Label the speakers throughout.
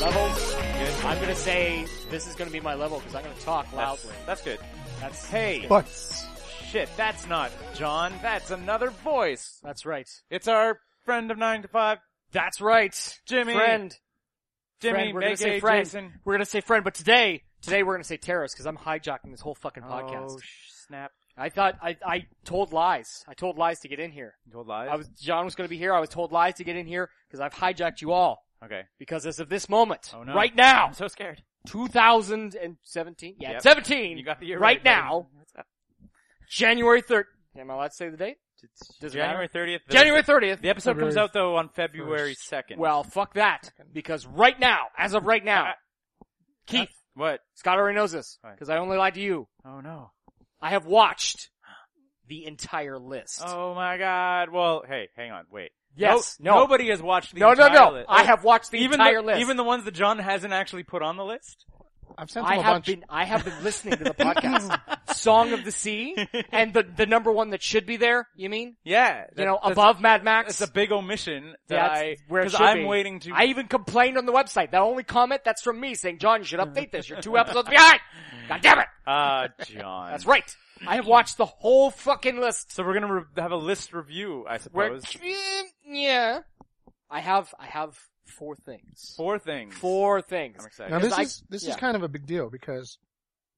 Speaker 1: Levels. I'm gonna say this is gonna be my level because I'm gonna talk
Speaker 2: That's,
Speaker 1: loudly.
Speaker 2: that's good.
Speaker 1: That's
Speaker 2: Hey,
Speaker 1: That's,
Speaker 2: shit, that's not John. That's another voice.
Speaker 1: that's right.
Speaker 2: It's our friend of nine to five,
Speaker 1: That's right.
Speaker 2: Jimmy.
Speaker 1: friend.
Speaker 2: Jimmy,
Speaker 1: friend. We're gonna
Speaker 2: make
Speaker 1: say
Speaker 2: a
Speaker 1: friend.
Speaker 2: Jason.
Speaker 1: We're gonna say friend, but today, today we're gonna say terrorist because I'm hijacking this whole fucking podcast.
Speaker 2: Oh sh- snap!
Speaker 1: I thought I I told lies. I told lies to get in here.
Speaker 2: You told lies.
Speaker 1: I was John was gonna be here. I was told lies to get in here because I've hijacked you all.
Speaker 2: okay.
Speaker 1: Because as of this moment,
Speaker 2: Oh, no.
Speaker 1: right now,
Speaker 2: I'm so scared.
Speaker 1: 2017, yeah,
Speaker 2: Yep.
Speaker 1: 17,
Speaker 2: You got the year
Speaker 1: right,
Speaker 2: right buddy.
Speaker 1: now, January 3rd. Am I allowed to say the date? Does it matter?
Speaker 2: January thirtieth.
Speaker 1: January 30th.
Speaker 2: The episode comes out though on February second.
Speaker 1: Well, fuck that. Because right now, as of right now,
Speaker 2: Uh,
Speaker 1: Keith,
Speaker 2: what?
Speaker 1: Scott already knows this.
Speaker 2: Alright.
Speaker 1: Because I only lied to you.
Speaker 2: Oh no!
Speaker 1: I have watched the entire list.
Speaker 2: Oh my god! Well, hey, hang on, wait.
Speaker 1: Yes.
Speaker 2: No,
Speaker 1: No.
Speaker 2: Nobody has watched the
Speaker 1: no, no,
Speaker 2: entire
Speaker 1: no.
Speaker 2: list.
Speaker 1: I have watched the
Speaker 2: even
Speaker 1: entire
Speaker 2: the,
Speaker 1: list.
Speaker 2: even the ones that John hasn't actually put on the list.
Speaker 3: I've sent him
Speaker 1: I
Speaker 3: a
Speaker 1: have
Speaker 3: bunch.
Speaker 1: been, I have been listening to the podcast. Song of the Sea and the, the number one that should be there, you mean?
Speaker 2: Yeah,
Speaker 1: you know,
Speaker 2: above.
Speaker 1: above Mad Max.
Speaker 2: It's a big omission that
Speaker 1: That's
Speaker 2: I
Speaker 1: where it
Speaker 2: because
Speaker 1: should
Speaker 2: I'm
Speaker 1: be.
Speaker 2: waiting to.
Speaker 1: I even complained on the website. The only comment that's from me saying, John, you should update this. You're two episodes behind. God damn it.
Speaker 2: Ah, John.
Speaker 1: That's right. I have watched the whole fucking list.
Speaker 2: So we're gonna re- have a list review, I
Speaker 1: Where-
Speaker 2: suppose.
Speaker 1: yeah. I have, I have four things.
Speaker 2: Four things.
Speaker 1: Four things.
Speaker 2: I'm excited.
Speaker 3: now this
Speaker 1: I-
Speaker 3: is this
Speaker 1: yeah.
Speaker 3: is kind of a big deal because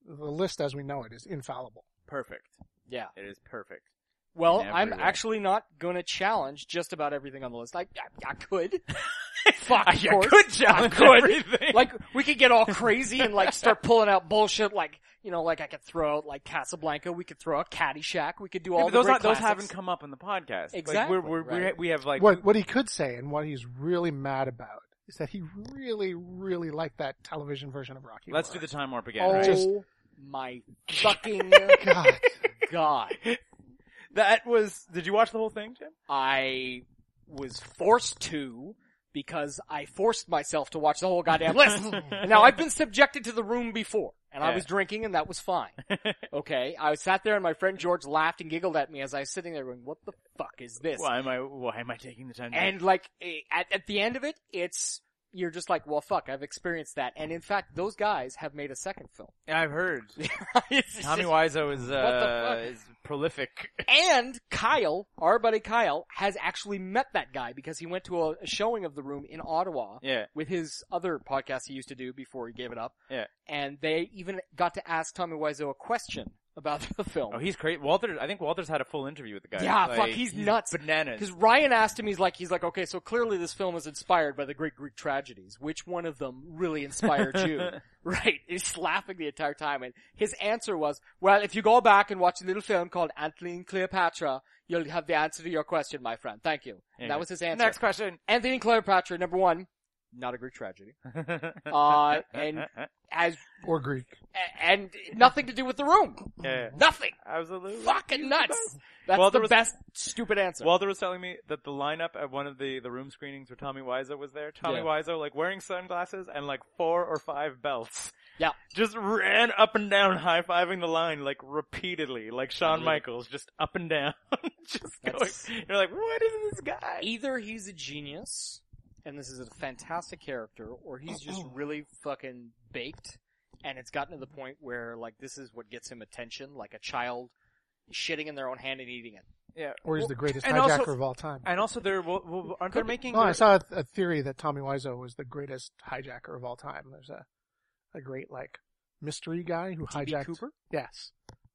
Speaker 3: the list as we know it is infallible.
Speaker 2: Perfect.
Speaker 1: Yeah.
Speaker 2: It is perfect.
Speaker 1: Well,
Speaker 2: Never
Speaker 1: I'm
Speaker 2: will.
Speaker 1: actually not gonna challenge just about everything on the list. I, I, I could. Fuck,
Speaker 2: I
Speaker 1: of course.
Speaker 2: could challenge
Speaker 1: I could.
Speaker 2: everything.
Speaker 1: Like, we could get all crazy and like start pulling out bullshit like, you know, like I could throw out like Casablanca, we could throw out Caddyshack, we could do all
Speaker 2: Yeah, but
Speaker 1: the
Speaker 2: those,
Speaker 1: great
Speaker 2: aren't- those
Speaker 1: classics.
Speaker 2: haven't come up in the podcast. Like,
Speaker 1: Exactly,
Speaker 2: we're, we're,
Speaker 1: right.
Speaker 2: we're, we have like
Speaker 3: What what he could say and what he's really mad about is that he really really liked that television version of Rocky.
Speaker 2: Let's do
Speaker 3: Horror.
Speaker 2: the time warp again.
Speaker 1: Oh
Speaker 2: right?
Speaker 3: Just-
Speaker 1: my fucking
Speaker 3: God.
Speaker 1: god.
Speaker 2: that was. Did you watch the whole thing, Jim?
Speaker 1: I was forced to because I forced myself to watch the whole goddamn list. And now I've been subjected to the room before, and I
Speaker 2: Yeah.
Speaker 1: was drinking, and that was fine. Okay, I sat there, and my friend George laughed and giggled at me as I was sitting there going, "What the fuck is this?"
Speaker 2: Why am I? Why am I taking the time? to-
Speaker 1: And like eh, at at the end of it, it's you're just like, "Well, fuck, I've experienced that." And in fact, those guys have made a second film.
Speaker 2: I've heard
Speaker 1: It's just-
Speaker 2: Tommy Wiseau is uh,
Speaker 1: fuck?
Speaker 2: is prolific.
Speaker 1: And Kyle, our buddy Kyle, has actually met that guy because he went to a, a showing of the room in Ottawa
Speaker 2: Yeah,
Speaker 1: with his other podcast he used to do before he gave it up.
Speaker 2: Yeah.
Speaker 1: And they even got to ask Tommy Wiseau a question about the film.
Speaker 2: Oh, he's crazy. Walter, I think Walter's had a full interview with the guy.
Speaker 1: yeah,
Speaker 2: Like,
Speaker 1: fuck, he's nuts.
Speaker 2: Bananas.
Speaker 1: Because Ryan asked him, he's like, he's like, okay, so clearly this film is inspired by the great Greek tragedies. Which one of them really inspired you? right. He's laughing the entire time. And his answer was, well, if you go back and watch a little film called Antony and Cleopatra, you'll have the answer to your question, my friend. Thank you. And
Speaker 2: Yeah.
Speaker 1: that was his answer.
Speaker 2: Next question.
Speaker 1: Anthony and Cleopatra, number one, not a Greek tragedy. Uh, and as,
Speaker 3: or Greek.
Speaker 1: and nothing to do with the room.
Speaker 2: yeah,
Speaker 1: Nothing.
Speaker 2: absolutely.
Speaker 1: Fucking nuts. That's
Speaker 2: Well,
Speaker 1: the
Speaker 2: there was-
Speaker 1: best stupid answer.
Speaker 2: Walter was telling me that the lineup at one of the, the room screenings where Tommy Wiseau was there, Tommy
Speaker 1: Yeah.
Speaker 2: Wiseau like wearing sunglasses and like four or five belts,
Speaker 1: yeah.
Speaker 2: just ran up and down high fiving the line like repeatedly, like Shawn Michaels, just up and down, just
Speaker 1: That's-
Speaker 2: going. You're like, what is this guy?
Speaker 1: Either he's a genius, and this is a fantastic character, or he's just really fucking baked, and it's gotten to the point where, like, this is what gets him attention, like a child shitting in their own hand and eating it.
Speaker 2: Yeah,
Speaker 3: Or he's
Speaker 2: Well,
Speaker 3: the greatest
Speaker 2: and
Speaker 3: hijacker
Speaker 2: also-
Speaker 3: of all time.
Speaker 2: And also, they're well, well, aren't they making?
Speaker 3: No, I saw a, a theory that Tommy Wiseau was the greatest hijacker of all time. There's a a great like mystery guy who
Speaker 1: DB
Speaker 3: hijacked
Speaker 1: Cooper?
Speaker 3: Yes.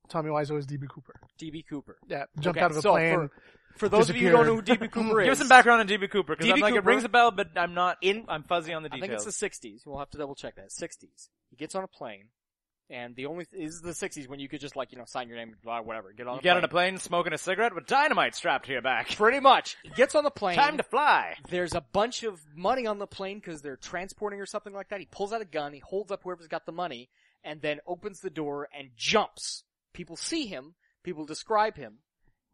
Speaker 3: Tommy Wiseau is DB Cooper.
Speaker 1: DB Cooper.
Speaker 3: Yeah, jumped
Speaker 1: Okay,
Speaker 3: out of a
Speaker 1: so
Speaker 3: plane,
Speaker 1: for- For those of you who don't know who
Speaker 3: Disappeared.
Speaker 1: DB Cooper is,
Speaker 2: Give some background on DB Cooper because
Speaker 1: DB
Speaker 2: I'm like it
Speaker 1: Cooper?
Speaker 2: rings a bell, but I'm not in. I'm fuzzy on the
Speaker 1: I
Speaker 2: details.
Speaker 1: think it's the 60s. We'll have to double check that. 60s. He gets on a plane, and the only this is the 60s when you could just like you know sign your name, and blah, whatever. Get on.
Speaker 2: you
Speaker 1: a
Speaker 2: get
Speaker 1: plane.
Speaker 2: on a plane, smoking a cigarette with dynamite strapped to your back.
Speaker 1: Pretty much. He Gets on the plane.
Speaker 2: Time to fly.
Speaker 1: There's a bunch of money on the plane because they're transporting or something like that. He pulls out a gun, he holds up whoever's got the money, and then opens the door and jumps. People see him, people describe him,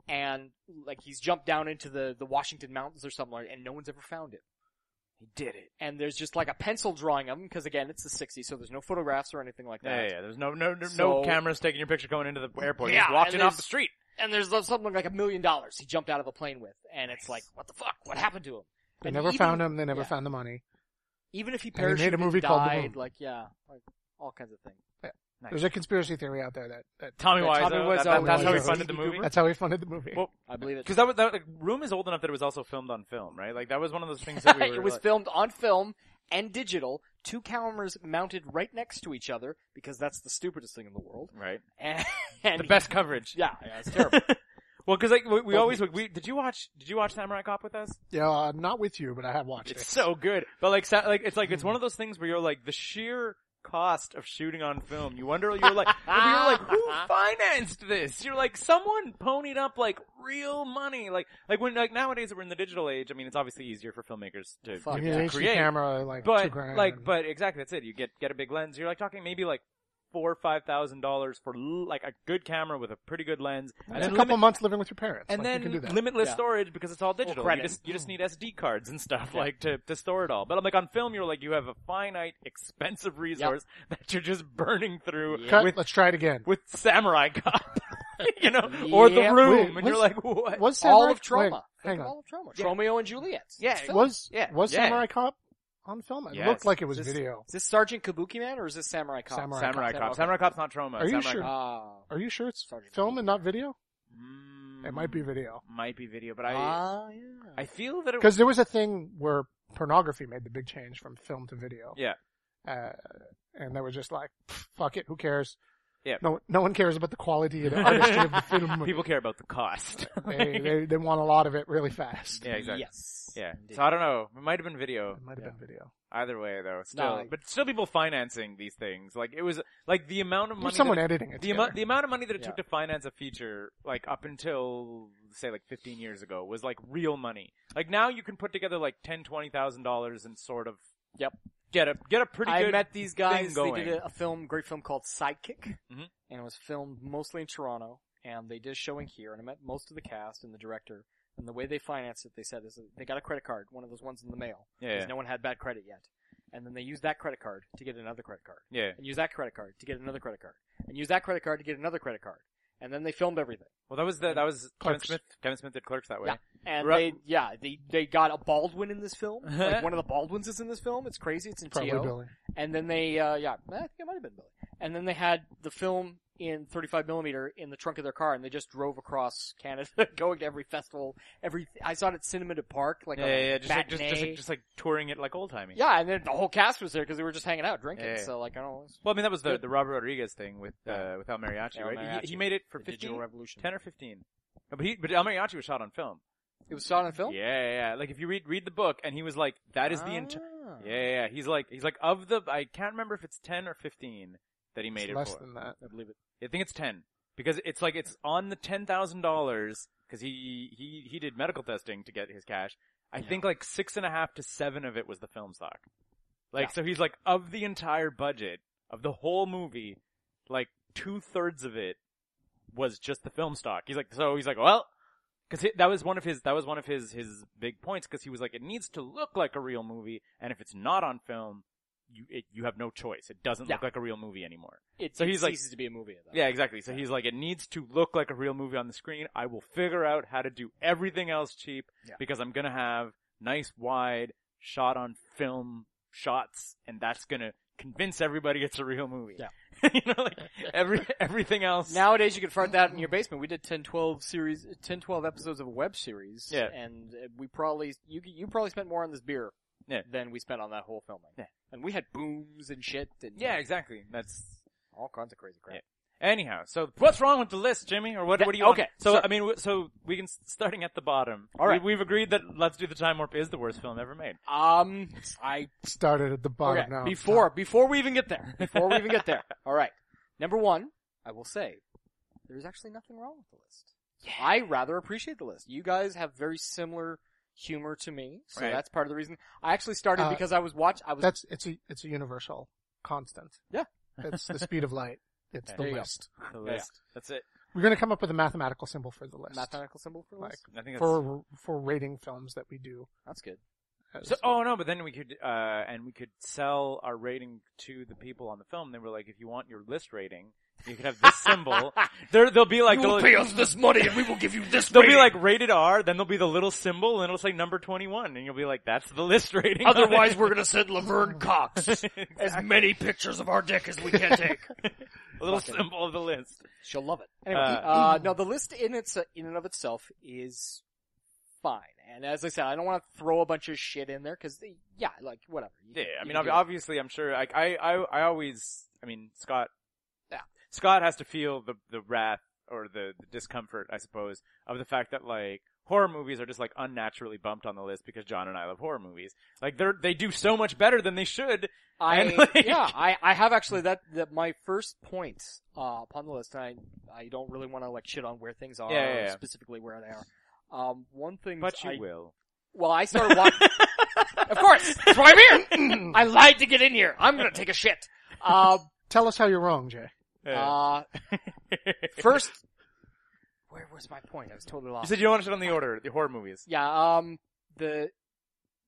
Speaker 1: and like he's jumped down into the, the Washington mountains or somewhere and no one's ever found him.
Speaker 2: He did it.
Speaker 1: And there's just like a pencil drawing of him because again, it's the 60s, so there's no photographs or anything like that.
Speaker 2: Yeah, yeah. There's no no no,
Speaker 1: So-
Speaker 2: no cameras taking your picture going into the airport. you
Speaker 1: Yeah,
Speaker 2: just walked
Speaker 1: and
Speaker 2: in off
Speaker 1: there's-
Speaker 2: the street.
Speaker 1: And there's something like a million dollars he jumped out of a plane with, and it's like, what the fuck? What happened to him?
Speaker 3: They
Speaker 1: And
Speaker 3: never
Speaker 1: even-
Speaker 3: found him. They never
Speaker 1: yeah.
Speaker 3: found the money.
Speaker 1: Even if he
Speaker 3: And
Speaker 1: parachuted,
Speaker 3: they made a movie
Speaker 1: died,
Speaker 3: called The Moon.
Speaker 1: like yeah, like all kinds of things.
Speaker 3: There's a conspiracy theory out there that, that
Speaker 2: Tommy
Speaker 1: Yeah,
Speaker 2: Wiseau.
Speaker 1: Tommy Wiseau
Speaker 2: that- that- that's how he
Speaker 3: was
Speaker 2: funded the
Speaker 1: DB
Speaker 2: movie.
Speaker 1: Cooper.
Speaker 3: that's how he funded the movie.
Speaker 2: Well,
Speaker 1: I believe it.
Speaker 2: because that, was- that like, room is old enough that it was also filmed on film, right? Like that was one of those things that we were.
Speaker 1: it was
Speaker 2: like-
Speaker 1: filmed on film and digital, two cameras mounted right next to each other because that's the stupidest thing in the world.
Speaker 2: right.
Speaker 1: And, and
Speaker 2: The best coverage.
Speaker 1: yeah, yeah, it's terrible.
Speaker 2: Well, because like we, we always like, we did you watch did you watch Samurai Cop with us?
Speaker 3: yeah, uh, not with you, but I have watched
Speaker 2: It's
Speaker 3: it.
Speaker 2: so good, but like sa- like it's like it's
Speaker 3: Hmm.
Speaker 2: one of those things where you're like the sheer cost of shooting on film. You wonder you're like you're like who financed this? You're like someone ponied up like real money. Like like when like nowadays that we're in the digital age. I mean, it's obviously easier for filmmakers to
Speaker 1: Fuck, yeah.
Speaker 3: You need an
Speaker 2: to
Speaker 3: HD
Speaker 2: create,
Speaker 3: camera, like two
Speaker 2: but
Speaker 3: grand.
Speaker 2: like but exactly that's it. You get get a big lens. You're like talking maybe like four or five thousand dollars for l- like a good camera with a pretty good lens,
Speaker 3: it's a
Speaker 2: then
Speaker 3: couple
Speaker 2: limit-
Speaker 3: months living with your parents.
Speaker 2: and
Speaker 3: like, you
Speaker 2: then
Speaker 3: can do that.
Speaker 2: limitless
Speaker 1: Yeah.
Speaker 2: storage because it's all digital. you
Speaker 1: credit.
Speaker 2: just you just need SD cards and stuff like to, to store it all. But like on film, you're like you have a finite, expensive resource that you're just burning through
Speaker 3: Cut.
Speaker 2: with
Speaker 3: Let's try it again.
Speaker 2: with Samurai Cop, you know, or the
Speaker 1: Yeah.
Speaker 2: room,
Speaker 3: Wait,
Speaker 2: and you're
Speaker 3: was-
Speaker 2: like, what?
Speaker 3: was
Speaker 1: all
Speaker 3: Samurai-
Speaker 1: of trauma.
Speaker 3: wait, hang
Speaker 1: Think of
Speaker 3: on.
Speaker 1: all of trauma. Romeo and Juliet.
Speaker 2: Yeah,
Speaker 1: Film.
Speaker 3: Was
Speaker 2: Yeah.
Speaker 3: was
Speaker 2: Yeah.
Speaker 3: Samurai Cop on film? It
Speaker 2: Yes.
Speaker 3: looked like it was
Speaker 1: This-
Speaker 3: video.
Speaker 1: is this Sergeant Kabuki Man or is this Samurai Cop?
Speaker 3: Samurai
Speaker 2: Samurai Cop.
Speaker 1: okay.
Speaker 2: Samurai Cop's not trauma.
Speaker 3: Are you
Speaker 2: Samurai
Speaker 3: sure?
Speaker 2: Cop.
Speaker 1: Ah.
Speaker 3: Are you sure it's
Speaker 1: Sergeant
Speaker 3: film and not video?
Speaker 2: Mm,
Speaker 3: It might be video
Speaker 2: Might be video, but I
Speaker 1: Ah, yeah.
Speaker 2: I feel that it
Speaker 3: because there was a thing where pornography made the big change from film to video.
Speaker 2: Yeah.
Speaker 3: Uh, and they were just like, "Pff, "Fuck it, who cares?"
Speaker 2: Yeah.
Speaker 3: No, no one cares about the quality and artistry of the film.
Speaker 2: people care about the cost.
Speaker 3: they, they they want a lot of it really fast.
Speaker 2: yeah, exactly.
Speaker 1: Yes.
Speaker 2: Yeah.
Speaker 1: Indeed.
Speaker 2: So I don't know. It might have been video.
Speaker 3: It might have been video.
Speaker 2: Either way, though, still,
Speaker 1: No, I-
Speaker 2: but still, people financing these things. Like it was like the amount of
Speaker 3: There's
Speaker 2: money.
Speaker 3: someone
Speaker 2: that,
Speaker 3: editing it.
Speaker 2: the amount, the amount of money that it
Speaker 1: Yeah.
Speaker 2: took to finance a feature, like up until say like 15 years ago, was like real money. Like now, you can put together like 10, 20 thousand dollars and sort of
Speaker 1: Yep.
Speaker 2: get a get a pretty
Speaker 1: I
Speaker 2: good.
Speaker 1: met these guys. They
Speaker 2: thing
Speaker 1: did
Speaker 2: going.
Speaker 1: a, a film, great film called Sidekick,
Speaker 2: Mhm.
Speaker 1: and it was filmed mostly in Toronto. And they did a showing here, and I met most of the cast and the director. And the way they financed it, they said is that they got a credit card, one of those ones in the mail,
Speaker 2: yeah,
Speaker 1: because
Speaker 2: yeah,
Speaker 1: no one had bad credit yet. And then they used that credit card to get another credit card,
Speaker 2: yeah.
Speaker 1: and use that credit card to get another credit card, and use that credit card to get another credit card. And then they filmed everything.
Speaker 2: Well, that was the that was Kevin
Speaker 3: Clerks.
Speaker 2: Smith. Kevin Smith did Clerks that way.
Speaker 1: Yeah. And
Speaker 2: Ru-
Speaker 1: they, yeah, they, they got a Baldwin in this film. like one of the Baldwins is in this film. It's crazy. It's in
Speaker 3: probably
Speaker 1: TO.
Speaker 3: Billy.
Speaker 1: And then they, uh, yeah, I think it might have been Billy. And then they had the film in 35 millimeter in the trunk of their car, and they just drove across Canada, going to every festival. Every I saw it at Cinema de Park, like
Speaker 2: yeah,
Speaker 1: a
Speaker 2: yeah, yeah. Just, like, just, just,
Speaker 1: matinee.
Speaker 2: like, just like touring it like old timey.
Speaker 1: yeah, and then the whole cast was there because they were just hanging out drinking.
Speaker 2: Yeah, yeah.
Speaker 1: So like I don't know, it's
Speaker 2: Well, I mean, that was the, the Robert Rodriguez thing with uh, with El Mariachi,
Speaker 1: El
Speaker 2: right? He, he
Speaker 1: Mariachi.
Speaker 2: made it for
Speaker 1: the
Speaker 2: 15,
Speaker 1: digital revolution.
Speaker 2: 10 or fifteen. No, but he, but El Mariachi was shot on film.
Speaker 1: It was shot on film.
Speaker 2: Yeah, yeah, yeah. Like if you read read the book, and he was like, "That is the entire."
Speaker 1: Ah.
Speaker 2: Yeah, yeah, yeah. He's like, he's like of the. I can't remember if it's ten or fifteen that he made
Speaker 3: It's
Speaker 2: it
Speaker 3: less
Speaker 2: for.
Speaker 3: than that.
Speaker 1: I believe it.
Speaker 2: I think it's ten because it's like it's on the ten thousand dollars because he he he did medical testing to get his cash. I think like six and a half to seven of it was the film stock. Like so, he's like of the entire budget of the whole movie, like two thirds of it was just the film stock. He's like, so he's like, well, because that was one of his that was one of his his big points because he was like, it needs to look like a real movie, and if it's not on film, you it, you have no choice. It doesn't
Speaker 1: Yeah.
Speaker 2: look like a real movie anymore.
Speaker 1: It,
Speaker 2: So
Speaker 1: it
Speaker 2: he's like-
Speaker 1: ceases to be a movie. At that.
Speaker 2: Yeah, exactly. So he's like, it needs to look like a real movie on the screen. I will figure out how to do everything else cheap
Speaker 1: Yeah.
Speaker 2: because I'm gonna have nice wide shot on film shots and that's gonna convince everybody it's a real movie.
Speaker 1: Yeah.
Speaker 2: you know, like every, everything else.
Speaker 1: Nowadays, you can fart that in your basement. We did 10, 12 series, 10, 12 episodes of a web series.
Speaker 2: Yeah.
Speaker 1: And uh, we probably, you, you probably spent more on this beer.
Speaker 2: Yeah.
Speaker 1: Than we spent on that whole filming.
Speaker 2: Yeah.
Speaker 1: And we had booms and shit and
Speaker 2: yeah, exactly. That's,
Speaker 1: all kinds of crazy crap.
Speaker 2: Yeah. Anyhow, so what's wrong with the list, Jimmy? Or what?
Speaker 1: That-
Speaker 2: what do you? want?
Speaker 1: okay,
Speaker 2: So
Speaker 1: sorry.
Speaker 2: I mean, w- so we can s- starting at the bottom.
Speaker 1: All right.
Speaker 2: We, have agreed that Let's Do the Time Warp is the worst film ever made.
Speaker 1: Um, I
Speaker 3: Started at the bottom
Speaker 1: okay,
Speaker 3: now.
Speaker 1: before before we even get there, before we even get there. All right, number one, I will say there's actually nothing wrong with the list. I rather appreciate the list. You guys have very similar humor to me, so
Speaker 2: Right.
Speaker 1: that's part of the reason. I actually started
Speaker 3: Uh,
Speaker 1: because I was watch. I was
Speaker 3: That's it's a it's a universal constant.
Speaker 1: Yeah.
Speaker 3: It's the speed of light. It's the
Speaker 1: There you go.
Speaker 3: list.
Speaker 2: The
Speaker 1: Yeah.
Speaker 2: list. That's it.
Speaker 3: We're going to come up with a mathematical symbol for the list
Speaker 1: mathematical symbol for the list.
Speaker 2: I think that's.
Speaker 3: for for rating films that we do.
Speaker 1: That's good.
Speaker 3: as-
Speaker 2: so, oh no, but then we could, uh, and we could sell our rating to the people on the film. They were like, if you want your list rating, you could have this symbol. there, there'll be like, there'll,
Speaker 1: us this money, and we will give you this.
Speaker 2: there'll be like rated R, then there'll be the little symbol, and it'll say number 21, and you'll be like, that's the list rating. on it.
Speaker 1: we're gonna send Laverne Cox as many pictures of our dick as we can take.
Speaker 2: a little symbol of the list.
Speaker 1: She'll love it. Anyway,
Speaker 2: Uh,
Speaker 1: uh, no, the list in its in and of itself is fine. And as I said, I don't want to throw a bunch of shit in there because yeah, like whatever. You
Speaker 2: Yeah,
Speaker 1: can-
Speaker 2: I
Speaker 1: you
Speaker 2: mean,
Speaker 1: can
Speaker 2: ob-
Speaker 1: do
Speaker 2: obviously, I'm sure. Like, I, I, I always, I mean, Scott.
Speaker 1: Yeah.
Speaker 2: Scott has to feel the the wrath or the, the discomfort, I suppose, of the fact that like horror movies are just like unnaturally bumped on the list because John and I love horror movies. Like they're they do so much better than they should.
Speaker 1: it. I
Speaker 2: and, like-
Speaker 1: yeah, I, I have actually that that my first point uh, upon the list. And I I don't really want to like shit on where things are
Speaker 2: Yeah, yeah, yeah.
Speaker 1: specifically where they are. Um, one thing,
Speaker 2: But you
Speaker 1: I,
Speaker 2: will.
Speaker 1: well, I started watching. of course, that's why I'm here. I lied to get in here. I'm gonna take a shit. Um,
Speaker 3: Tell us how you're wrong, Jay.
Speaker 1: uh,
Speaker 2: Uh,
Speaker 1: first, where was my point? I was totally
Speaker 2: you
Speaker 1: lost.
Speaker 2: said you don't want to shit on the order, the horror movies.
Speaker 1: Yeah, um, the,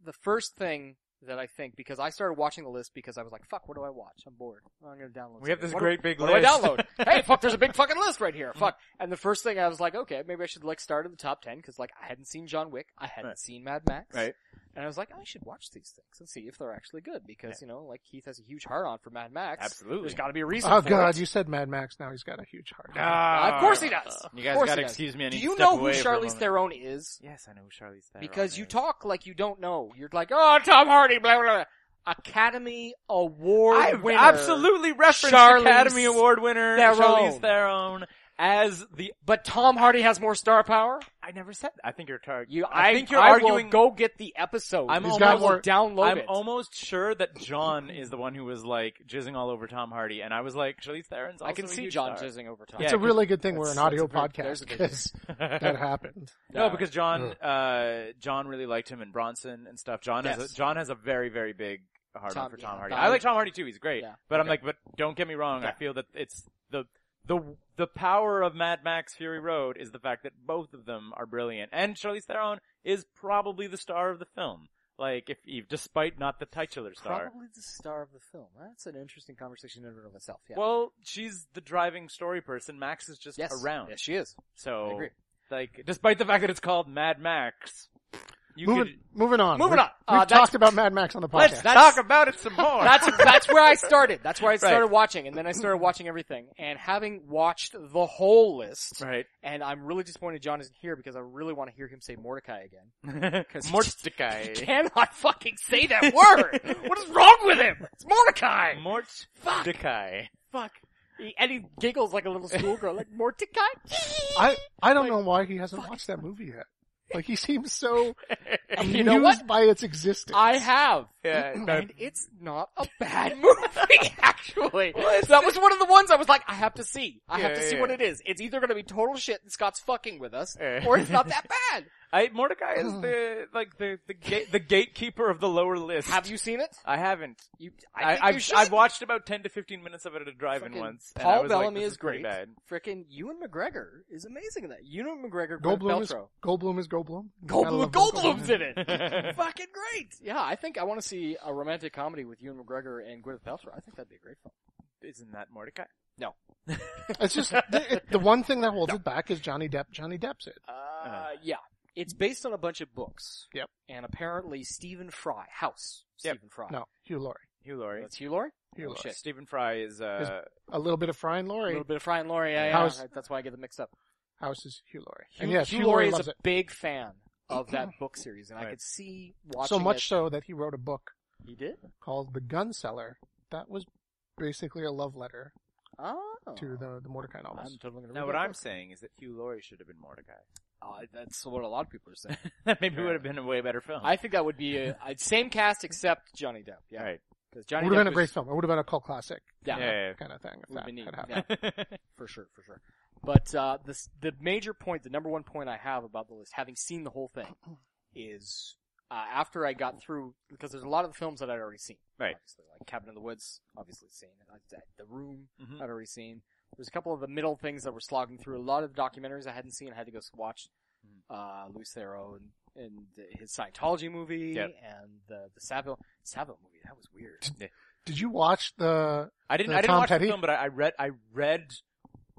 Speaker 1: the first thing that I think, because I started watching the list because I was like, fuck, what do I watch? I'm bored. I'm gonna download
Speaker 2: We have this
Speaker 1: something. What do-
Speaker 2: great big
Speaker 1: what
Speaker 2: list.
Speaker 1: do I download? hey, fuck, there's a big fucking list right here. Fuck. And the first thing I was like, okay, maybe I should like start at the top 10 because like I hadn't seen John Wick. I hadn't
Speaker 2: Right.
Speaker 1: seen Mad Max.
Speaker 2: Right.
Speaker 1: And I was like, oh, I should watch these things and see if they're actually good because, you know, like Keith has a huge heart on for Mad Max.
Speaker 2: Absolutely.
Speaker 1: There's gotta be a reason
Speaker 3: Oh
Speaker 1: for
Speaker 3: god,
Speaker 1: it.
Speaker 3: you said Mad Max. Now he's got a huge heart.
Speaker 1: Uh, of course he does.
Speaker 2: You
Speaker 1: Of
Speaker 2: guys
Speaker 1: course
Speaker 2: gotta
Speaker 1: he does.
Speaker 2: excuse me. I need
Speaker 1: Do
Speaker 2: to
Speaker 1: you
Speaker 2: step
Speaker 1: know who
Speaker 2: away for a
Speaker 1: Charlize
Speaker 2: moment.
Speaker 1: Theron is?
Speaker 2: Yes, I know who Charlize Theron.
Speaker 1: Because you
Speaker 2: is.
Speaker 1: talk like you don't know. You're like, oh, Tom Hardy, blah, blah, blah. Academy Award
Speaker 2: I
Speaker 1: winner.
Speaker 2: absolutely referenced
Speaker 1: Charlize
Speaker 2: Academy Award winner
Speaker 1: Theron.
Speaker 2: Charlize Theron as the.
Speaker 1: But Tom Hardy has more star power?
Speaker 2: I never said. That. I think you're tar-
Speaker 1: You,
Speaker 2: I,
Speaker 1: I,
Speaker 2: think you're
Speaker 1: I
Speaker 2: arguing.
Speaker 1: Will go get the episode.
Speaker 2: I'm
Speaker 1: He's
Speaker 2: almost-
Speaker 1: got
Speaker 3: more-
Speaker 1: download
Speaker 2: I'm
Speaker 1: it.
Speaker 2: almost sure that John is the one who was like jizzing all over Tom Hardy, and I was like, Charlize Theron's. Also
Speaker 1: I can
Speaker 2: a
Speaker 1: see
Speaker 2: huge
Speaker 1: John
Speaker 2: star.
Speaker 1: jizzing over Tom.
Speaker 2: Yeah,
Speaker 3: it's a
Speaker 2: cause-
Speaker 3: really good thing we're an
Speaker 1: that's-
Speaker 3: audio
Speaker 1: that's a big- there's
Speaker 3: podcast
Speaker 1: a big-
Speaker 3: because that happened.
Speaker 2: No, because John, uh, John really liked him in Bronson and stuff. John has
Speaker 1: Yes.
Speaker 2: a, John has a very very big hard
Speaker 1: Tom-
Speaker 2: on for
Speaker 1: yeah,
Speaker 2: Tom Hardy.
Speaker 1: Tom-
Speaker 2: I like Tom Hardy too. He's great,
Speaker 1: Yeah,
Speaker 2: but I'm like, but don't get me wrong. I
Speaker 1: Yeah.
Speaker 2: feel that it's the the the power of Mad Max Fury Road is the fact that both of them are brilliant, and Charlize Theron is probably the star of the film. Like, if Eve, despite not the titular star.
Speaker 1: Probably the star of the film. That's an interesting conversation in and of itself. Yeah.
Speaker 2: Well, she's the driving story person. Max is just
Speaker 1: yes.
Speaker 2: around.
Speaker 1: Yes, she is.
Speaker 2: so,
Speaker 1: I agree.
Speaker 2: like, despite the fact that it's called Mad Max, you
Speaker 3: Moving,
Speaker 2: could
Speaker 3: moving on.
Speaker 1: Moving
Speaker 3: We-
Speaker 1: on. Uh,
Speaker 3: We've
Speaker 1: that's-
Speaker 3: talked about Mad Max on the
Speaker 1: Let's-
Speaker 3: podcast.
Speaker 1: that's-
Speaker 2: talk about it some more.
Speaker 1: That's that's where I started. That's where I started
Speaker 2: Right.
Speaker 1: watching, and then I started watching everything. And having watched the whole list,
Speaker 2: right.
Speaker 1: and I'm really disappointed John isn't here because I really want to hear him say Mordecai again.
Speaker 2: Mordecai.
Speaker 1: Cannot fucking say that word. what is wrong with him? It's Mordecai.
Speaker 2: Mordecai.
Speaker 1: Fuck. He- and he giggles like a little schoolgirl, like Mordecai.
Speaker 3: I I don't know why he hasn't watched that movie yet. Like he seems so
Speaker 1: And
Speaker 3: amused
Speaker 1: you know what?
Speaker 3: by its existence.
Speaker 1: I have.
Speaker 2: Yeah,
Speaker 1: And it's not a bad movie, actually.
Speaker 2: it's-
Speaker 1: that was one of the ones I was like, I have to see. I have
Speaker 2: Yeah,
Speaker 1: to see
Speaker 2: yeah.
Speaker 1: what it is. It's either going to be total shit and Scott's fucking with us,
Speaker 2: Yeah.
Speaker 1: or it's not that bad.
Speaker 2: I, Mordecai is the like the the, gate, the gatekeeper of the lower list.
Speaker 1: Have you seen it?
Speaker 2: I haven't.
Speaker 1: You, I,
Speaker 2: I,
Speaker 1: think you
Speaker 2: I've,
Speaker 1: should.
Speaker 2: I've watched about ten to fifteen minutes of it at a drive-in
Speaker 1: Fucking
Speaker 2: once. and I
Speaker 1: Paul
Speaker 2: was like,
Speaker 1: Bellamy
Speaker 2: this
Speaker 1: is
Speaker 2: pretty
Speaker 1: great.
Speaker 2: Bad.
Speaker 1: Frickin' Ewan McGregor is amazing in that. Ewan McGregor, Gwyneth
Speaker 3: Goldblum is
Speaker 1: Paltrow.
Speaker 3: Goldblum is Goldblum. Gotta
Speaker 1: Goldblum,
Speaker 3: love
Speaker 1: Goldblum's in it. Fucking great. Yeah, I think I want to see a romantic comedy with Ewan McGregor and Gwyneth Paltrow. I think that'd be a great film.
Speaker 2: Isn't that Mordecai?
Speaker 1: No.
Speaker 3: It's just the, it- the one thing that holds it back is Johnny Depp. Johnny Depp's it.
Speaker 1: Uh, yeah. It's based on a bunch of books.
Speaker 3: Yep.
Speaker 1: And apparently Stephen Fry, House.
Speaker 2: Yep.
Speaker 1: Stephen Fry.
Speaker 3: No, Hugh Laurie.
Speaker 2: Hugh Laurie.
Speaker 1: That's Hugh Laurie?
Speaker 3: Hugh
Speaker 1: Oh,
Speaker 3: Laurie.
Speaker 1: shit.
Speaker 2: Stephen Fry is uh
Speaker 3: A little bit of Fry and
Speaker 1: A
Speaker 3: Laurie.
Speaker 1: little bit of Fry and Laurie, yeah, yeah.
Speaker 3: House-
Speaker 1: right, That's why I get them mixed up.
Speaker 3: House is Hugh Laurie.
Speaker 1: Hugh,
Speaker 3: and yes,
Speaker 1: Hugh
Speaker 3: Hugh Laurie
Speaker 1: is
Speaker 3: loves
Speaker 1: a
Speaker 3: it
Speaker 1: big fan of that book series, and I
Speaker 2: Right.
Speaker 1: could see watching
Speaker 3: so much
Speaker 1: it.
Speaker 3: so that he wrote a book
Speaker 1: He did?
Speaker 3: called The Gun Seller that was basically a love letter
Speaker 1: Oh.
Speaker 3: to the the Mordecai novels.
Speaker 1: I'm totally gonna
Speaker 2: Now,
Speaker 1: read
Speaker 2: what
Speaker 1: that
Speaker 2: I'm
Speaker 1: book.
Speaker 2: saying is that Hugh Laurie should have been Mordecai.
Speaker 1: Oh, that's what a lot of people are saying.
Speaker 2: That maybe would have been a way better film.
Speaker 1: I think that would be a, a same cast except Johnny Depp. Yeah,
Speaker 2: Right.
Speaker 1: because
Speaker 3: it
Speaker 1: Johnny
Speaker 3: would
Speaker 1: Depp
Speaker 3: have been a
Speaker 1: was-
Speaker 3: great film. It would have been a cult classic
Speaker 1: Yeah,
Speaker 2: Yeah,
Speaker 3: kind of thing. If
Speaker 1: Would have
Speaker 3: that
Speaker 1: been neat.
Speaker 3: had happened.
Speaker 1: Yeah.
Speaker 2: yeah,
Speaker 1: for sure, for sure. But uh, the the major point, the number one point I have about the list, having seen the whole thing, is uh, after I got through because there's a lot of the films that I'd already seen.
Speaker 2: Right.
Speaker 1: Obviously, like Cabin in the Woods, obviously seen. and I- The Room,
Speaker 2: Mhm.
Speaker 1: I'd already seen. There's a couple of the middle things that were slogging through. A lot of the documentaries I hadn't seen. I had to go watch
Speaker 2: Mm-hmm.
Speaker 1: uh, Lucero and, and his Scientology movie
Speaker 2: Yep.
Speaker 1: and the the Saville Saville movie. That was weird.
Speaker 2: yeah.
Speaker 3: Did you watch the?
Speaker 2: I didn't.
Speaker 3: The
Speaker 2: I didn't
Speaker 3: Uh, Tom
Speaker 2: watch
Speaker 3: Petty?
Speaker 2: the film, but I, I read. I read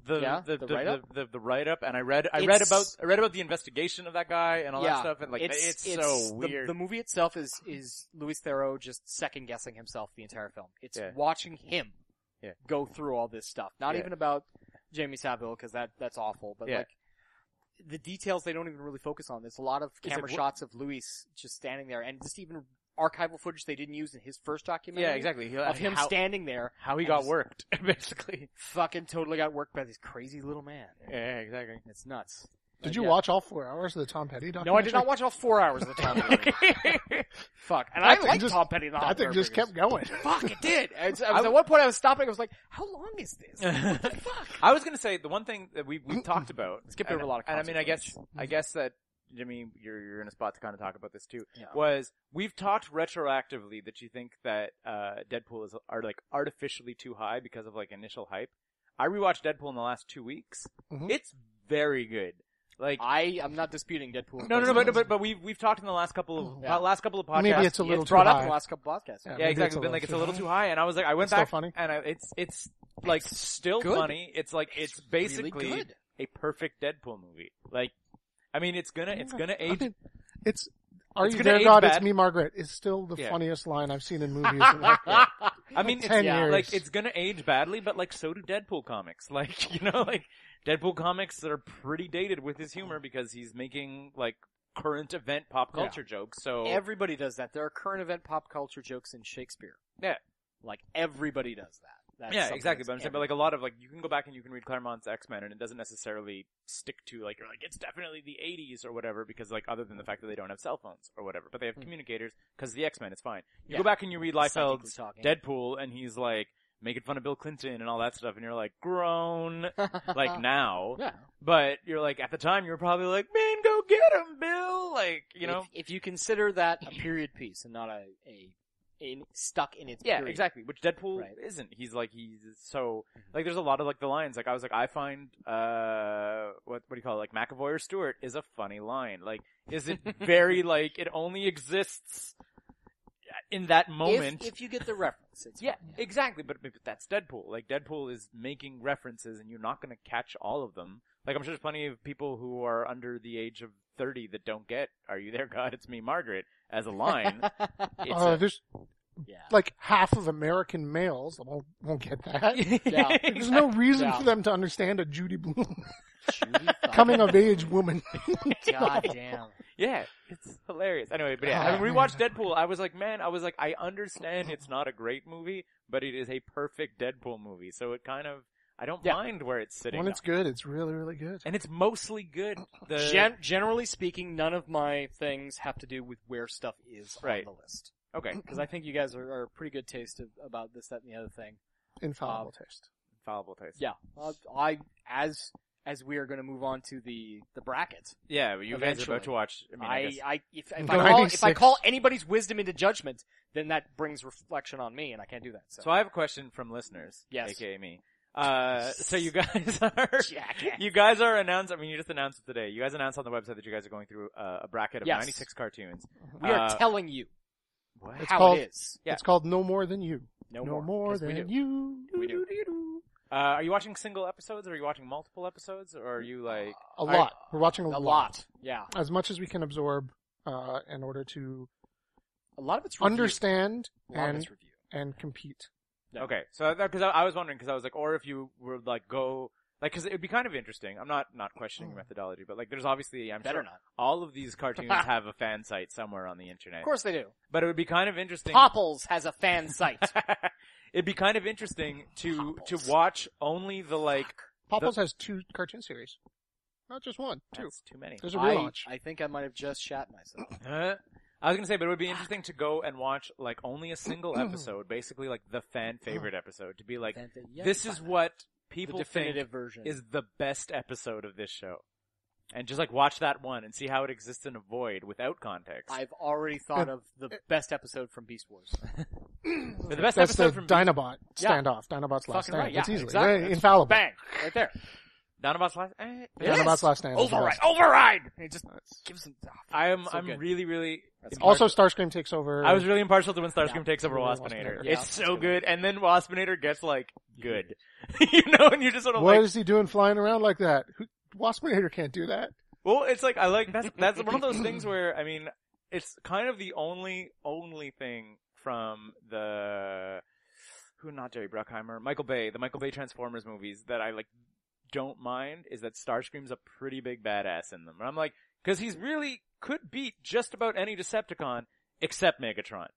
Speaker 2: the
Speaker 1: Yeah,
Speaker 2: the,
Speaker 1: the
Speaker 2: the, the,
Speaker 1: write-up?
Speaker 2: the, the write up, and I read. I read
Speaker 1: It's-
Speaker 2: about. I read about the investigation of that guy and all
Speaker 1: Yeah,
Speaker 2: that stuff, and like it's, so
Speaker 1: the-
Speaker 2: weird.
Speaker 1: The, movie itself is is Louis Theroux just second guessing himself the entire film. It's
Speaker 2: Yeah.
Speaker 1: watching him
Speaker 2: Yeah.
Speaker 1: go through all this stuff. Not
Speaker 2: Yeah.
Speaker 1: even about Jamie Saville because that that's awful, but
Speaker 2: Yeah.
Speaker 1: like the details they don't even really focus on. There's a lot of
Speaker 2: It's
Speaker 1: camera
Speaker 2: like, wh-
Speaker 1: shots of Louis just standing there and just even archival footage they didn't use in his first documentary.
Speaker 2: yeah, exactly. He-
Speaker 1: Of him
Speaker 2: how,
Speaker 1: standing there,
Speaker 2: how he
Speaker 1: and
Speaker 2: got
Speaker 1: just-
Speaker 2: worked, basically.
Speaker 1: fucking totally got worked by this crazy little man.
Speaker 2: Yeah, exactly.
Speaker 1: It's nuts.
Speaker 3: Did
Speaker 1: Like,
Speaker 3: you
Speaker 1: yeah.
Speaker 3: watch all four hours of the Tom Petty documentary?
Speaker 1: No, I did not watch all four hours of the Tom Petty. Fuck, and
Speaker 3: That
Speaker 1: I
Speaker 3: thing
Speaker 1: like
Speaker 3: just-
Speaker 1: Tom Petty. and The
Speaker 3: That
Speaker 1: Hot
Speaker 3: thing just
Speaker 1: Water
Speaker 3: kept going.
Speaker 1: Burgers. Fuck, it did. I was, I was-
Speaker 2: I-
Speaker 1: at one point, I was stopping. I was like, "How long is this? What the fuck?"
Speaker 2: I was gonna say the one thing that we we talked about.
Speaker 1: Skipped over
Speaker 2: and-
Speaker 1: a lot of
Speaker 2: And I mean, I guess
Speaker 1: consequence.
Speaker 2: I guess that Jimmy, you're you're in a spot to kind of talk about this too.
Speaker 1: Yeah.
Speaker 2: Was we've talked retroactively that you think that uh, Deadpool is are like artificially too high because of like initial hype. I rewatched Deadpool in the last two weeks.
Speaker 3: Mhm.
Speaker 2: It's very good. Like
Speaker 1: I am not disputing Deadpool.
Speaker 2: no, no, no, but but, but we've we've talked in the last couple of
Speaker 1: Yeah.
Speaker 2: last couple of podcasts.
Speaker 3: Maybe it's a
Speaker 1: It's
Speaker 3: little too
Speaker 1: brought up in
Speaker 3: high.
Speaker 1: the last couple podcasts.
Speaker 2: Yeah,
Speaker 3: Yeah. Maybe
Speaker 2: exactly.
Speaker 3: a
Speaker 2: Been
Speaker 3: little
Speaker 2: like it's
Speaker 3: too
Speaker 2: a little
Speaker 3: high.
Speaker 2: too high, and I was like, I went
Speaker 3: It's still
Speaker 2: back,
Speaker 3: funny.
Speaker 2: and I, it's it's like still
Speaker 1: good.
Speaker 2: funny. It's like it's,
Speaker 1: really
Speaker 2: basically
Speaker 1: good.
Speaker 2: a perfect Deadpool movie. Like, I mean, it's gonna it's gonna
Speaker 3: I
Speaker 2: age.
Speaker 3: mean, it's are
Speaker 2: It's
Speaker 3: you
Speaker 2: gonna
Speaker 3: there,
Speaker 2: age
Speaker 3: God?
Speaker 2: bad.
Speaker 3: It's me, Margaret. Is still the
Speaker 2: Yeah. uh,
Speaker 3: funniest line I've seen in movies. in like, yeah.
Speaker 2: I mean, it's,
Speaker 3: 10
Speaker 2: yeah,
Speaker 3: years.
Speaker 2: like it's gonna age badly, but like so do Deadpool comics. Like you know, like Deadpool comics that are pretty dated with his humor because he's making like current event pop
Speaker 1: Yeah.
Speaker 2: culture jokes. So
Speaker 1: Everybody does that. There are current event pop culture jokes in Shakespeare.
Speaker 2: Yeah.
Speaker 1: like everybody does that. That's
Speaker 2: yeah,
Speaker 1: something
Speaker 2: exactly.
Speaker 1: that's
Speaker 2: But I'm saying, but like a lot of like you can go back and you can read Claremont's X Men, and it doesn't necessarily stick to like you're like it's definitely the '80s or whatever because like other than the fact that they don't have cell phones or whatever, but they have
Speaker 1: Hmm.
Speaker 2: communicators because the X Men. It's fine. You
Speaker 1: Yeah.
Speaker 2: go back and you read
Speaker 1: psychically
Speaker 2: Liefeld's
Speaker 1: talking.
Speaker 2: Deadpool, and he's like making fun of Bill Clinton and all that stuff, and you're like grown like now,
Speaker 1: yeah.
Speaker 2: but you're like at the time you're probably like man, go get him, Bill. Like you know,
Speaker 1: if, if you consider that a period piece and not a a, in, stuck in its
Speaker 2: Yeah,
Speaker 1: period.
Speaker 2: exactly. Which Deadpool
Speaker 1: Right. Mm-hmm.
Speaker 2: isn't. He's like he's so like there's a lot of like the lines. Like I was like I find uh what what do you call it? Like McAvoy or Stewart is a funny line. Like is it very like it only exists in that moment.
Speaker 1: If, if you get the reference, it's
Speaker 2: yeah, exactly. But, but that's Deadpool. Like Deadpool is making references, and you're not going to catch all of them. Like I'm sure there's plenty of people who are under the age of 30 that don't get "Are you there, God? It's me, Margaret" as a line. It's
Speaker 3: Uh,
Speaker 2: a-
Speaker 3: there's
Speaker 1: yeah.
Speaker 3: like half of American males won't won't get that.
Speaker 1: Yeah.
Speaker 3: There's no reason
Speaker 1: Yeah.
Speaker 3: for them to understand a Judy Blume
Speaker 1: Judy fucking-
Speaker 3: coming of age woman.
Speaker 1: God damn.
Speaker 2: Yeah, it's hilarious. Anyway, but yeah,
Speaker 3: God,
Speaker 2: having
Speaker 3: man.
Speaker 2: rewatched Deadpool, I was like, Oh, man, I was like, I understand it's not a great movie, but it is a perfect Deadpool movie. So it kind of, I don't
Speaker 1: Yeah.
Speaker 2: mind where it's sitting.
Speaker 3: when
Speaker 2: now.
Speaker 3: it's good, it's really really good.
Speaker 2: and it's mostly good. The
Speaker 1: Gen- generally speaking, none of my things have to do with where stuff is
Speaker 2: Right.
Speaker 1: on the list.
Speaker 2: okay,
Speaker 1: Because I think you guys are, are pretty good taste of, about this, that, and the other thing. Uh,
Speaker 3: Infallible taste.
Speaker 2: infallible taste.
Speaker 1: Yeah. Uh, I, as, as we are going to move on to the, the bracket,
Speaker 2: yeah. but You guys are
Speaker 1: Eventually.
Speaker 2: about to watch. I mean, I,
Speaker 1: I,
Speaker 2: guess-
Speaker 1: I, if, if, I
Speaker 3: Guiding
Speaker 1: call, if I
Speaker 3: six.
Speaker 1: call anybody's wisdom into judgment, then that brings reflection on me, and I can't do that. So,
Speaker 2: so I have a question from listeners,
Speaker 1: Yes.
Speaker 2: aka me. Uh, so you guys are.
Speaker 1: Jackass.
Speaker 2: You guys are announced. I mean, you just announced it today. You guys announced on the website that you guys are going through uh, a bracket of
Speaker 1: Yes.
Speaker 2: 96 cartoons.
Speaker 1: we are
Speaker 2: uh,
Speaker 1: telling you
Speaker 2: What?
Speaker 1: how
Speaker 3: called-
Speaker 1: it is.
Speaker 2: Yeah.
Speaker 3: It's called No More Than You.
Speaker 1: No,
Speaker 3: no more,
Speaker 1: 'cause we
Speaker 3: than
Speaker 1: do.
Speaker 3: you.
Speaker 1: We do.
Speaker 2: Uh, are you watching single episodes? Or are you watching multiple episodes? Or are you like
Speaker 3: A
Speaker 2: right.
Speaker 3: lot. We're watching a,
Speaker 1: A lot. Yeah.
Speaker 3: as much as we can absorb uh, in order to
Speaker 1: A lot of it's review.
Speaker 3: understand
Speaker 1: A lot of
Speaker 3: and
Speaker 1: it's review.
Speaker 3: and compete.
Speaker 1: Yeah.
Speaker 2: okay? So because I, I was wondering, because I was like, or if you were like go like, because it would be kind of interesting. I'm not not questioning your methodology, but like, there's obviously I'm
Speaker 1: Better
Speaker 2: sure
Speaker 1: not.
Speaker 2: all of these cartoons have a fan site somewhere on the internet.
Speaker 1: Of course they do.
Speaker 2: but it would be kind of interesting.
Speaker 1: Popples has a fan site.
Speaker 2: It'd be kind of interesting to to watch only the like.
Speaker 3: Popples has two cartoon series, not just one. Two.
Speaker 2: That's too many.
Speaker 3: There's a
Speaker 1: I,
Speaker 3: relaunch.
Speaker 1: I think I might have just shat myself.
Speaker 2: Huh? I was gonna say, but it would be interesting to go and watch like only a single episode, basically like the fan favorite episode, to be like,
Speaker 1: Fan fa- yeah,
Speaker 2: this
Speaker 1: fine.
Speaker 2: is what
Speaker 1: The
Speaker 2: people
Speaker 1: definitive
Speaker 2: think
Speaker 1: version.
Speaker 2: is the best episode of this show, and just like watch that one and see how it exists in a void without context.
Speaker 1: I've already thought of the best episode from Beast Wars.
Speaker 2: But the best
Speaker 3: That's
Speaker 2: episode
Speaker 3: the
Speaker 2: from
Speaker 3: Dinobot
Speaker 1: Yeah.
Speaker 3: standoff. Dinobot's last
Speaker 1: Fucking
Speaker 3: stand.
Speaker 1: right, yeah,
Speaker 3: it's easily
Speaker 1: exactly.
Speaker 3: They're infallible.
Speaker 1: Bang! Right there.
Speaker 2: Dinobot's last. eh,
Speaker 1: Yes.
Speaker 3: Dinobot's last stand. is the
Speaker 1: Override!
Speaker 3: best.
Speaker 1: Override! It just gives them. ah, fuck,
Speaker 2: I am.
Speaker 1: so
Speaker 2: I'm
Speaker 1: good.
Speaker 2: really, really.
Speaker 3: Also, Starscream takes over.
Speaker 2: I was really impartial to when Starscream takes over
Speaker 3: Yeah,
Speaker 2: Waspinator.
Speaker 3: Waspinator.
Speaker 1: Yeah,
Speaker 2: it's so
Speaker 1: that's
Speaker 2: good, and then Waspinator gets like good, you know, and you're just sort of
Speaker 3: What
Speaker 2: like,
Speaker 3: is he doing flying around like that? Who, Waspinator can't do that.
Speaker 2: Well, it's like I like that's that's one of those things where I mean, it's kind of the only only thing from the who not Jerry Bruckheimer, Michael Bay, the Michael Bay Transformers movies that I like don't mind is that Starscream's a pretty big badass in them. And I'm like, cause he's really could beat just about any Decepticon except Megatron.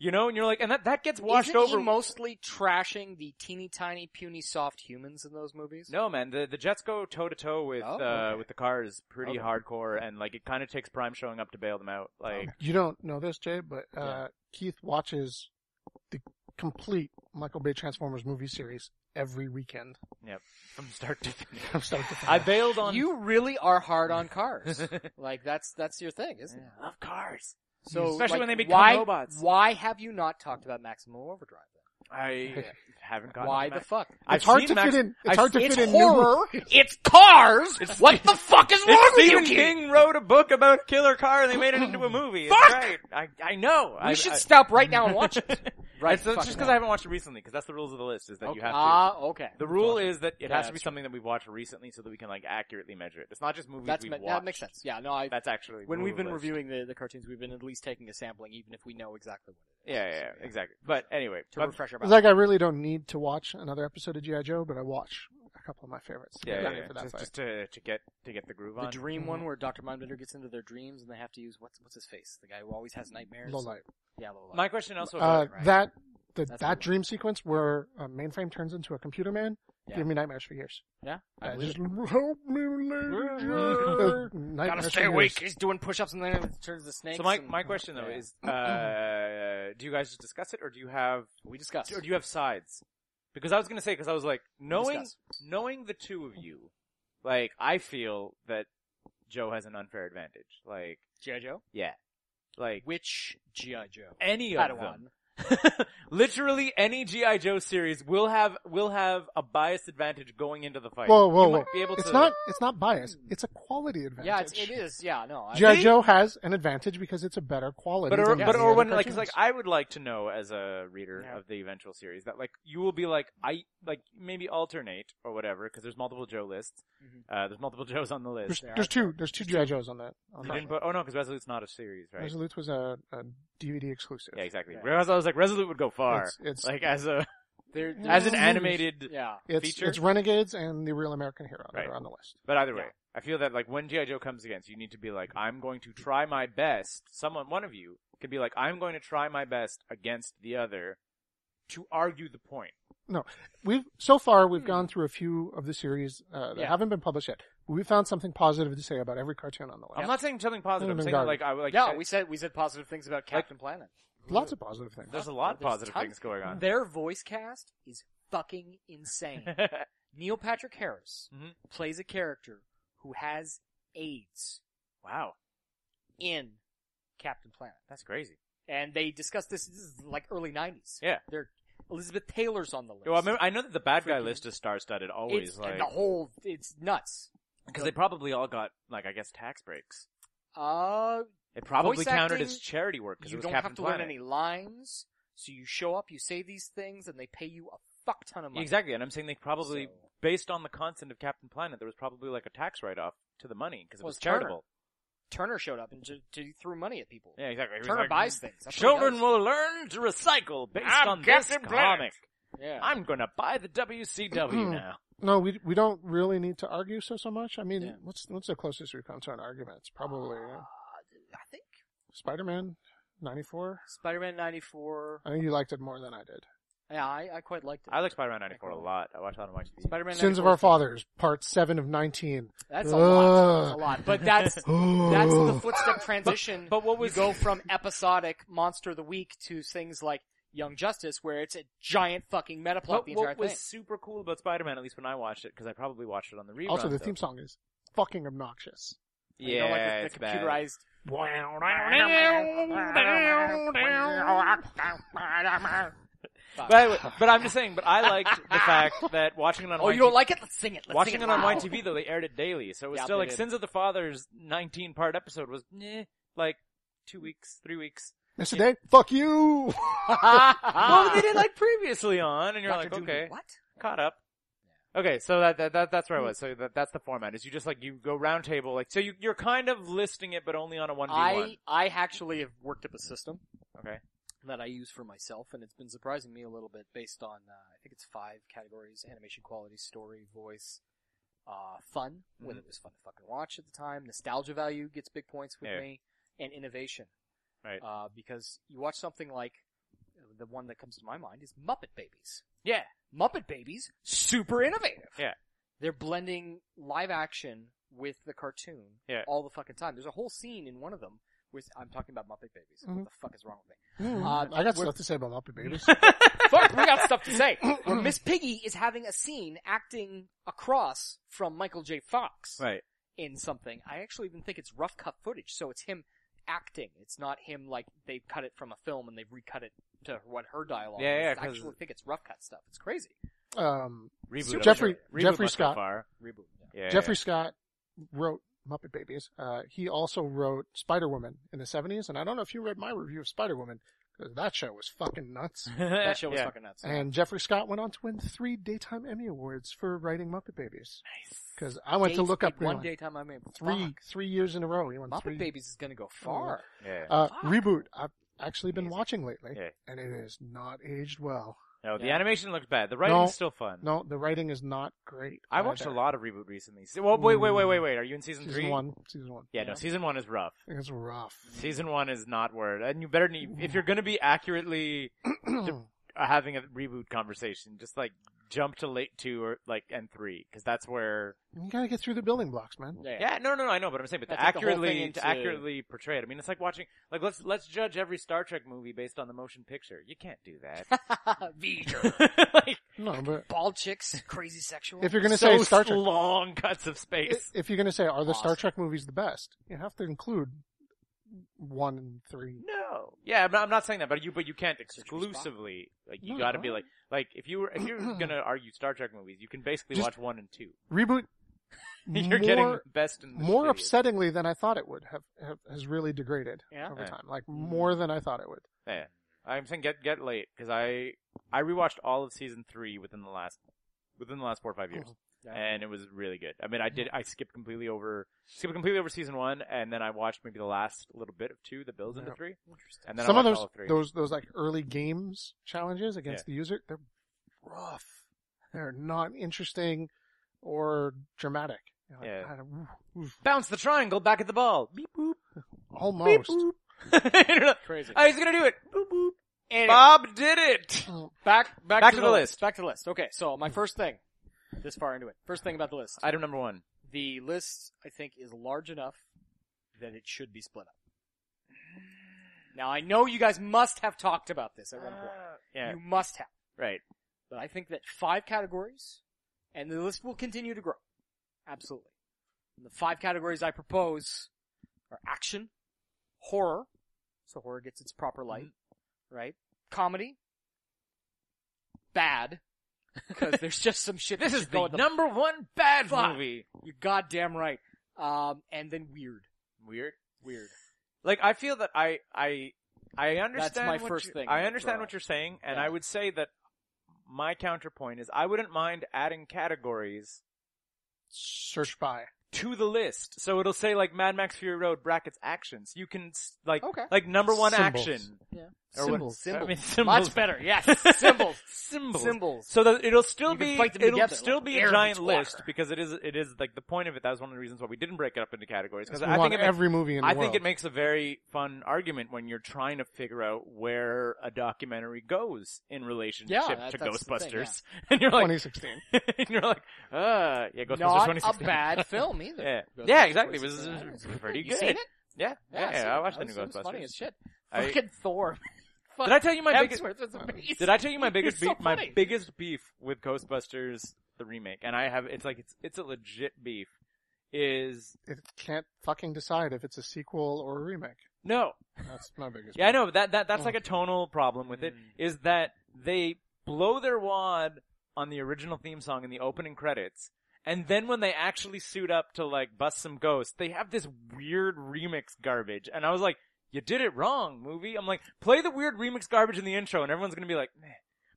Speaker 2: You know, and you're like, and that, that gets washed
Speaker 1: Isn't
Speaker 2: over.
Speaker 1: He mostly trashing the teeny tiny puny soft humans in those movies.
Speaker 2: No, man, the the Jets go toe to toe with
Speaker 1: Oh,
Speaker 2: uh
Speaker 1: okay.
Speaker 2: with the cars pretty
Speaker 1: Okay.
Speaker 2: hardcore, and like it kind of takes Prime showing up to bail them out. Like,
Speaker 3: You don't know this, Jay, but uh,
Speaker 2: Yeah.
Speaker 3: Keith watches the complete Michael Bay Transformers movie series every weekend.
Speaker 2: yep, from start to finish.
Speaker 3: From start to finish.
Speaker 2: I bailed on
Speaker 1: You really are hard on cars. like that's that's your thing, isn't it?
Speaker 2: I love cars.
Speaker 1: So
Speaker 2: Especially
Speaker 1: like,
Speaker 2: when they become
Speaker 1: why,
Speaker 2: robots.
Speaker 1: Why have you not talked about Maximum Overdrive?
Speaker 2: I haven't gotten.
Speaker 1: why
Speaker 2: to
Speaker 1: the
Speaker 2: Max-
Speaker 1: fuck?
Speaker 2: I've
Speaker 3: It's hard
Speaker 2: seen
Speaker 3: to
Speaker 2: Max-
Speaker 3: fit in. It's
Speaker 2: I've
Speaker 3: hard to
Speaker 2: seen-
Speaker 3: fit in. New...
Speaker 1: It's cars. what the fuck is
Speaker 2: It's Stephen King wrote a book about a killer car and they made it into a movie. It's
Speaker 1: Fuck!
Speaker 2: great. I I know.
Speaker 1: We
Speaker 2: I,
Speaker 1: should
Speaker 2: I,
Speaker 1: stop right now and watch it. Right,
Speaker 2: It's, uh,
Speaker 1: fucking
Speaker 2: just because
Speaker 1: now.
Speaker 2: I haven't watched it recently, because that's the rules of the list is that you have to.
Speaker 1: Ah, okay.
Speaker 2: the rule is that it
Speaker 1: Yeah,
Speaker 2: has to be
Speaker 1: that's
Speaker 2: something that we've watched recently, so that we can like accurately measure it. It's not just movies
Speaker 1: that's
Speaker 2: we've
Speaker 1: ma-
Speaker 2: watched.
Speaker 1: that makes sense. Yeah, no, I
Speaker 2: That's actually
Speaker 1: when
Speaker 2: rule
Speaker 1: we've
Speaker 2: of
Speaker 1: been
Speaker 2: list.
Speaker 1: reviewing the, the cartoons, we've been at least taking a sampling, even if we know exactly what it is.
Speaker 2: Yeah, yeah, yeah, exactly. But anyway,
Speaker 1: To
Speaker 2: but-
Speaker 1: refresh our
Speaker 3: It's
Speaker 1: minds.
Speaker 3: like I really don't need to watch another episode of GI Joe, but I watch a couple of my favorites.
Speaker 2: yeah, yeah,
Speaker 3: Not
Speaker 2: yeah.
Speaker 3: for that
Speaker 2: Just,
Speaker 3: fight.
Speaker 2: just to to get to get the groove
Speaker 1: the
Speaker 2: on.
Speaker 1: dream one where Dr. Mindbender gets into their dreams and they have to use what's what's his face? The guy who always has nightmares.
Speaker 3: Low light.
Speaker 1: Yeah, Lola.
Speaker 2: My question also
Speaker 3: Uh,
Speaker 2: about-
Speaker 3: That the,
Speaker 1: That's
Speaker 3: that
Speaker 1: good.
Speaker 3: dream sequence where uh, mainframe turns into a computer man
Speaker 1: Yeah.
Speaker 3: gave me nightmares for years.
Speaker 1: yeah, I
Speaker 3: Uh,
Speaker 1: believe
Speaker 3: just
Speaker 1: it.
Speaker 3: help me, lady. Nightmares
Speaker 1: gotta
Speaker 3: for
Speaker 1: stay
Speaker 3: years.
Speaker 1: awake. He's doing push-ups and then it turns to snakes.
Speaker 2: So my
Speaker 1: and-
Speaker 2: my question though
Speaker 1: Yeah.
Speaker 2: is, uh, do you guys just discuss it, or do you have
Speaker 1: we discussed.
Speaker 2: or do you have sides? Because I was gonna say, because I was like, knowing
Speaker 1: discuss.
Speaker 2: knowing the two of you, like I feel that Joe has an unfair advantage. Like,
Speaker 1: GI Joe?
Speaker 2: like
Speaker 1: Which GI Joe?
Speaker 2: any of them.
Speaker 1: Padawan.
Speaker 2: Literally any GI Joe series will have will have a biased advantage going into the fight.
Speaker 3: Whoa, whoa,
Speaker 2: You
Speaker 3: whoa.
Speaker 2: might be able
Speaker 3: It's
Speaker 2: to-
Speaker 3: not, it's not bias. It's a quality advantage.
Speaker 1: Yeah, it's, it is. Yeah, no. I,
Speaker 3: G.I. Joe has an advantage because it's a better quality.
Speaker 2: But or,
Speaker 3: than
Speaker 2: but
Speaker 3: the
Speaker 2: or
Speaker 3: other
Speaker 2: when like it's like I
Speaker 3: cartoons.
Speaker 2: would like to know as a reader
Speaker 1: Yeah.
Speaker 2: of the eventual series that like you will be like I like maybe alternate or whatever because there's multiple Joe lists.
Speaker 1: Mhm.
Speaker 2: Uh, there's multiple Joes on the
Speaker 3: there's,
Speaker 2: list.
Speaker 1: there
Speaker 3: there's
Speaker 1: are-
Speaker 3: two, there's two G.I. Joes on that. On
Speaker 2: You
Speaker 3: that
Speaker 2: didn't
Speaker 3: one.
Speaker 2: put, oh no, because Resolute's not a series, right?
Speaker 3: Resolute was a, a DVD exclusive.
Speaker 2: Yeah, exactly.
Speaker 1: Yeah.
Speaker 2: Whereas I was like Resolute would go far,
Speaker 3: It's, it's,
Speaker 2: like as a
Speaker 1: they're, they're-
Speaker 2: as an
Speaker 3: Yeah.
Speaker 2: animated.
Speaker 1: yeah.
Speaker 3: it's,
Speaker 2: feature?
Speaker 3: it's Renegades and the Real American Hero
Speaker 2: Right.
Speaker 3: that are on the list.
Speaker 2: But either way, I feel that like when GI Joe comes against, you need to be like, I'm going to try my best. Someone, one of you, could be like, I'm going to try my best against the other to argue the point.
Speaker 3: No, we've so far we've gone through a few of the series uh, that
Speaker 1: Yeah.
Speaker 3: haven't been published yet. But we found something positive to say about every cartoon on the list.
Speaker 2: I'm not saying something positive. I'm
Speaker 3: Mm,
Speaker 2: saying
Speaker 3: garbage.
Speaker 2: like I like. uh,
Speaker 1: Yeah,
Speaker 2: I-
Speaker 1: we said we said positive things about Captain Planet.
Speaker 3: Lots of positive things.
Speaker 2: There's a lot of
Speaker 1: There's
Speaker 2: positive
Speaker 1: tons-
Speaker 2: things going on.
Speaker 1: Their voice cast is fucking insane. Neil Patrick Harris
Speaker 2: Mhm.
Speaker 1: plays a character who has AIDS
Speaker 2: wow,
Speaker 1: in Captain Planet.
Speaker 2: that's crazy.
Speaker 1: And they discussed this, this is like early 90s.
Speaker 2: Yeah.
Speaker 1: They're, Elizabeth Taylor's on the list.
Speaker 2: Well, I, remember, I know that the bad guy
Speaker 1: Freaking-
Speaker 2: list is star-studded always,
Speaker 1: it's,
Speaker 2: like
Speaker 1: the whole, it's nuts.
Speaker 2: because they probably all got like I guess tax breaks.
Speaker 1: Uh,
Speaker 2: It probably
Speaker 1: Voice
Speaker 2: counted
Speaker 1: acting,
Speaker 2: as charity work because it
Speaker 1: you
Speaker 2: was
Speaker 1: don't
Speaker 2: Captain
Speaker 1: have to
Speaker 2: Planet.
Speaker 1: learn any lines, so you show up, you say these things, and they pay you a fuck ton of money.
Speaker 2: Exactly, and I'm saying they probably,
Speaker 1: So-
Speaker 2: based on the concept of Captain Planet, there was probably like a tax write-off to the money because it
Speaker 1: Well,
Speaker 2: was
Speaker 1: it's Turner.
Speaker 2: charitable.
Speaker 1: Turner showed up and j- j- threw money at people.
Speaker 2: Yeah, exactly. It was
Speaker 1: Turner
Speaker 2: like,
Speaker 1: buys things. That's what he
Speaker 2: Children
Speaker 1: does.
Speaker 2: will learn to recycle based
Speaker 4: I'm
Speaker 2: on
Speaker 4: Captain
Speaker 2: this
Speaker 4: Planet."
Speaker 2: comic.
Speaker 1: Yeah.
Speaker 2: I'm gonna buy the WCW now.
Speaker 3: No, we we don't really need to argue so so much. I mean,
Speaker 1: Yeah.
Speaker 3: what's what's the closest we come to an argument? It's probably uh,
Speaker 1: I think
Speaker 3: Spider Man ninety four.
Speaker 1: Spider-Man 94.
Speaker 3: I think you liked it more than I did.
Speaker 1: Yeah, I, I quite liked it.
Speaker 2: I like Spider-Man 94 a lot. I watch that on my TV.
Speaker 1: Spider-Man
Speaker 3: Sins of
Speaker 1: 94
Speaker 3: Our Fathers, Part Seven of Nineteen.
Speaker 1: That's a lot. That's a lot. But that's that's the footstep transition.
Speaker 2: but what was-
Speaker 1: you go from episodic monster of the week to things like Young Justice, where it's a giant fucking meta plot
Speaker 2: But
Speaker 1: the entire
Speaker 2: what was
Speaker 1: thing.
Speaker 2: super cool about Spider-Man, at least when I watched it, because I probably watched it on the rerun.
Speaker 3: Also, the
Speaker 2: though.
Speaker 3: theme song is fucking obnoxious.
Speaker 2: Yeah,
Speaker 1: you know, like the,
Speaker 2: it's
Speaker 1: the
Speaker 2: bad.
Speaker 1: computerized.
Speaker 2: But, anyway, but I'm just saying. But I liked the fact that watching it on
Speaker 1: Oh,
Speaker 2: YT
Speaker 1: you don't like it? Let's sing it. Let's
Speaker 2: watching
Speaker 1: sing
Speaker 2: it
Speaker 1: it
Speaker 2: on
Speaker 1: loud.
Speaker 2: YTV though they aired it daily, so it was
Speaker 1: Yeah,
Speaker 2: still
Speaker 1: they
Speaker 2: like
Speaker 1: did.
Speaker 2: Sins of the Fathers 19 part episode was eh, like two weeks, three weeks.
Speaker 3: Mister Day, fuck you.
Speaker 1: Ah.
Speaker 2: well, they did like previously on, and you're
Speaker 1: Dr.
Speaker 2: like,
Speaker 1: Doom,
Speaker 2: okay,
Speaker 1: What? Hmm.
Speaker 2: caught up. Okay, so that, that that that's where I was. So that that's the format. Is you just like you go round table, like so you you're kind of listing it, but only on a one v one.
Speaker 1: I I actually have worked up a system
Speaker 2: Okay.
Speaker 1: that I use for myself, and it's been surprising me a little bit based on uh, I think it's five categories: animation quality, story, voice, uh, fun,
Speaker 2: Mm-hmm.
Speaker 1: whether it was fun to fucking watch at the time, nostalgia value gets big points with
Speaker 2: Yeah.
Speaker 1: me, and innovation.
Speaker 2: Right.
Speaker 1: Uh, because you watch something like uh, the one that comes to my mind is Muppet Babies.
Speaker 2: Yeah.
Speaker 1: Muppet Babies, super innovative.
Speaker 2: Yeah.
Speaker 1: They're blending live action with the cartoon
Speaker 2: Yeah.
Speaker 1: all the fucking time. There's a whole scene in one of them with I'm talking about Muppet Babies. What
Speaker 3: Mhm.
Speaker 1: the fuck is wrong with me?
Speaker 3: Mm,
Speaker 1: Uh,
Speaker 3: I got
Speaker 1: we're-
Speaker 3: stuff to say about Muppet Babies.
Speaker 1: fuck, we got stuff to say. Where Miss Piggy is having a scene acting across from Michael J. Fox
Speaker 2: Right.
Speaker 1: in something. I actually even think it's rough cut footage, so it's him acting. It's not him like they've cut it from a film and they've recut it to what her dialogue
Speaker 2: Yeah,
Speaker 1: is.
Speaker 2: yeah,
Speaker 1: I
Speaker 2: 'cause-
Speaker 1: actually think it's rough cut stuff. It's crazy.
Speaker 3: um,
Speaker 2: Reboot.
Speaker 3: Jeffrey-
Speaker 2: Reboot
Speaker 3: Jeffrey
Speaker 2: must go
Speaker 3: Scott.
Speaker 2: far.
Speaker 1: Reboot. Yeah.
Speaker 2: Yeah,
Speaker 3: Jeffrey Scott wrote Muppet Babies. Uh, he also wrote Spider Woman in the '70s, and I don't know if you read my review of Spider Woman because that show was fucking nuts.
Speaker 2: yeah.
Speaker 1: That show was
Speaker 2: Eh, Yeah.
Speaker 1: fucking nuts.
Speaker 3: And Jeffrey Scott went on to win three daytime Emmy awards for writing Muppet Babies. Nice. Because I went to
Speaker 1: Days
Speaker 3: look up
Speaker 1: Big one
Speaker 3: Greenland.
Speaker 1: daytime I mean
Speaker 3: three
Speaker 1: fuck.
Speaker 3: three years in a row. He won
Speaker 1: Muppet
Speaker 3: three.
Speaker 1: Babies is gonna go far.
Speaker 2: Yeah.
Speaker 3: Uh,
Speaker 1: Fuck.
Speaker 3: reboot. I've actually been watching lately,
Speaker 2: Yeah.
Speaker 3: and it is not aged well.
Speaker 2: No, the
Speaker 1: Yeah.
Speaker 2: animation looks bad. The writing's still fun.
Speaker 3: No, the writing is not great.
Speaker 2: I watched
Speaker 3: either.
Speaker 2: a lot of reboot recently. Se- Well, wait, wait, wait, wait, wait. Are you in season,
Speaker 3: Season
Speaker 2: three?
Speaker 3: one. Season one.
Speaker 2: Yeah, no. Season one is rough.
Speaker 3: It's rough.
Speaker 2: Season one is not word, and you better need if you're going to be accurately uh, having a reboot conversation, just like jump to late two or like and three because that's where.
Speaker 3: You gotta get through the building blocks, man.
Speaker 2: Yeah, no, no, no. I know, but I'm saying, but to
Speaker 1: I think the whole
Speaker 2: accurately
Speaker 1: thing
Speaker 2: to
Speaker 1: into-
Speaker 2: accurately portray it. I mean, it's like watching like let's let's judge every Star Trek movie based on the motion picture. You can't do that.
Speaker 1: Viger.
Speaker 2: like
Speaker 3: No, but
Speaker 1: Bald chicks, crazy sexual.
Speaker 3: if you're gonna
Speaker 2: so
Speaker 3: say Star Trek,
Speaker 2: long cuts of space.
Speaker 3: if you're gonna say are the Star
Speaker 1: Awesome.
Speaker 3: Trek movies the best, you have to include one and three.
Speaker 2: No. Yeah, I'm not, I'm not saying that, but you but you can't
Speaker 1: Search for Spock.
Speaker 2: exclusively like you
Speaker 3: No.
Speaker 2: got to be like like if you were if you're gonna argue Star Trek movies, you can basically
Speaker 3: Just-
Speaker 2: watch one and two.
Speaker 3: Reboot.
Speaker 2: You're
Speaker 3: more,
Speaker 2: getting the best and the
Speaker 3: more
Speaker 2: shittiest.
Speaker 3: upsettingly than I thought it would have, have has really degraded
Speaker 1: Yeah?
Speaker 3: over
Speaker 2: Yeah.
Speaker 3: time. Like more than I thought it would.
Speaker 2: Yeah, I'm saying get get late because I I rewatched all of season three within the last within the last four or five years,
Speaker 1: Yeah.
Speaker 2: and it was really good. I mean, I did I skipped completely over skipped completely over season one, and then I watched maybe the last little bit of two that builds into
Speaker 3: Yeah.
Speaker 2: three, and then
Speaker 3: Some
Speaker 2: I watched
Speaker 3: of those
Speaker 2: all three.
Speaker 3: those those like early games challenges against the user, they're rough. They're not interesting or dramatic. You're like,
Speaker 2: Yeah.
Speaker 3: "God, oof, oof."
Speaker 2: Bounce the triangle back at the ball. Beep boop. Beep
Speaker 3: almost.
Speaker 2: boop. You're like,
Speaker 1: Crazy.
Speaker 2: Oh, he's gonna do it. Boop boop. Oh.
Speaker 1: Anyway,
Speaker 2: Bob did it.
Speaker 1: back, back,
Speaker 2: back to the list.
Speaker 1: Back to the list. Okay, so my first thing, this far into it. First thing about the list.
Speaker 2: Item number one.
Speaker 1: the list, I think, is large enough that it should be split up. Now I know you guys must have talked about this at one point.
Speaker 2: Yeah.
Speaker 1: You must have.
Speaker 2: Right.
Speaker 1: But I think that five categories, and the list will continue to grow. Absolutely. And the five categories I propose are action, horror, so horror gets its proper
Speaker 2: Mm-hmm.
Speaker 1: light, right? Comedy, bad, because there's just some shit.
Speaker 2: This
Speaker 1: that
Speaker 2: is
Speaker 1: should go in
Speaker 2: the
Speaker 1: the
Speaker 2: number one bad
Speaker 1: Fuck.
Speaker 2: movie.
Speaker 1: You're goddamn right. Um, and then weird,
Speaker 2: Weird.
Speaker 1: weird.
Speaker 2: Like I feel that I I I understand.
Speaker 1: my
Speaker 2: what
Speaker 1: first
Speaker 2: you-
Speaker 1: thing
Speaker 2: I
Speaker 1: to
Speaker 2: understand
Speaker 1: throw
Speaker 2: what
Speaker 1: out.
Speaker 2: you're saying, and
Speaker 1: Yeah.
Speaker 2: I would say that my counterpoint is I wouldn't mind adding categories
Speaker 3: Search by.
Speaker 2: to the list, so it'll say like Mad Max Fury Road brackets actions. You can s- like
Speaker 1: Okay.
Speaker 2: like number one
Speaker 3: Symbols.
Speaker 2: action, Or what-
Speaker 1: Symbols.
Speaker 2: I
Speaker 1: Symbols.
Speaker 2: mean, symbols.
Speaker 1: Much better. Yes. Symbols.
Speaker 2: Symbols.
Speaker 1: Symbols.
Speaker 2: So that it'll still
Speaker 1: You can
Speaker 2: be
Speaker 1: fight them
Speaker 2: it'll
Speaker 1: together,
Speaker 2: still
Speaker 1: like
Speaker 2: be a
Speaker 1: air
Speaker 2: giant
Speaker 1: beats water.
Speaker 2: list because it is it is like the point of it. That was one of the reasons why we didn't break it up into categories because
Speaker 3: We
Speaker 2: I
Speaker 3: want
Speaker 2: think it
Speaker 3: every movie in the
Speaker 2: I
Speaker 3: world.
Speaker 2: think it makes a very fun argument when you're trying to figure out where a documentary goes in relationship
Speaker 1: Yeah, that-
Speaker 2: to
Speaker 1: that's the
Speaker 2: Ghostbusters,
Speaker 1: thing,
Speaker 2: and you're like,
Speaker 3: 2016.
Speaker 2: and you're like, uh, yeah, Ghostbusters
Speaker 1: Not
Speaker 2: 2016.
Speaker 1: a bad film either.
Speaker 2: Yeah,
Speaker 1: Ghostbusters
Speaker 2: yeah, exactly. It was,
Speaker 1: 2016.
Speaker 2: uh, pretty
Speaker 1: You
Speaker 2: good.
Speaker 1: seen it?
Speaker 2: Yeah, yeah,
Speaker 1: I've seen
Speaker 2: I
Speaker 1: it.
Speaker 2: watched the
Speaker 1: That
Speaker 2: new
Speaker 1: was- it was Funny as
Speaker 2: Ghostbusters.
Speaker 1: shit.
Speaker 2: I-
Speaker 1: Fucking Thor.
Speaker 2: Did I tell you my biggest?
Speaker 1: Hemsworth was amazing.
Speaker 2: Did I tell you my biggest
Speaker 1: You're so
Speaker 2: beef? My
Speaker 1: funny.
Speaker 2: biggest beef with Ghostbusters the remake, and I have it's like it's it's a legit beef. Is
Speaker 3: It can't fucking decide if it's a sequel or a remake.
Speaker 2: no,
Speaker 3: That's my biggest.
Speaker 2: Yeah, I know but that that that's
Speaker 3: Oh. Mm.
Speaker 2: like a tonal problem with it is that they blow their wad on the original theme song in the opening credits, and then when they actually suit up to like bust some ghosts, they have this weird remix garbage, and I was like, you did it wrong, movie. I'm like, play the weird remix garbage in the intro, and everyone's gonna be like, meh.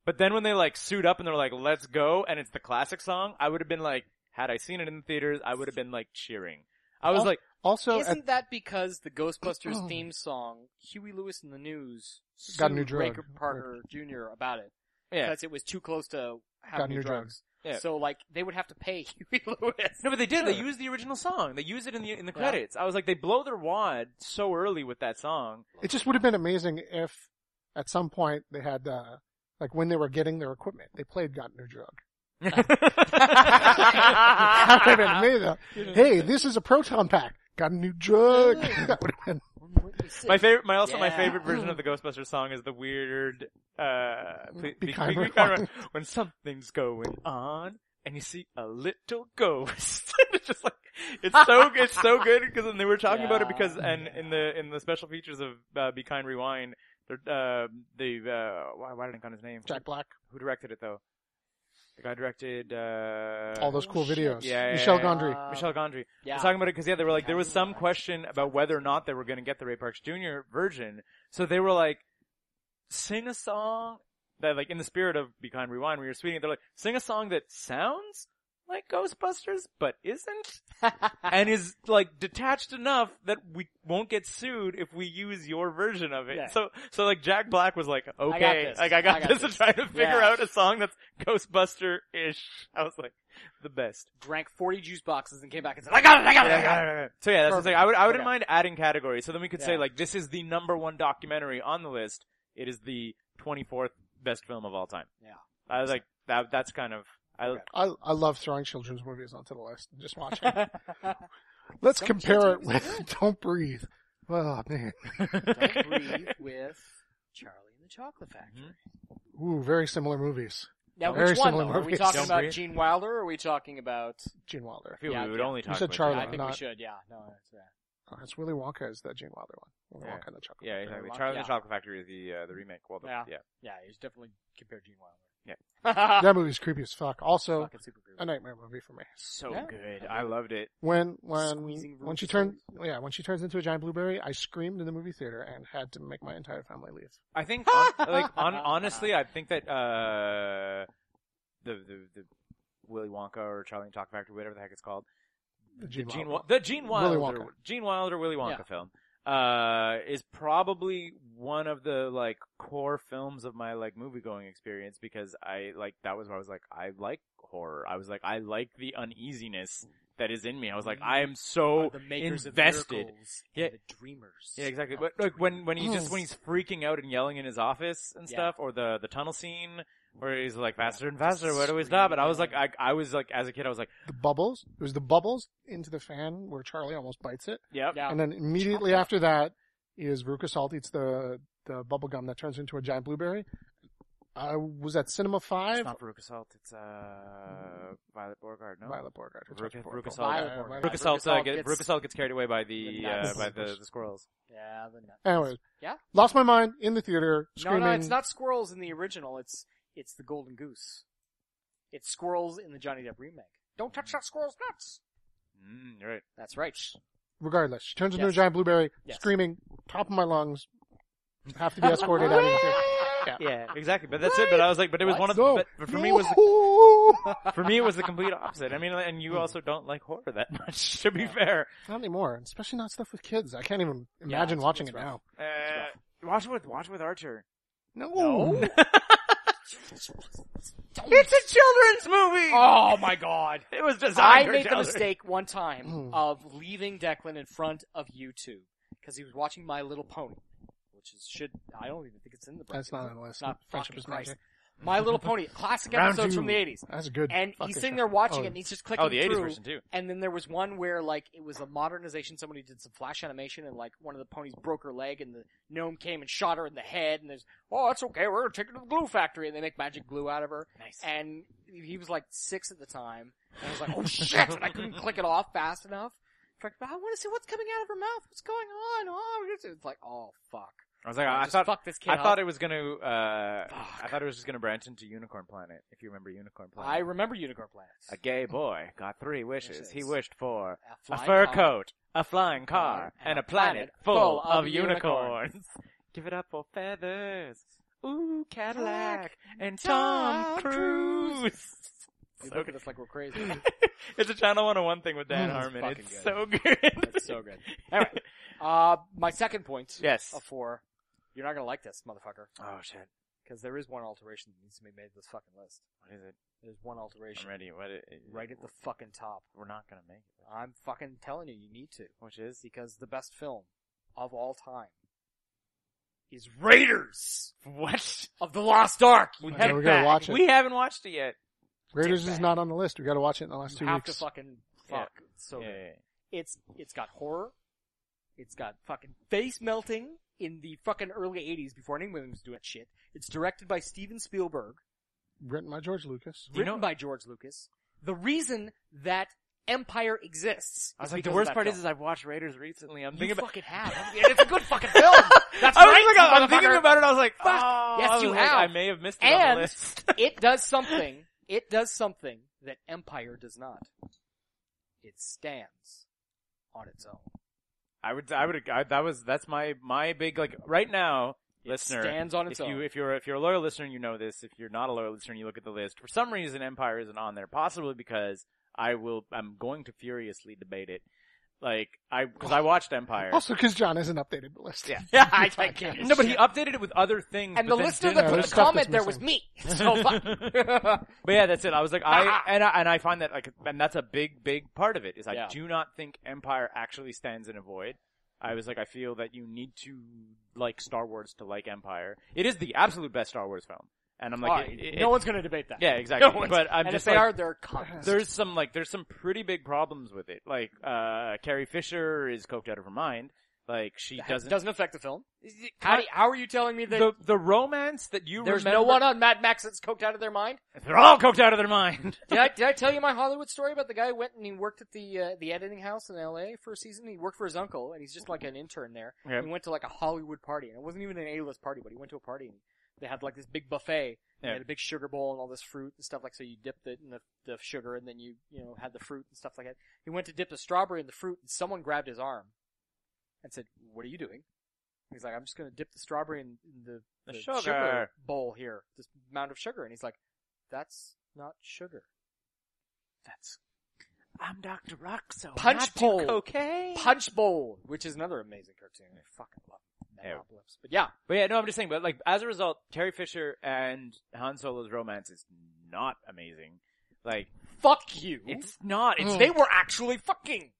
Speaker 2: But then when they like suit up and they're like, let's go, and it's the classic song, I would have been like, had I seen it in the theaters, I would have been like cheering. I was
Speaker 3: Oh.
Speaker 2: like,
Speaker 3: Also, at-
Speaker 1: Isn't that because the Ghostbusters theme song, Huey Lewis in the News,
Speaker 3: Got a new
Speaker 1: sued
Speaker 3: drug.
Speaker 1: Raker Parker Jr. about it
Speaker 2: yeah.
Speaker 1: because it was too close to
Speaker 3: Got
Speaker 1: having
Speaker 3: new
Speaker 1: new drugs.
Speaker 3: drugs.
Speaker 2: Yeah.
Speaker 1: So like they would have to pay Huey Lewis.
Speaker 2: No, but they did. They
Speaker 1: Sure.
Speaker 2: used the original song. They used it in the in the
Speaker 1: Yeah.
Speaker 2: credits. I was like, they blow their wad so early with that song.
Speaker 3: it just would have been amazing if, at some point, they had uh, like when they were getting their equipment, they played "Got New Drug." that would have been amazing. Hey, this is a proton pack. Got a new drug. that would have been.
Speaker 2: my favorite, my also my
Speaker 1: Yeah.
Speaker 2: favorite version of the Ghostbusters song is the weird, uh, ple-
Speaker 3: Be
Speaker 2: be-
Speaker 3: kind,
Speaker 2: be- be
Speaker 3: we're
Speaker 2: kind,
Speaker 3: kind.
Speaker 2: right- when something's going on and you see a little ghost. it's just like it's so it's so good because and they were talking about it
Speaker 1: Yeah.
Speaker 2: because and in the in the special features of uh, Be Kind Rewind, they're, uh, the uh, why, why didn't I count his name?
Speaker 3: Jack Black.
Speaker 2: Who directed it though? The guy directed uh,
Speaker 3: All those cool
Speaker 1: shit.
Speaker 3: videos.
Speaker 2: Yeah, yeah,
Speaker 3: Michel
Speaker 2: yeah.
Speaker 3: Gondry.
Speaker 2: Michel Gondry.
Speaker 1: Yeah.
Speaker 2: I was talking about it because yeah, they were like there was some question about whether or not they were going to get the Ray Parks Jr. version, so they were like, sing a song that like in the spirit of Be Kind Rewind, when you're tweeting, it, they're like, sing a song that sounds like Ghostbusters but isn't, and is like detached enough that we won't get sued if we use your version of it.
Speaker 1: Yeah.
Speaker 2: So so like Jack Black was like, okay,
Speaker 1: this.
Speaker 2: like I got,
Speaker 1: I got
Speaker 2: this,
Speaker 1: this.
Speaker 2: and trying to figure
Speaker 1: Yeah.
Speaker 2: out a song that's Ghostbuster ish. I was like, the best.
Speaker 1: Drank forty juice boxes and came back and said, "I got it! I got it! I got it!"
Speaker 2: So yeah, that's the thing. I would I wouldn't
Speaker 1: Okay.
Speaker 2: mind adding categories. So then we could say
Speaker 1: Yeah.
Speaker 2: like this is the number one documentary on the list. It is the twenty fourth best film of all time.
Speaker 1: Yeah.
Speaker 2: I was like that. That's kind of I.
Speaker 3: I I love throwing children's movies onto the list and just watching. Let's compare it
Speaker 1: kids movies
Speaker 3: with
Speaker 1: are
Speaker 3: Don't Breathe. Oh man.
Speaker 1: Don't breathe with Charlie and the Chocolate Factory.
Speaker 3: Ooh, very similar movies.
Speaker 1: Now,
Speaker 3: Very
Speaker 1: which one?
Speaker 3: similar
Speaker 1: Though? Are we
Speaker 3: movies.
Speaker 1: talking
Speaker 2: Don't
Speaker 1: about
Speaker 2: breathe.
Speaker 1: Gene Wilder? or Are we talking about?
Speaker 3: Gene Wilder.
Speaker 2: I feel
Speaker 1: Yeah,
Speaker 2: we would
Speaker 1: yeah.
Speaker 2: only
Speaker 3: You
Speaker 2: talk
Speaker 3: said
Speaker 2: about
Speaker 3: Charlie.
Speaker 1: Yeah, I
Speaker 2: Jack
Speaker 1: think
Speaker 2: Black.
Speaker 3: not-
Speaker 1: we should. Yeah, no, that's right.
Speaker 3: Oh, it's Willy Wonka is that Gene Wilder one. Willy Wonka and the Chocolate.
Speaker 2: Yeah,
Speaker 3: Factory.
Speaker 2: exactly.
Speaker 1: Yeah.
Speaker 2: Charlie and the Chocolate Factory is the uh, the remake. Well, the, yeah.
Speaker 1: Yeah.
Speaker 2: yeah.
Speaker 1: Yeah, he's definitely compared Gene Wilder.
Speaker 2: Yeah.
Speaker 1: Yeah.
Speaker 3: That movie's creepy as fuck. Also,
Speaker 1: Fucking super group.
Speaker 3: a nightmare movie for me.
Speaker 2: So
Speaker 1: Yeah.
Speaker 2: good. I loved it.
Speaker 3: When when
Speaker 1: Squeezing
Speaker 3: when she
Speaker 1: roofs.
Speaker 3: turned yeah when she turns into a giant blueberry, I screamed in the movie theater and had to make my entire family leave.
Speaker 2: I think, on, like, on, honestly, I think that uh, the, the the Willy Wonka or Charlie and the Chocolate Factory, whatever the heck it's called,
Speaker 3: The Gene
Speaker 2: Gene
Speaker 3: Wilder.
Speaker 2: Wa- the Gene
Speaker 3: Willy
Speaker 2: Wilder,
Speaker 3: Wonka.
Speaker 2: Gene Wilder Willy Wonka
Speaker 1: Yeah.
Speaker 2: film, uh, is probably one of the like core films of my like movie going experience because I like that was where I was like I like horror. I was like I like the uneasiness that is in me. I was like I am so
Speaker 1: Are the makers of
Speaker 2: invested.
Speaker 1: miracles,
Speaker 2: Yeah.
Speaker 1: and the dreamers.
Speaker 2: Yeah, exactly. But like when when he just when he's freaking out and yelling in his office and
Speaker 1: Yeah.
Speaker 2: stuff, or the the tunnel scene where he's like faster and
Speaker 1: Just
Speaker 2: faster, where do we stop? And I was like, I I was like as a kid, I was like,
Speaker 3: The bubbles. It was the bubbles into the fan where Charlie almost bites it,
Speaker 2: yep,
Speaker 1: Yeah.
Speaker 3: and then immediately after that is Veruca Salt eats the the bubble gum that turns into a giant blueberry. I was at Cinema
Speaker 2: it's
Speaker 3: Five.
Speaker 2: not Veruca Salt, it's uh Violet Borgard, no,
Speaker 3: Violet Borgard. which
Speaker 2: Veruca- Veruca
Speaker 3: was horrible.
Speaker 2: Salt.
Speaker 3: Yeah,
Speaker 1: Violet
Speaker 3: Violet
Speaker 1: Borgard.
Speaker 2: Veruca
Speaker 1: Veruca
Speaker 2: Salt uh,
Speaker 1: Salt
Speaker 2: get,
Speaker 1: gets-
Speaker 2: Veruca Salt gets carried away by the
Speaker 1: The
Speaker 2: uh,
Speaker 1: nuts.
Speaker 2: by the, the squirrels.
Speaker 1: Yeah, the nuts.
Speaker 3: Anyways,
Speaker 1: Yeah.
Speaker 3: lost my mind in the theater
Speaker 1: No,
Speaker 3: screaming.
Speaker 1: no, it's not squirrels in the original. It's it's the golden goose. It's squirrels in the Johnny Depp remake. Don't touch that squirrel's nuts.
Speaker 2: Mm, you're right.
Speaker 1: That's right.
Speaker 3: Regardless, she turns into a
Speaker 1: Yes.
Speaker 3: giant blueberry,
Speaker 1: Yes.
Speaker 3: screaming, top of my lungs. Have to be escorted out of the theater. Yeah.
Speaker 2: Yeah, exactly. But that's it. But I was like, but it was
Speaker 1: What?
Speaker 2: one of the.
Speaker 3: No,
Speaker 2: But, but for me, it was
Speaker 3: No!
Speaker 2: for me it was the complete opposite. I mean, and you also don't like horror that much, to be fair.
Speaker 3: not anymore, especially not stuff with kids. I can't even imagine
Speaker 1: it's-
Speaker 3: watching
Speaker 1: it's
Speaker 3: it
Speaker 1: rough.
Speaker 3: now.
Speaker 2: Uh, Watch with watch with Archer.
Speaker 3: No.
Speaker 2: It's a children's movie.
Speaker 1: Oh my god.
Speaker 2: It was designed.
Speaker 1: I
Speaker 2: for
Speaker 1: made the
Speaker 2: children.
Speaker 1: mistake one time
Speaker 3: Mm.
Speaker 1: of leaving Declan in front of you two because he was watching My Little Pony, which is should I don't even think it's in the bracket.
Speaker 3: That's not on the list.
Speaker 1: It's not
Speaker 3: Friendship
Speaker 1: fucking
Speaker 3: is not
Speaker 1: Christ.
Speaker 3: here.
Speaker 1: My Little Pony, classic
Speaker 3: Round
Speaker 1: episodes
Speaker 3: two.
Speaker 1: from the eighties,
Speaker 3: That's good.
Speaker 1: and
Speaker 3: fucking
Speaker 1: he's sitting
Speaker 3: show.
Speaker 1: there watching
Speaker 3: Oh,
Speaker 1: it and he's just clicking
Speaker 2: Oh, the
Speaker 1: through.
Speaker 2: '80s version too.
Speaker 1: And then there was one where like it was a modernization. Somebody did some flash animation, and like one of the ponies broke her leg, and the gnome came and shot her in the head. And there's, oh, it's okay. We're gonna take her to the glue factory, and they make magic glue out of her.
Speaker 2: Nice.
Speaker 1: And he was like six at the time, and I was like, oh shit! And I couldn't click it off fast enough. In fact, I want to see what's coming out of her mouth. What's going on? Oh, it's- it's like, oh fuck.
Speaker 2: I was like,
Speaker 1: I
Speaker 2: I
Speaker 1: just
Speaker 2: thought
Speaker 1: fuck this kid
Speaker 2: I
Speaker 1: up.
Speaker 2: thought it was gonna. Uh,
Speaker 1: Fuck.
Speaker 2: I thought it was just gonna branch into Unicorn Planet. If you remember Unicorn Planet,
Speaker 1: I remember Unicorn Planet.
Speaker 2: A gay boy got three wishes.
Speaker 1: Wishes.
Speaker 2: He wished
Speaker 1: A
Speaker 2: for a
Speaker 1: flying
Speaker 2: fur
Speaker 1: car.
Speaker 2: coat, a flying car, and a planet full of unicorns. Give it up for feathers. Ooh, Cadillac and Tom
Speaker 1: Tom
Speaker 2: Cruise.
Speaker 1: You
Speaker 2: So
Speaker 1: look at us like we're crazy.
Speaker 2: good. it's a Channel 101 thing with Dan
Speaker 3: Mm, it's
Speaker 2: Harmon.
Speaker 1: fucking
Speaker 2: It's
Speaker 1: good.
Speaker 2: so good.
Speaker 1: That's so good. Anyway, uh, my second point
Speaker 2: yes.
Speaker 1: of four. You're not gonna like this, motherfucker,
Speaker 2: Oh shit.
Speaker 1: because there is one alteration that needs to be made to this fucking list.
Speaker 2: What is it?
Speaker 1: There's one
Speaker 2: I'm
Speaker 1: alteration
Speaker 2: ready. What? It,
Speaker 1: right at the fucking top.
Speaker 2: We're not gonna make it.
Speaker 1: I'm fucking telling you, you need to.
Speaker 2: Which is?
Speaker 1: because the best film of all time is Raiders
Speaker 2: What?
Speaker 1: of the Lost Ark. You
Speaker 3: Yeah,
Speaker 1: head
Speaker 3: we gotta
Speaker 1: back.
Speaker 3: watch it.
Speaker 2: We haven't watched it yet.
Speaker 3: Raiders is
Speaker 1: Dickbag.
Speaker 3: not on the list. We got to watch it in the last
Speaker 1: You
Speaker 3: two
Speaker 1: have
Speaker 3: weeks.
Speaker 1: to fucking fuck. It's So
Speaker 2: yeah,
Speaker 1: good.
Speaker 2: yeah, yeah.
Speaker 1: it's it's got horror. It's got fucking face melting in the fucking early '80s before anyone was doing that shit. It's directed by Steven Spielberg.
Speaker 3: Written by George Lucas.
Speaker 2: You
Speaker 1: written
Speaker 2: know-
Speaker 1: by George Lucas. The reason that Empire exists.
Speaker 2: I was
Speaker 1: is
Speaker 2: like, the
Speaker 1: because of
Speaker 2: worst
Speaker 1: that
Speaker 2: part
Speaker 1: film.
Speaker 2: is, is I've watched Raiders recently. I'm
Speaker 1: you
Speaker 2: thinking about.
Speaker 1: fucking have. haven't you? And it's a good fucking film. That's
Speaker 2: I was
Speaker 1: right.
Speaker 2: looking- I'm thinking
Speaker 1: motherfucker.
Speaker 2: about it. I was like,
Speaker 1: Fuck.
Speaker 2: oh,
Speaker 1: Yes,
Speaker 2: I was
Speaker 1: you
Speaker 2: like,
Speaker 1: have.
Speaker 2: I may have missed it on
Speaker 1: And-
Speaker 2: the list.
Speaker 1: it does something. It does something that Empire does not. It stands on its own.
Speaker 2: Mm, I would, I would, I, that was, that's my, my big, like, right now, listener.
Speaker 1: stands on its
Speaker 2: if you,
Speaker 1: own.
Speaker 2: if you're, if you're a loyal listener, you know this. If you're not a loyal listener, you look at the list. For some reason, Empire isn't on there, possibly because I will, I'm going to furiously debate it. Like, I, cause I watched Empire.
Speaker 3: Also, because John hasn't updated the list.
Speaker 2: Yeah.
Speaker 1: Yeah, I I can't.
Speaker 2: No, but he updated it with other things.
Speaker 1: and the
Speaker 2: but then
Speaker 1: listener
Speaker 2: didn't
Speaker 1: that
Speaker 3: Yeah,
Speaker 1: put
Speaker 3: there's
Speaker 1: a
Speaker 3: stuff
Speaker 1: comment
Speaker 3: that's
Speaker 1: there was me. So fuck.
Speaker 2: But yeah, that's it. I was like, I and I, and I find that like, and that's a big, big part of it is I
Speaker 1: Yeah.
Speaker 2: do not think Empire actually stands in a void. I was like, I feel that you need to like Star Wars to like Empire. It is the absolute best Star Wars film, and I'm like,
Speaker 1: Alright,
Speaker 2: it- it-
Speaker 1: no
Speaker 2: it-
Speaker 1: one's gonna debate that.
Speaker 2: yeah, exactly.
Speaker 1: No one's-
Speaker 2: but I'm
Speaker 1: and
Speaker 2: just
Speaker 1: if they
Speaker 2: like,
Speaker 1: are, they're comments.
Speaker 2: there's some like there's some pretty big problems with it. Like uh Carrie Fisher is coked out of her mind. Like she doesn't.
Speaker 1: doesn't affect the film. How, do- how are you telling me that
Speaker 2: the the romance that you
Speaker 1: there's
Speaker 2: remember,
Speaker 1: no one on Mad Max that's coked out of their mind?
Speaker 2: They're all coked out of their mind.
Speaker 1: Did I, did I tell you my Hollywood story about the guy who went and he worked at the uh, the editing house in L.A. for a season? He worked for his uncle, and he's just like an intern there.
Speaker 2: Okay.
Speaker 1: And He went to like a Hollywood party, and it wasn't even an A-list party, but he went to a party, and they had like this big buffet. and They
Speaker 2: Yeah.
Speaker 1: had a big sugar bowl and all this fruit and stuff like so. You dipped it in the, the sugar, and then you you know had the fruit and stuff like that. He went to dip the strawberry in the fruit, and someone grabbed his arm and said, "What are you doing?" He's like, "I'm just going to dip the strawberry in the,
Speaker 2: The
Speaker 1: sugar
Speaker 2: sugar.
Speaker 1: bowl here, this amount of sugar." And he's like, "That's not sugar."
Speaker 2: That's. I'm Dr. Roxo.
Speaker 1: Punch
Speaker 2: not
Speaker 1: bowl.
Speaker 2: do Cocaine.
Speaker 1: Punch Bowl, which is another amazing cartoon. I fucking love
Speaker 2: Yeah.
Speaker 1: Megalopolis. But yeah,
Speaker 2: But yeah, no, I'm just saying, but like, as a result, Terry Fisher and Han Solo's romance is not amazing. Like,
Speaker 1: fuck you.
Speaker 2: it's not, it's,
Speaker 1: they were actually fucking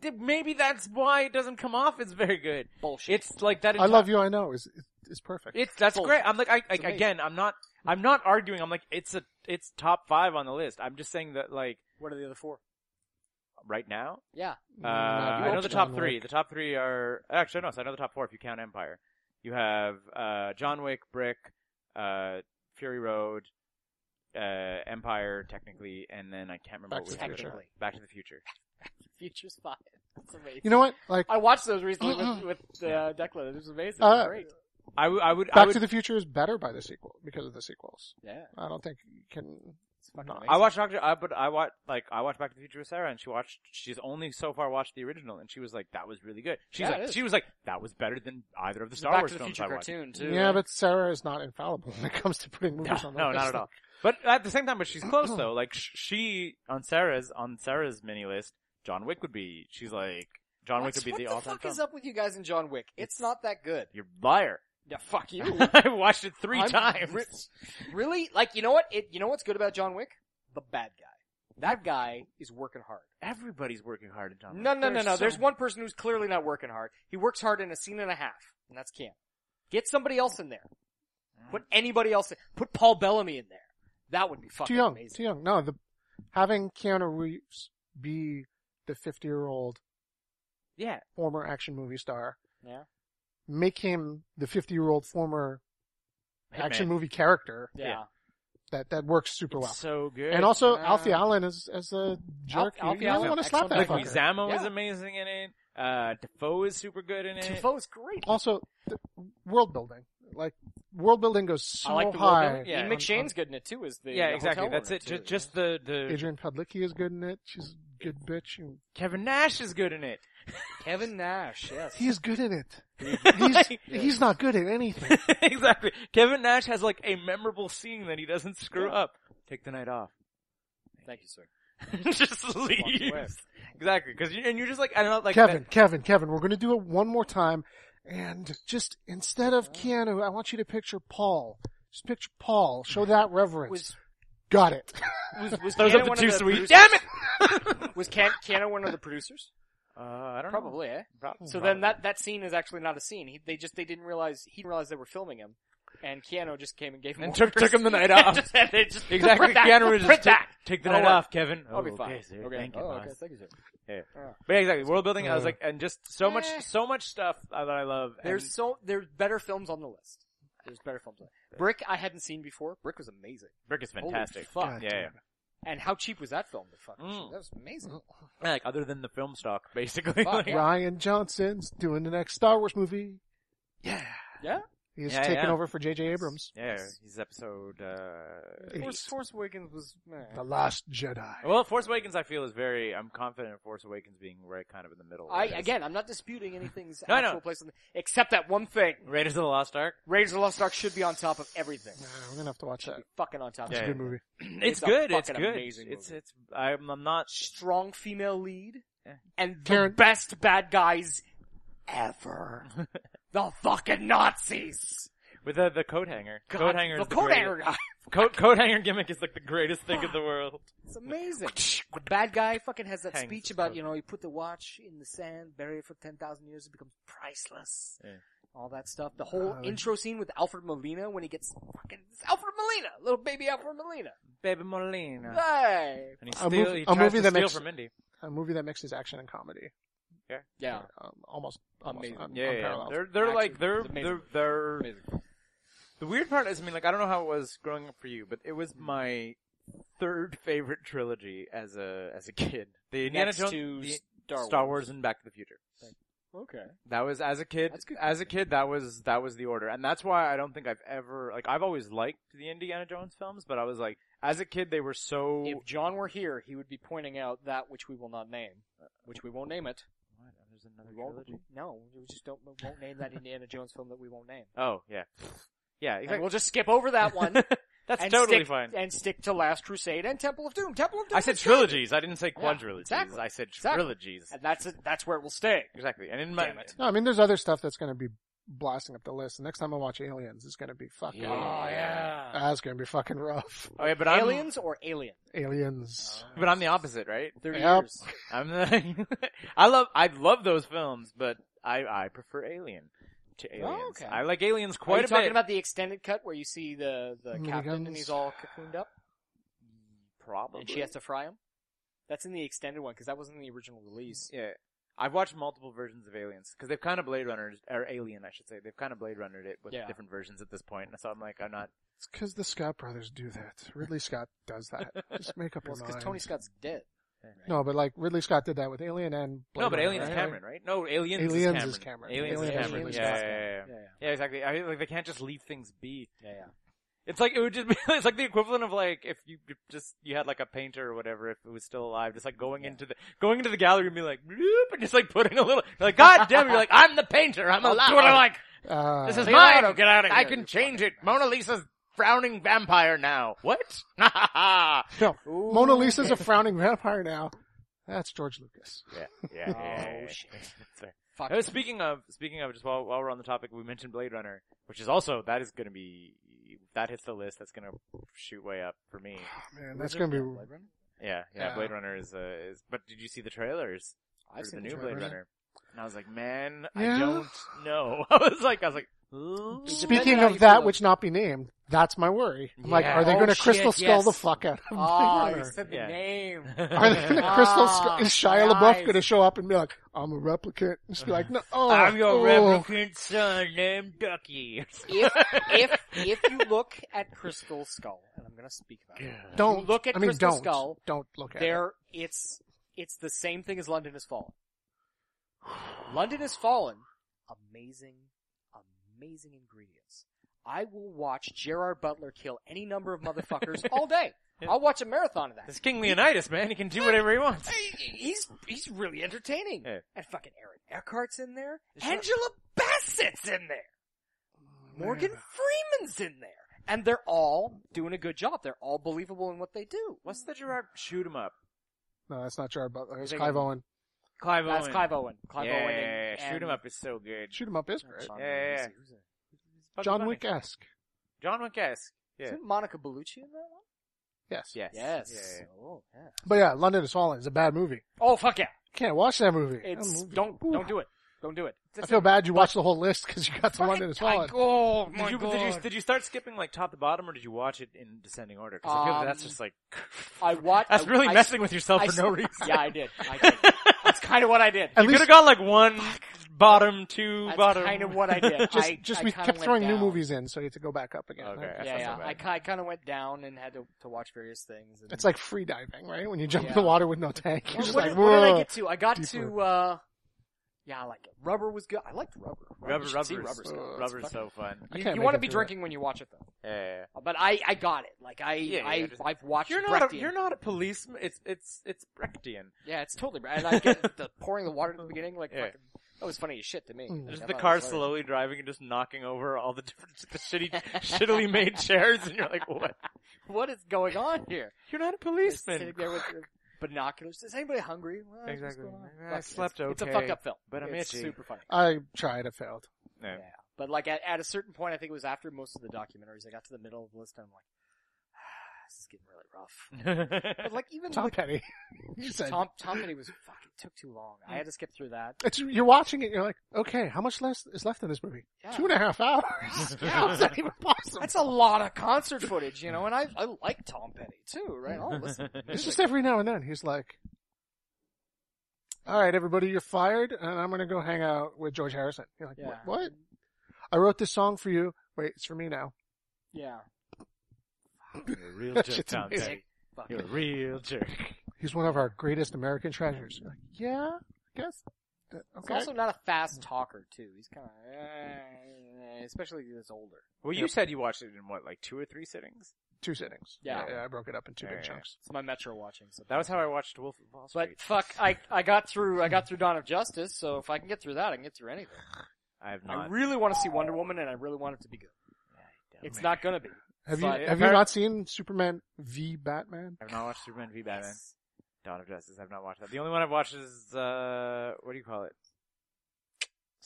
Speaker 2: they, maybe that's why it doesn't come off as very good.
Speaker 1: bullshit.
Speaker 2: It's like that.
Speaker 3: I love you. I know is is perfect.
Speaker 2: It's, that's
Speaker 1: Bullshit.
Speaker 2: great. I'm like, I, like,
Speaker 1: amazing.
Speaker 2: again, I'm not, I'm not arguing. I'm like, it's a, it's top five on the list. I'm just saying that like,
Speaker 1: what are the other four?
Speaker 2: right now,
Speaker 1: Yeah.
Speaker 2: Uh, I know the top
Speaker 3: John Wick.
Speaker 2: three. The top three are actually no. So I know the top four if you count Empire. You have uh, John Wick, Brick, uh, Fury Road, uh, Empire technically, and then I can't remember.
Speaker 3: Back
Speaker 2: what
Speaker 3: to
Speaker 2: we
Speaker 3: the
Speaker 2: had.
Speaker 3: Future.
Speaker 2: Back to the Future.
Speaker 1: Future's five. That's amazing.
Speaker 3: You know what? Like
Speaker 1: I watched those recently
Speaker 3: Mm-mm.
Speaker 1: with, with uh, Declan. It was amazing.
Speaker 3: Uh,
Speaker 1: It was great.
Speaker 2: I, w- I would. I
Speaker 3: Back
Speaker 2: would.
Speaker 3: to the Future is better by the sequel because of the sequels.
Speaker 1: Yeah.
Speaker 3: I don't think you can.
Speaker 1: It's fucking
Speaker 3: No,
Speaker 1: amazing.
Speaker 2: I watched Doctor. I but I watched like I watched Back to the Future with Sarah, and she watched. She's only so far watched the original, and she was like, "That was really good." She's
Speaker 1: Yeah, it
Speaker 2: like,
Speaker 1: is.
Speaker 2: she was like, "That was better than either of the Star
Speaker 1: Back
Speaker 2: Wars
Speaker 1: to the
Speaker 2: films
Speaker 1: Future
Speaker 2: I watched."
Speaker 1: cartoon too.
Speaker 3: yeah,
Speaker 1: right?
Speaker 3: but Sarah is not infallible when it comes to putting movies
Speaker 2: No,
Speaker 3: on the
Speaker 2: no,
Speaker 3: list.
Speaker 2: not at all. But at the same time, but she's close though. Like sh- she on Sarah's on Sarah's mini list, John Wick would be. She's like John
Speaker 1: What's-
Speaker 2: Wick would be the
Speaker 1: What
Speaker 2: all
Speaker 1: the
Speaker 2: time.
Speaker 1: fuck is up with you guys and John Wick? It's not that good.
Speaker 2: You're a liar.
Speaker 1: Yeah, fuck you.
Speaker 2: I watched it 3
Speaker 1: I'm
Speaker 2: times.
Speaker 1: re- really? Like, you know what? It, you know what's good about John Wick? The bad guy. That guy is working hard.
Speaker 2: Everybody's working hard at John.
Speaker 1: No, no, no,
Speaker 2: There's
Speaker 1: no.
Speaker 2: so-
Speaker 1: There's one person who's clearly not working hard. He works hard in a scene and a half, and that's Cam. Get somebody else in there. Put anybody else in. Put Paul Bellamy in there. That would be
Speaker 3: Too
Speaker 1: fucking
Speaker 3: young. Too
Speaker 1: amazing.
Speaker 3: young. No, the having Keanu Reeves be the 50 year old
Speaker 2: Yeah.
Speaker 3: former action movie star,
Speaker 1: Yeah.
Speaker 3: make him the 50 year old former
Speaker 2: Hitman.
Speaker 3: action movie character
Speaker 1: Yeah.
Speaker 2: Yeah.
Speaker 3: that, that works super well.
Speaker 2: So good.
Speaker 3: And also
Speaker 1: Uh,
Speaker 3: Alfie Allen as, as a jerk.
Speaker 1: Alfie
Speaker 3: you really
Speaker 1: Allen,
Speaker 3: want to slap that
Speaker 1: excellent
Speaker 2: like
Speaker 3: fucker.
Speaker 1: actor.
Speaker 2: Zamo is
Speaker 1: Yeah.
Speaker 2: amazing in it. Uh, Defoe is super good in it.
Speaker 1: Defoe is great.
Speaker 3: Also, the world building. Like, world building goes so
Speaker 1: I like the
Speaker 3: high.
Speaker 1: world.
Speaker 2: Yeah. Um,
Speaker 1: Ian McShane's good in it too. Is the
Speaker 2: yeah,
Speaker 1: the
Speaker 2: exactly.
Speaker 1: hotel
Speaker 2: That's
Speaker 1: owner,
Speaker 2: it.
Speaker 1: too.
Speaker 2: Just, just the the
Speaker 3: Adrian Pudlicki is good in it. She's a good bitch. and
Speaker 2: Kevin Nash is good in it.
Speaker 1: Kevin Nash. Yes,
Speaker 3: He's good in it. He's, he's not good at anything.
Speaker 2: exactly. Kevin Nash has like a memorable scene that he doesn't screw up. Take the night off.
Speaker 1: Thank you, sir.
Speaker 2: just
Speaker 1: away.
Speaker 2: leaves. Exactly. Cause you, and you're just like, I don't know, like,
Speaker 3: Kevin, Kevin, Kevin, we're going to do it one more time. And just instead of Keanu, I want you to picture Paul. Just picture Paul. Show that reverence.
Speaker 1: Was
Speaker 3: Got it.
Speaker 1: was was
Speaker 2: Those
Speaker 1: Keanu
Speaker 2: are the
Speaker 1: one
Speaker 2: two
Speaker 1: of the producers?
Speaker 2: sweet. Damn it!
Speaker 1: Was Ken, Keanu one of the producers?
Speaker 2: Uh, I don't know.
Speaker 1: Probably, eh? So then that, that scene is actually not a scene. He, they just, they didn't realize, he didn't realize they were filming him. And Keanu just came and gave him
Speaker 2: And
Speaker 1: orders.
Speaker 2: took- took him the night off.
Speaker 1: Just- and they just-
Speaker 2: Exactly.
Speaker 1: Print that,
Speaker 2: Keanu Reeves
Speaker 1: print
Speaker 2: just
Speaker 1: that.
Speaker 2: take the
Speaker 1: That'll
Speaker 2: night
Speaker 1: work.
Speaker 2: off, Kevin.
Speaker 1: I'll be fine.
Speaker 2: Okay, sir.
Speaker 1: okay.
Speaker 2: Thank you,
Speaker 1: oh,
Speaker 2: boss.
Speaker 1: okay. Thank you, sir.
Speaker 2: But yeah, exactly. World building. I was
Speaker 3: Uh,
Speaker 2: like, and just so much,
Speaker 1: eh.
Speaker 2: so much stuff that I love. and-
Speaker 1: There's so, there's better films on the list. There's better films. On the Brick, I hadn't seen before. Brick was amazing.
Speaker 2: Brick is
Speaker 1: Holy
Speaker 2: fantastic.
Speaker 1: fuck.
Speaker 3: God
Speaker 2: Yeah, yeah.
Speaker 3: damn
Speaker 1: And how cheap was that film? The fuck?
Speaker 2: Mm.
Speaker 1: That was amazing.
Speaker 2: Yeah, Like other than the film stock, basically.
Speaker 1: Fuck,
Speaker 2: Like,
Speaker 1: Yeah.
Speaker 3: Ryan Johnson's doing the next Star Wars movie. Yeah.
Speaker 1: Yeah?
Speaker 3: He's
Speaker 2: Yeah,
Speaker 3: taking
Speaker 2: yeah.
Speaker 3: over for J.J. Abrams.
Speaker 2: yeah, he's episode. uh
Speaker 1: Force, Force Awakens was, eh.
Speaker 3: The Last Jedi.
Speaker 2: Well, Force Awakens, I feel is very. I'm confident in Force Awakens being right, kind of in the middle.
Speaker 1: I,
Speaker 2: It is.
Speaker 1: again, I'm not disputing anything's
Speaker 2: No, no.
Speaker 1: actual place on the, except that one thing.
Speaker 2: Raiders of the Lost Ark.
Speaker 1: Raiders of the Lost Ark should be on top of everything.
Speaker 3: Nah, we're going to have to watch that.
Speaker 1: Should be fucking on top
Speaker 2: Yeah,
Speaker 1: of
Speaker 3: It's a
Speaker 1: everything.
Speaker 3: good movie.
Speaker 2: It's,
Speaker 1: It's a
Speaker 2: good. It's
Speaker 1: fucking
Speaker 2: good.
Speaker 1: amazing
Speaker 2: it's
Speaker 1: movie.
Speaker 2: it's. I'm, I'm not.
Speaker 1: strong female lead and the
Speaker 3: Karen-
Speaker 1: best bad guys ever. the fucking Nazis.
Speaker 2: With the the coat hanger.
Speaker 1: God,
Speaker 2: coat hanger.
Speaker 1: the
Speaker 2: is the
Speaker 1: coat
Speaker 2: greatest-
Speaker 1: hanger guy.
Speaker 2: Coat coat hanger gimmick is like the greatest thing in the world.
Speaker 1: It's amazing. The bad guy fucking has that
Speaker 2: Hangs
Speaker 1: speech
Speaker 2: his
Speaker 1: about,
Speaker 2: coat.
Speaker 1: you know, you put the watch in the sand, bury it for 10,000 years, it becomes priceless.
Speaker 2: Yeah.
Speaker 1: All that stuff. The whole
Speaker 3: Uh,
Speaker 1: intro scene with Alfred Molina when he gets fucking, it's Alfred Molina! Little baby Alfred Molina.
Speaker 2: Baby Molina.
Speaker 1: Hey!
Speaker 2: And he
Speaker 3: A
Speaker 2: steal,
Speaker 3: movie-
Speaker 2: he
Speaker 3: a
Speaker 2: tries
Speaker 3: movie
Speaker 2: to
Speaker 3: that
Speaker 2: steal
Speaker 3: makes-
Speaker 2: from Indy.
Speaker 3: A movie that mixes action and comedy.
Speaker 1: Yeah.
Speaker 3: Um, almost, almost
Speaker 1: Amazing.
Speaker 3: un-
Speaker 2: Yeah, yeah, yeah.
Speaker 3: unparalleled.
Speaker 2: they're they're like
Speaker 1: Actually,
Speaker 2: they're
Speaker 1: it's amazing.
Speaker 2: they're they're
Speaker 1: Amazing.
Speaker 2: The weird part is, I mean, like, I don't know how it was growing up for you, but it was
Speaker 1: Mm-hmm.
Speaker 2: my third favorite trilogy as a as a kid. The Indiana
Speaker 1: Next
Speaker 2: Jones,
Speaker 1: to
Speaker 2: the
Speaker 1: Star
Speaker 2: Star
Speaker 1: Wars.
Speaker 2: Wars, and Back to the Future.
Speaker 1: Okay.
Speaker 2: That was as a kid.
Speaker 1: That's good
Speaker 2: As a kid, that was that was the order, and that's why I don't think I've ever like I've always liked the Indiana Jones films, but I was like, as a kid, they were so.
Speaker 1: If John were here, he would be pointing out that which we will not name, which we won't name it.
Speaker 2: What? There's another
Speaker 1: We won't,
Speaker 2: trilogy?
Speaker 1: no, we just don't we won't name that Indiana Jones film that we won't name.
Speaker 2: Oh yeah, yeah.
Speaker 1: And
Speaker 2: Exactly.
Speaker 1: we'll just skip over that one.
Speaker 2: that's
Speaker 1: and
Speaker 2: totally
Speaker 1: stick,
Speaker 2: fine.
Speaker 1: And stick to Last Crusade and Temple of Doom. Temple of Doom.
Speaker 2: I said
Speaker 1: is good.
Speaker 2: trilogies. I didn't say quadrilogies.
Speaker 1: exactly.
Speaker 2: I said
Speaker 1: Exactly.
Speaker 2: trilogies.
Speaker 1: And that's it. That's where it will stay.
Speaker 2: Exactly. And in my
Speaker 1: Damn it.
Speaker 3: No, I mean, there's other stuff that's going to be blasting up the list. The next time I watch Aliens, it's going to be fucking.
Speaker 1: yeah.
Speaker 3: That's going to be fucking rough.
Speaker 2: Oh yeah, but I'm
Speaker 1: Uh, Aliens or Alien?
Speaker 3: Aliens.
Speaker 2: but I'm the opposite, right?
Speaker 1: They're
Speaker 3: Yep.
Speaker 1: years.
Speaker 2: I'm the I love I love those films, but I I prefer Alien to Aliens.
Speaker 1: Oh, okay.
Speaker 2: I like Aliens
Speaker 1: Are
Speaker 2: quite
Speaker 1: you
Speaker 2: a
Speaker 1: talking
Speaker 2: bit.
Speaker 1: about the extended cut where you see the the
Speaker 3: Miniguns.
Speaker 1: captain and he's all cocooned up
Speaker 2: Probably.
Speaker 1: and she has to fry him? That's in the extended one because that wasn't in the original release.
Speaker 2: yeah. I've watched multiple versions of Aliens because they've kind of Blade Runners or Alien, I should say. They've kind of Blade Runnered it with
Speaker 1: Yeah.
Speaker 2: different versions at this point, and so I'm like, I'm not.
Speaker 3: It's because the Scott brothers do that. Ridley Scott does that. Just make up
Speaker 1: Well,
Speaker 3: your
Speaker 1: because
Speaker 3: mind.
Speaker 1: Tony Scott's dead.
Speaker 3: No, but like Ridley Scott did that with Alien and. Blade
Speaker 2: no, but
Speaker 3: Runner,
Speaker 2: Alien is
Speaker 3: right?
Speaker 2: Cameron, right? No, Aliens,
Speaker 3: Aliens
Speaker 2: is Cameron.
Speaker 3: is Cameron.
Speaker 2: Aliens,
Speaker 3: Aliens
Speaker 2: is
Speaker 3: is
Speaker 2: Cameron.
Speaker 3: Ridley
Speaker 2: yeah,
Speaker 3: Scott's
Speaker 2: yeah, yeah, yeah.
Speaker 1: Yeah, yeah.
Speaker 2: Yeah, exactly. I mean, like they can't just leave things be.
Speaker 1: Yeah, yeah.
Speaker 2: It's like it would just be it's like the equivalent of like if you you just you had like a painter or whatever if it was still alive, just like going into the going into the gallery and be like bloop and just like putting a little you're like God damn, you're like I'm the painter, I'm alive. what I like.
Speaker 3: Uh,
Speaker 2: This is
Speaker 1: Leonardo,
Speaker 2: mine.
Speaker 1: get out of
Speaker 2: I
Speaker 1: here,
Speaker 2: can
Speaker 1: you
Speaker 2: change it. Mona Lisa's frowning vampire now. What? yeah,
Speaker 3: no, Mona Lisa's a frowning vampire now. That's George Lucas.
Speaker 2: yeah, yeah.
Speaker 1: Oh,
Speaker 2: yeah.
Speaker 1: shit.
Speaker 2: That's fair.
Speaker 1: Fuck.
Speaker 2: Uh, speaking of speaking of just while while we're on the topic, we mentioned Blade Runner, which is also that is going to be that hits the list. That's going to shoot way up for me.
Speaker 1: Oh,
Speaker 3: man, that's gonna be.
Speaker 2: Yeah, yeah.
Speaker 3: Yeah.
Speaker 2: Blade Runner is uh, is. But did you see the trailers?
Speaker 1: I've
Speaker 2: for
Speaker 1: seen
Speaker 2: the new
Speaker 3: trailer.
Speaker 2: Blade Runner. And I was like, man, I
Speaker 3: Yeah.
Speaker 2: don't know. I was like, I was like, ooh.
Speaker 3: Speaking
Speaker 1: on how
Speaker 3: of
Speaker 1: you
Speaker 3: that,
Speaker 1: feel.
Speaker 3: which not be named, that's my worry. I'm like,
Speaker 2: Yeah.
Speaker 3: are they
Speaker 1: Oh,
Speaker 3: going to
Speaker 1: shit,
Speaker 3: crystal skull the
Speaker 1: yes.
Speaker 3: fuck out of
Speaker 1: Ah,
Speaker 3: Blade
Speaker 1: you
Speaker 3: Runner?
Speaker 1: said the
Speaker 2: Yeah.
Speaker 1: name.
Speaker 3: Are they going to crystal skull?
Speaker 2: Oh,
Speaker 1: Ah,
Speaker 3: Is Shia
Speaker 1: my
Speaker 3: LaBeouf
Speaker 1: eyes.
Speaker 3: going to show up and be like, "I'm a replicant"? Just be like, "No, oh,
Speaker 2: I'm your
Speaker 3: oh.
Speaker 2: replicant son named Ducky.
Speaker 1: if if if you look at Crystal Skull, and I'm going to speak about it,
Speaker 3: Don't
Speaker 1: You look at
Speaker 3: I mean,
Speaker 1: Crystal
Speaker 3: don't,
Speaker 1: Skull,
Speaker 3: Don't look at it.
Speaker 1: there it's it's the same thing as London Has Fallen. London Has Fallen, amazing, amazing ingredients. I will watch Gerard Butler kill any number of motherfuckers all day. I'll watch a marathon of that.
Speaker 2: It's King Leonidas, man. He can do whatever he wants.
Speaker 1: He's he's really entertaining.
Speaker 2: Yeah.
Speaker 1: And fucking Aaron Eckhart's in there. Angela Bassett's in there. Morgan Freeman's in there. And they're all doing a good job. They're all believable in what they do.
Speaker 2: What's the Gerard shoot 'em up?
Speaker 3: No, that's not Jared Butler. It's
Speaker 1: They-
Speaker 3: Clive Owen.
Speaker 2: Clive
Speaker 1: That's
Speaker 2: Owen.
Speaker 1: Clive Owen. Clive
Speaker 2: yeah,
Speaker 1: Owen.
Speaker 2: yeah,
Speaker 1: and-
Speaker 2: yeah. shoot 'em
Speaker 1: and-
Speaker 2: up is so good.
Speaker 3: Shoot him up is great.
Speaker 1: John
Speaker 2: Yeah, yeah, yeah.
Speaker 1: Who's it?
Speaker 2: Bugs
Speaker 3: John
Speaker 2: Bunny.
Speaker 3: Wick esque.
Speaker 2: John Wick esque. Yeah.
Speaker 1: Isn't Monica Bellucci in that one?
Speaker 3: Yes.
Speaker 2: Yes.
Speaker 1: Yes.
Speaker 2: Yeah,
Speaker 1: Oh, yeah.
Speaker 3: But yeah, London is Falling is a bad movie.
Speaker 1: Oh, fuck yeah.
Speaker 3: Can't watch that movie.
Speaker 1: It's,
Speaker 3: That movie-
Speaker 1: don't,
Speaker 3: Ooh.
Speaker 1: don't do it. Don't do it.
Speaker 3: I feel bad you watched the whole list because you got to London is Falling.
Speaker 1: Oh,
Speaker 2: yeah. Did you, did you did you start skipping like top to bottom, or did you watch it in descending order? Because I feel like that's
Speaker 1: Um,
Speaker 2: just like
Speaker 1: I watched.
Speaker 2: that's
Speaker 1: I-
Speaker 2: really
Speaker 1: I-
Speaker 2: messing with yourself
Speaker 1: I-
Speaker 2: for no reason.
Speaker 1: Yeah, I did. I did. That's kind of what I did.
Speaker 3: At
Speaker 2: you
Speaker 3: least-
Speaker 2: could have got like one bottom, two
Speaker 1: That's
Speaker 2: bottom.
Speaker 1: kind of what I did.
Speaker 3: Just,
Speaker 1: I,
Speaker 3: just
Speaker 1: I
Speaker 3: we
Speaker 1: kinda
Speaker 3: kept
Speaker 1: went
Speaker 3: throwing new
Speaker 1: down.
Speaker 3: movies in, so you had to go back up again.
Speaker 2: Okay.
Speaker 3: Like,
Speaker 2: That's
Speaker 1: Yeah,
Speaker 2: not so
Speaker 1: yeah.
Speaker 2: bad.
Speaker 1: I, ki- I kind of went down and had to, to watch various things. And
Speaker 3: It's like free diving, right? When you jump in the
Speaker 1: Yeah.
Speaker 3: water with no tank, you're
Speaker 1: What-
Speaker 3: just
Speaker 1: what
Speaker 3: like,
Speaker 1: did, what did I
Speaker 3: "Whoa."
Speaker 1: get to? I got to.
Speaker 3: deeper.
Speaker 1: uh Yeah, I like it. Rubber was good. I liked rubber.
Speaker 2: Rubber,
Speaker 1: You should
Speaker 2: rubber's,
Speaker 1: see rubber's good. It's
Speaker 2: rubber's
Speaker 1: fucking-
Speaker 2: so fun.
Speaker 3: I
Speaker 1: You,
Speaker 3: can't
Speaker 1: you
Speaker 3: make
Speaker 1: want to
Speaker 3: it
Speaker 1: be
Speaker 3: through it.
Speaker 1: drinking when you watch it though.
Speaker 2: Yeah, yeah, yeah.
Speaker 1: But I, I got it. Like I,
Speaker 2: Yeah, yeah,
Speaker 1: I,
Speaker 2: yeah, just-
Speaker 1: I've watched.
Speaker 2: You're not. A,
Speaker 1: Brechtian.
Speaker 2: you're not a policeman. It's it's it's Brechtian.
Speaker 1: Yeah, it's totally. bad. And I get the pouring the water at the beginning. Like
Speaker 2: Yeah.
Speaker 1: fucking, that was funny as shit to me.
Speaker 3: Mm.
Speaker 1: Like, I
Speaker 2: Just
Speaker 1: thought
Speaker 2: the
Speaker 1: it
Speaker 2: car
Speaker 1: was hilarious.
Speaker 2: slowly driving and just knocking over all the different the shitty, shittily made chairs, and you're like, what?
Speaker 1: What is going on here?
Speaker 2: You're not a
Speaker 1: Just
Speaker 2: policeman.
Speaker 1: sitting there with your binoculars. Is anybody hungry? Well, what's
Speaker 2: Exactly.
Speaker 1: going on?
Speaker 2: I
Speaker 1: Fuck,
Speaker 2: slept
Speaker 1: it's, It's a
Speaker 2: okay,
Speaker 1: fucked up film,
Speaker 2: but I'm
Speaker 1: it's
Speaker 2: itchy.
Speaker 1: super funny.
Speaker 3: I tried, I failed.
Speaker 2: No.
Speaker 1: Yeah. But like at, at a certain point, I think it was after most of the documentaries, I got to the middle of the list and I'm like, ah, this is getting really rough. But like even
Speaker 3: Tom
Speaker 1: like,
Speaker 3: Petty. you said
Speaker 1: Tom, Tom Petty was fucking took too long. I had to skip through that.
Speaker 3: it's, you're watching it. You're like, okay, how much less is left in this movie?
Speaker 1: Yeah.
Speaker 3: Two and a half hours. How is that even possible?
Speaker 1: That's a lot of concert footage, you know, and I, I like Tom Petty too, right? I'll listen. to
Speaker 3: It's
Speaker 1: music.
Speaker 3: just every now and then he's like, "All right, everybody, you're fired, and I'm gonna go hang out with George Harrison." You're like,
Speaker 1: Yeah.
Speaker 3: "What? I wrote this song for you. Wait, it's for me now."
Speaker 1: Yeah.
Speaker 2: You're a real
Speaker 3: That
Speaker 2: jerk,
Speaker 3: shit's
Speaker 2: Tom
Speaker 3: amazing.
Speaker 2: Petty.
Speaker 1: Fuck.
Speaker 2: You're a real jerk.
Speaker 3: He's one of our greatest American treasures. You're like, yeah, I guess. Uh,
Speaker 1: He's
Speaker 3: Okay.
Speaker 1: also not a fast talker too. He's kind of, especially if he's older.
Speaker 2: Well, you
Speaker 3: Yep.
Speaker 2: said you watched it in what, like two or three sittings?
Speaker 3: two sittings.
Speaker 1: Yeah.
Speaker 3: yeah, I broke it up in two
Speaker 2: Yeah,
Speaker 3: big
Speaker 2: yeah.
Speaker 3: chunks.
Speaker 1: It's my Metro watching. So
Speaker 2: That was how I watched Wolf of Wall Street.
Speaker 1: But fuck, I I got through I got through Dawn of Justice, so if I can get through that, I can get through anything.
Speaker 2: I have
Speaker 1: I
Speaker 2: not.
Speaker 1: really want to see Wonder Woman, and I really want it to be good. It's not gonna be.
Speaker 3: Have
Speaker 1: But-
Speaker 3: you have you not seen Superman v Batman?
Speaker 2: I've not watched Superman v Batman. Dawn of Justice. I've not watched that. The only one I've watched is uh, what do you call it?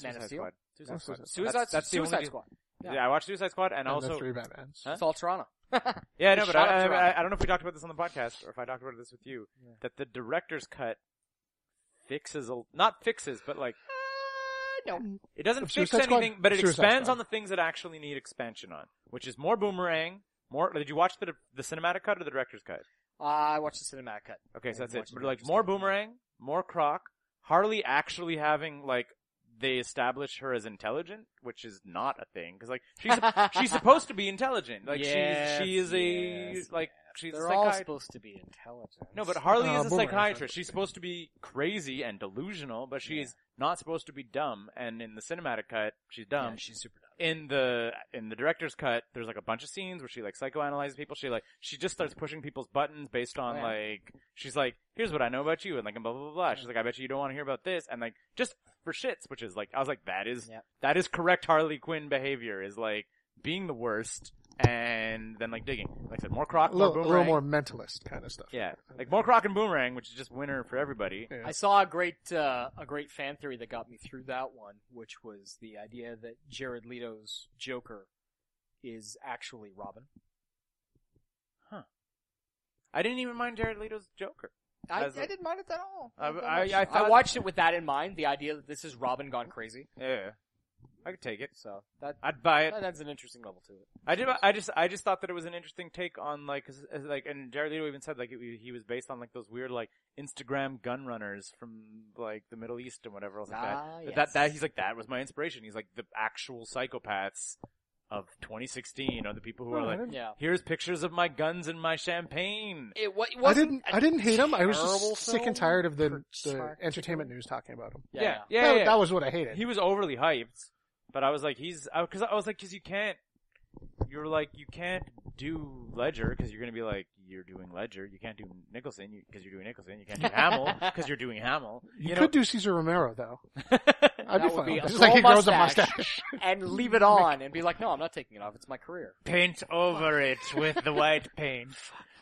Speaker 1: Man of
Speaker 2: Suicide
Speaker 1: Steel?
Speaker 2: Squad. Suicide
Speaker 3: That's
Speaker 2: Squad.
Speaker 3: Suicide
Speaker 1: Suicide,
Speaker 2: That's- that's the
Speaker 1: Suicide
Speaker 2: only-
Speaker 1: Squad.
Speaker 2: Yeah.
Speaker 1: Yeah.
Speaker 2: I watched Suicide Squad and
Speaker 3: And the
Speaker 2: also
Speaker 3: three Batmans.
Speaker 2: Huh?
Speaker 1: It's all Toronto.
Speaker 2: yeah, no, but
Speaker 1: Shot
Speaker 2: I,
Speaker 1: up to
Speaker 2: I,
Speaker 1: Robin.
Speaker 2: I don't know if we talked about this on the podcast or if I talked about this with you that the director's cut fixes a, not fixes, but like
Speaker 1: no.
Speaker 2: it doesn't
Speaker 3: Of
Speaker 2: fix
Speaker 3: Suicide Squad?
Speaker 2: anything, but it
Speaker 3: Suicide
Speaker 2: expands
Speaker 3: Squad.
Speaker 2: on the things that actually need expansion on, which is more boomerang. More? Did you watch the the cinematic cut or the director's cut?
Speaker 1: I watched the cinematic cut.
Speaker 2: Okay, so
Speaker 1: I
Speaker 2: that's it.
Speaker 1: watched
Speaker 2: But
Speaker 1: the
Speaker 2: like
Speaker 1: director's
Speaker 2: more
Speaker 1: cut.
Speaker 2: boomerang, more croc, Harley actually having like they establish her as intelligent, which is not a thing because like she's she's supposed to be intelligent. Like
Speaker 1: Yes,
Speaker 2: she's she is
Speaker 1: yes,
Speaker 2: a like she's a
Speaker 1: They're all
Speaker 2: psychiatrist.
Speaker 1: supposed to be intelligent.
Speaker 2: No, but Harley
Speaker 3: Uh,
Speaker 2: is a
Speaker 3: boomerang,
Speaker 2: psychiatrist. She's supposed to be crazy and delusional, but she's not supposed to be dumb. And in the cinematic cut, she's dumb.
Speaker 1: Yeah, she's super dumb.
Speaker 2: in the in the director's cut, there's like a bunch of scenes where she like psychoanalyzes people. She like she just starts pushing people's buttons based
Speaker 3: Oh,
Speaker 2: on
Speaker 1: Yeah.
Speaker 2: like she's like, here's what I know about you, and like and blah blah blah. blah. She's like, I bet you you don't want to hear about this, and like just for shits, which is like I was like, that is
Speaker 1: Yep.
Speaker 2: that is correct Harley Quinn behavior is like being the worst and then like digging. Like I said, more croc,
Speaker 3: a little,
Speaker 2: more
Speaker 3: a little
Speaker 2: boomerang.
Speaker 3: more mentalist kind of stuff.
Speaker 2: Yeah, like more croc and boomerang, which is just winner for everybody.
Speaker 3: Yeah.
Speaker 1: I saw a great uh, a great fan theory that got me through that one, which was the idea that Jared Leto's Joker is actually Robin.
Speaker 2: I didn't even mind Jared Leto's Joker.
Speaker 1: I, I
Speaker 2: As a-
Speaker 1: didn't mind it at all.
Speaker 2: I-
Speaker 1: Not
Speaker 2: I-
Speaker 1: much.
Speaker 2: I thought-
Speaker 1: watched it with that in mind, the idea that this is Robin gone crazy.
Speaker 2: Yeah, I could take it.
Speaker 1: So that
Speaker 2: I'd buy it.
Speaker 1: that adds an interesting level to it.
Speaker 2: I did. I just, I just thought that it was an interesting take on like, 'cause, uh, like, and Jared Leto even said like it, he was based on like those weird like Instagram gun runners from like the Middle East and whatever else like that.
Speaker 1: Ah,
Speaker 2: That-
Speaker 1: yes.
Speaker 2: That that he's like that was my inspiration. He's like the actual psychopaths of 2016 are the people who
Speaker 3: Oh,
Speaker 2: are
Speaker 3: I
Speaker 2: like,
Speaker 3: didn't-
Speaker 1: Yeah.
Speaker 2: here's pictures of my guns and my champagne.
Speaker 1: It, wa- it
Speaker 3: I
Speaker 1: wasn't
Speaker 3: didn't.
Speaker 1: a
Speaker 3: I didn't hate him. I was
Speaker 1: terrible
Speaker 3: just sick
Speaker 1: film,
Speaker 3: and tired of the, the
Speaker 1: particularly.
Speaker 3: entertainment news talking about him.
Speaker 1: Yeah.
Speaker 2: yeah,
Speaker 1: yeah.
Speaker 2: yeah.
Speaker 3: that,
Speaker 2: yeah.
Speaker 3: that was what I hated.
Speaker 2: He was overly hyped, but I was like, he's because I was like, because you can't. You're like you can't do Ledger because you're gonna be like you're doing Ledger. You can't do Nicholson because you, are doing Nicholson. You can't do Hamill because you're doing Hamill.
Speaker 3: you
Speaker 2: You
Speaker 3: could do Caesar Romero though. I'd
Speaker 1: That
Speaker 3: be
Speaker 1: would
Speaker 3: fine.
Speaker 1: be
Speaker 3: with
Speaker 1: a
Speaker 3: that. Just like he
Speaker 1: full
Speaker 3: grows a
Speaker 1: mustache.
Speaker 3: mustache.
Speaker 1: and leave it on and be like, no, I'm not taking it off. It's my career.
Speaker 2: paint over it with the white paint.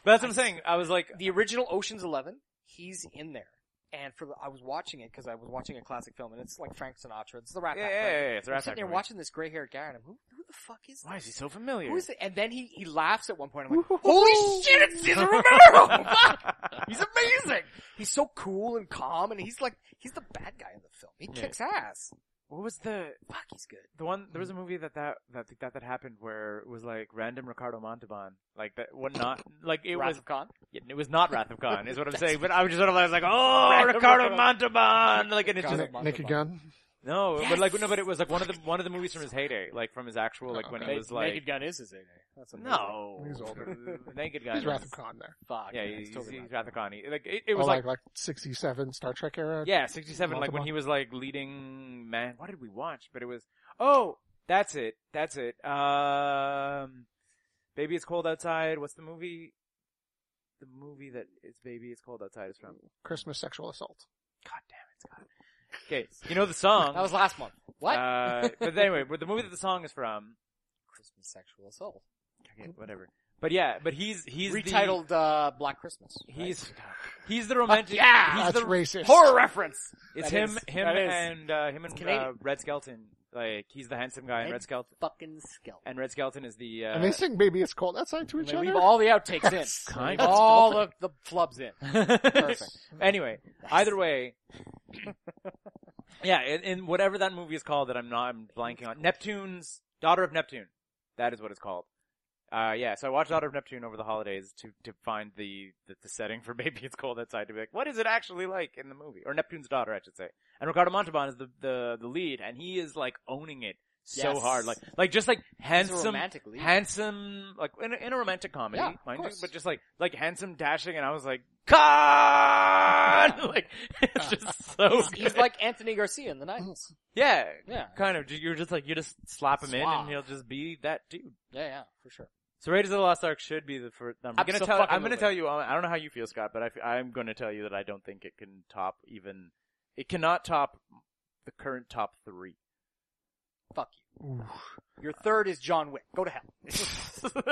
Speaker 2: But that's what I'm saying. I was like,
Speaker 1: The original Ocean's Eleven, he's in there. And for the, I was watching it because I was watching a classic film, and it's like Frank Sinatra. It's the Rat
Speaker 2: yeah, yeah,
Speaker 1: Pack.
Speaker 2: yeah,
Speaker 1: right?
Speaker 2: yeah, it's a
Speaker 1: I'm
Speaker 2: rat
Speaker 1: sitting
Speaker 2: pack
Speaker 1: there
Speaker 2: movie.
Speaker 1: watching this gray-haired guy, and I'm, who, who the fuck is that?
Speaker 2: Why is he so familiar?
Speaker 1: Who's it? And then he, he laughs at one point. I'm like,
Speaker 3: Ooh.
Speaker 1: holy shit, it's Cesar Romero! Fuck! He's amazing! He's so cool and calm and he's like, he's the bad guy in the film. He
Speaker 2: Yeah.
Speaker 1: kicks ass.
Speaker 2: What was the
Speaker 1: Fuck, he's good.
Speaker 2: the one? There
Speaker 1: Hmm.
Speaker 2: was a movie that that that that, that happened where it was like random Ricardo Montalban, like that. What not? Like it
Speaker 1: Wrath
Speaker 2: was
Speaker 1: of Khan.
Speaker 2: Yeah, it was not Wrath of Khan, is what I'm saying. But I was just sort of like, oh,
Speaker 1: Wrath of
Speaker 2: Ricardo
Speaker 1: Khan.
Speaker 2: Montalban, like, and it's just
Speaker 1: Ricardo-
Speaker 3: Nick- Naked Gun.
Speaker 2: no, but like, no, but it was like one of the one of the movies from his heyday, like from his actual, like when
Speaker 3: Okay.
Speaker 2: he was like,
Speaker 1: Naked Gun is his name. That's amazing.
Speaker 2: no,
Speaker 3: He's older.
Speaker 2: Naked Gun,
Speaker 3: He's Wrath
Speaker 2: is-
Speaker 3: of Khan there.
Speaker 1: Fuck.
Speaker 2: Yeah,
Speaker 1: it's
Speaker 2: he's,
Speaker 1: totally
Speaker 2: he's
Speaker 1: Wrath of
Speaker 2: Wrath of Khan. He- Like it, it was
Speaker 3: oh,
Speaker 2: like,
Speaker 3: like like sixty seven Star Trek era.
Speaker 2: yeah, '67, like when
Speaker 3: Montalban.
Speaker 2: he was like leading. Man, what did we watch? But it was oh, that's it, that's it. Um, baby, it's cold outside. What's the movie? The movie that it's baby, it's cold outside is from.
Speaker 3: Christmas sexual assault.
Speaker 2: God damn it, Scott. Okay, you know the song.
Speaker 1: Khan. That was last month. What?
Speaker 2: Uh, but anyway, but the movie that the song is from,
Speaker 1: Christmas sexual assault.
Speaker 2: okay, whatever. But yeah, but he's he's the-
Speaker 1: Retitled, uh, Black Christmas.
Speaker 2: he's he's the romantic.
Speaker 1: yeah!
Speaker 2: he's
Speaker 3: That's
Speaker 2: the,
Speaker 3: Ah, racist.
Speaker 1: Horror reference!
Speaker 2: It's
Speaker 1: That
Speaker 2: him,
Speaker 1: is-
Speaker 2: him,
Speaker 1: that is.
Speaker 2: and uh, him and
Speaker 1: Canadian.
Speaker 2: uh, Red Skelton. Like he's the handsome guy, and
Speaker 1: Red-
Speaker 2: Red Skelton
Speaker 1: Fucking skill.
Speaker 2: and Red Skelton is the. Uh,
Speaker 3: And they sing "Baby It's Cold Outside" to each
Speaker 1: leave
Speaker 3: other.
Speaker 1: all the outtakes in.
Speaker 2: Kind
Speaker 1: Leave
Speaker 2: of.
Speaker 1: all the, the flubs in. Perfect.
Speaker 2: anyway, either way. yeah, in, in whatever that movie is called that I'm not I'm blanking on. Neptune's Daughter of Neptune. That is what it's called. Uh yeah, so I watched Daughter of Neptune over the holidays to to find the the, the setting for Baby It's Cold Outside to be like, what is it actually like in the movie? Or Neptune's daughter, I should say. And Ricardo Montalban is the the, the lead and he is like owning it so
Speaker 1: Yes.
Speaker 2: hard. Like like just like handsome
Speaker 1: romantic lead.
Speaker 2: handsome like in a, in a romantic comedy,
Speaker 1: Yeah, of
Speaker 2: mind you,
Speaker 1: course.
Speaker 2: but just like like handsome dashing and I was like, Con! Like, it's just so good.
Speaker 1: He's like Anthony Garcia in the
Speaker 3: Oh.
Speaker 1: 90s.
Speaker 2: yeah,
Speaker 1: Yeah.
Speaker 2: kind of. You're just like, you just slap him in and
Speaker 1: Suave.
Speaker 2: he'll just be that dude.
Speaker 1: Yeah, yeah, for sure.
Speaker 2: So Raiders of the Lost Ark should be the first. I'm gonna tell. I'm gonna
Speaker 1: Abso-fucking-lutely.
Speaker 2: tell you. I don't know how you feel, Scott, but I, f- I'm gonna tell you that I don't think it can top even. It cannot top the current top three.
Speaker 1: Fuck you. Your third is John Wick. Go to hell. Go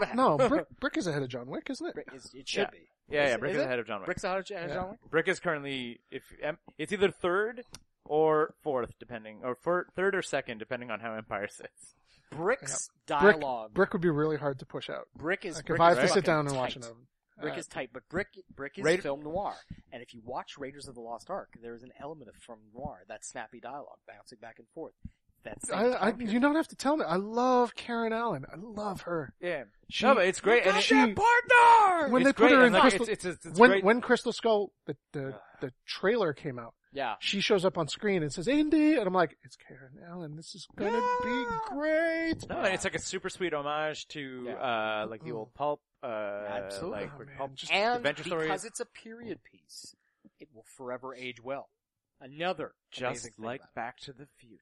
Speaker 1: to hell.
Speaker 3: No, Brick, Brick is ahead of John Wick, isn't it?
Speaker 1: Brick is- it should
Speaker 2: Yeah.
Speaker 1: be.
Speaker 2: Yeah,
Speaker 1: Is-
Speaker 2: yeah. Brick
Speaker 1: is
Speaker 2: is
Speaker 1: it?
Speaker 2: ahead of John Wick.
Speaker 1: Brick's out of John,
Speaker 3: Yeah.
Speaker 1: Wick?
Speaker 2: Brick is currently if em- it's either third or fourth, depending, or fir- third or second, depending on how Empire sits.
Speaker 1: Brick's
Speaker 3: Brick,
Speaker 1: dialogue. Brick,
Speaker 3: Brick would be really hard to push out.
Speaker 1: is
Speaker 3: Like
Speaker 1: Brick
Speaker 3: if I
Speaker 1: is
Speaker 3: have to sit
Speaker 1: fucking
Speaker 3: down and
Speaker 1: tight.
Speaker 3: watch another one.
Speaker 1: Brick
Speaker 3: uh,
Speaker 1: is tight, but Brick Brick is
Speaker 2: Raid-
Speaker 1: film noir. And if you watch Raiders of the Lost Ark, there is an element of film noir, that snappy dialogue bouncing back and forth. That's
Speaker 3: I, I, you don't have to tell me. I love Karen Allen. I love her.
Speaker 2: Yeah,
Speaker 3: She-
Speaker 2: no, but it's great. and
Speaker 3: She-
Speaker 2: it, partner.
Speaker 3: When
Speaker 2: it's
Speaker 3: they put her
Speaker 2: great,
Speaker 3: in
Speaker 2: and, like,
Speaker 3: Crystal-
Speaker 2: it's, it's, it's, it's
Speaker 3: when
Speaker 2: great.
Speaker 3: when Crystal Skull the, the the trailer came out,
Speaker 1: yeah.
Speaker 3: she shows up on screen and says Indy, and I'm like, it's Karen Allen. This is gonna
Speaker 2: Yeah.
Speaker 3: be great.
Speaker 2: No, and it's like a super sweet homage to uh like the old pulp uh
Speaker 1: Absolutely.
Speaker 2: like
Speaker 3: Oh, man,
Speaker 2: pulp
Speaker 3: just-
Speaker 1: and
Speaker 2: adventure
Speaker 1: because
Speaker 2: stories
Speaker 1: it's a period piece, it will forever age well. Another
Speaker 2: just
Speaker 1: amazing thing
Speaker 2: like
Speaker 1: about it.
Speaker 2: Back to the Future.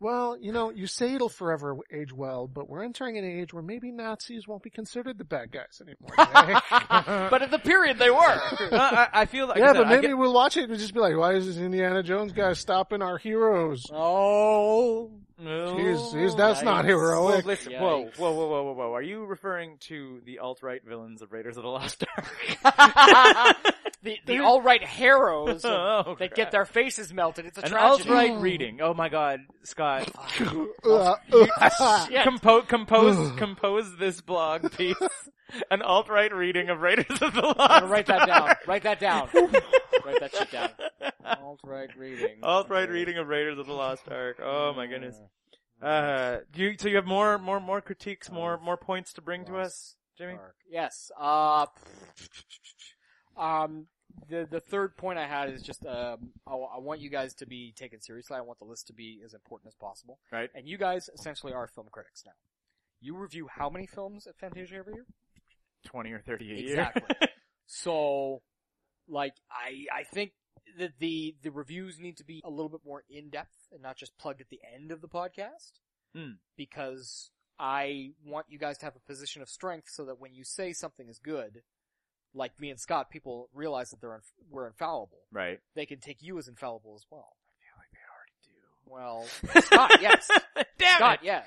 Speaker 3: Well, you know, you say it'll forever age well, but we're entering an age where maybe Nazis won't be considered the bad guys anymore. eh? Jay.
Speaker 1: But at the period they were.
Speaker 2: No, I, I feel like
Speaker 3: yeah,
Speaker 2: I said,
Speaker 3: but
Speaker 2: I
Speaker 3: maybe
Speaker 2: get-
Speaker 3: we'll watch it and just be like, why is this Indiana Jones guy stopping our heroes?
Speaker 1: oh.
Speaker 3: Jeez, jeez, that's not
Speaker 1: Yikes.
Speaker 2: Whoa,
Speaker 3: heroic.
Speaker 2: listen,
Speaker 1: Yikes.
Speaker 2: whoa, whoa, whoa, whoa, whoa, whoa. Are you referring to the alt-right villains of Raiders of the Lost Ark?
Speaker 1: The, the all-right heroes
Speaker 2: Oh,
Speaker 1: that
Speaker 2: crap.
Speaker 1: get their faces melted. It's a
Speaker 2: An
Speaker 1: tragedy.
Speaker 2: alt-right reading. Oh my god, Scott.
Speaker 3: Uh,
Speaker 1: Shit.
Speaker 2: Compo- compose, compose this blog piece. An alt-right reading of Raiders of the Lost
Speaker 1: I'm gonna write that down.
Speaker 2: Ark.
Speaker 1: Write that down. write that shit down. Alt-right reading.
Speaker 2: Alt-right reading of Raiders of the Lost Ark. Oh my goodness. Uh, do you, so you have more, more, more critiques, more, more points to bring to us, Jimmy?
Speaker 1: Park. Yes. Uh, um, the the third point I had is just um, I, wa- I want you guys to be taken seriously. I want the list to be as important as possible.
Speaker 2: Right.
Speaker 1: And you guys essentially are film critics now. You review how many films at Fantasia every year?
Speaker 2: 20 or 30 a year.
Speaker 1: Exactly. so, like, I I think that the the reviews need to be a little bit more in depth and not just plugged at the end of the podcast.
Speaker 2: Hmm.
Speaker 1: Because I want you guys to have a position of strength so that when you say something is good, like me and Scott, people realize that they're inf- we're infallible.
Speaker 2: right.
Speaker 1: They can take you as infallible as well. Well, Scott, yes,
Speaker 2: Damn
Speaker 1: Scott, yes.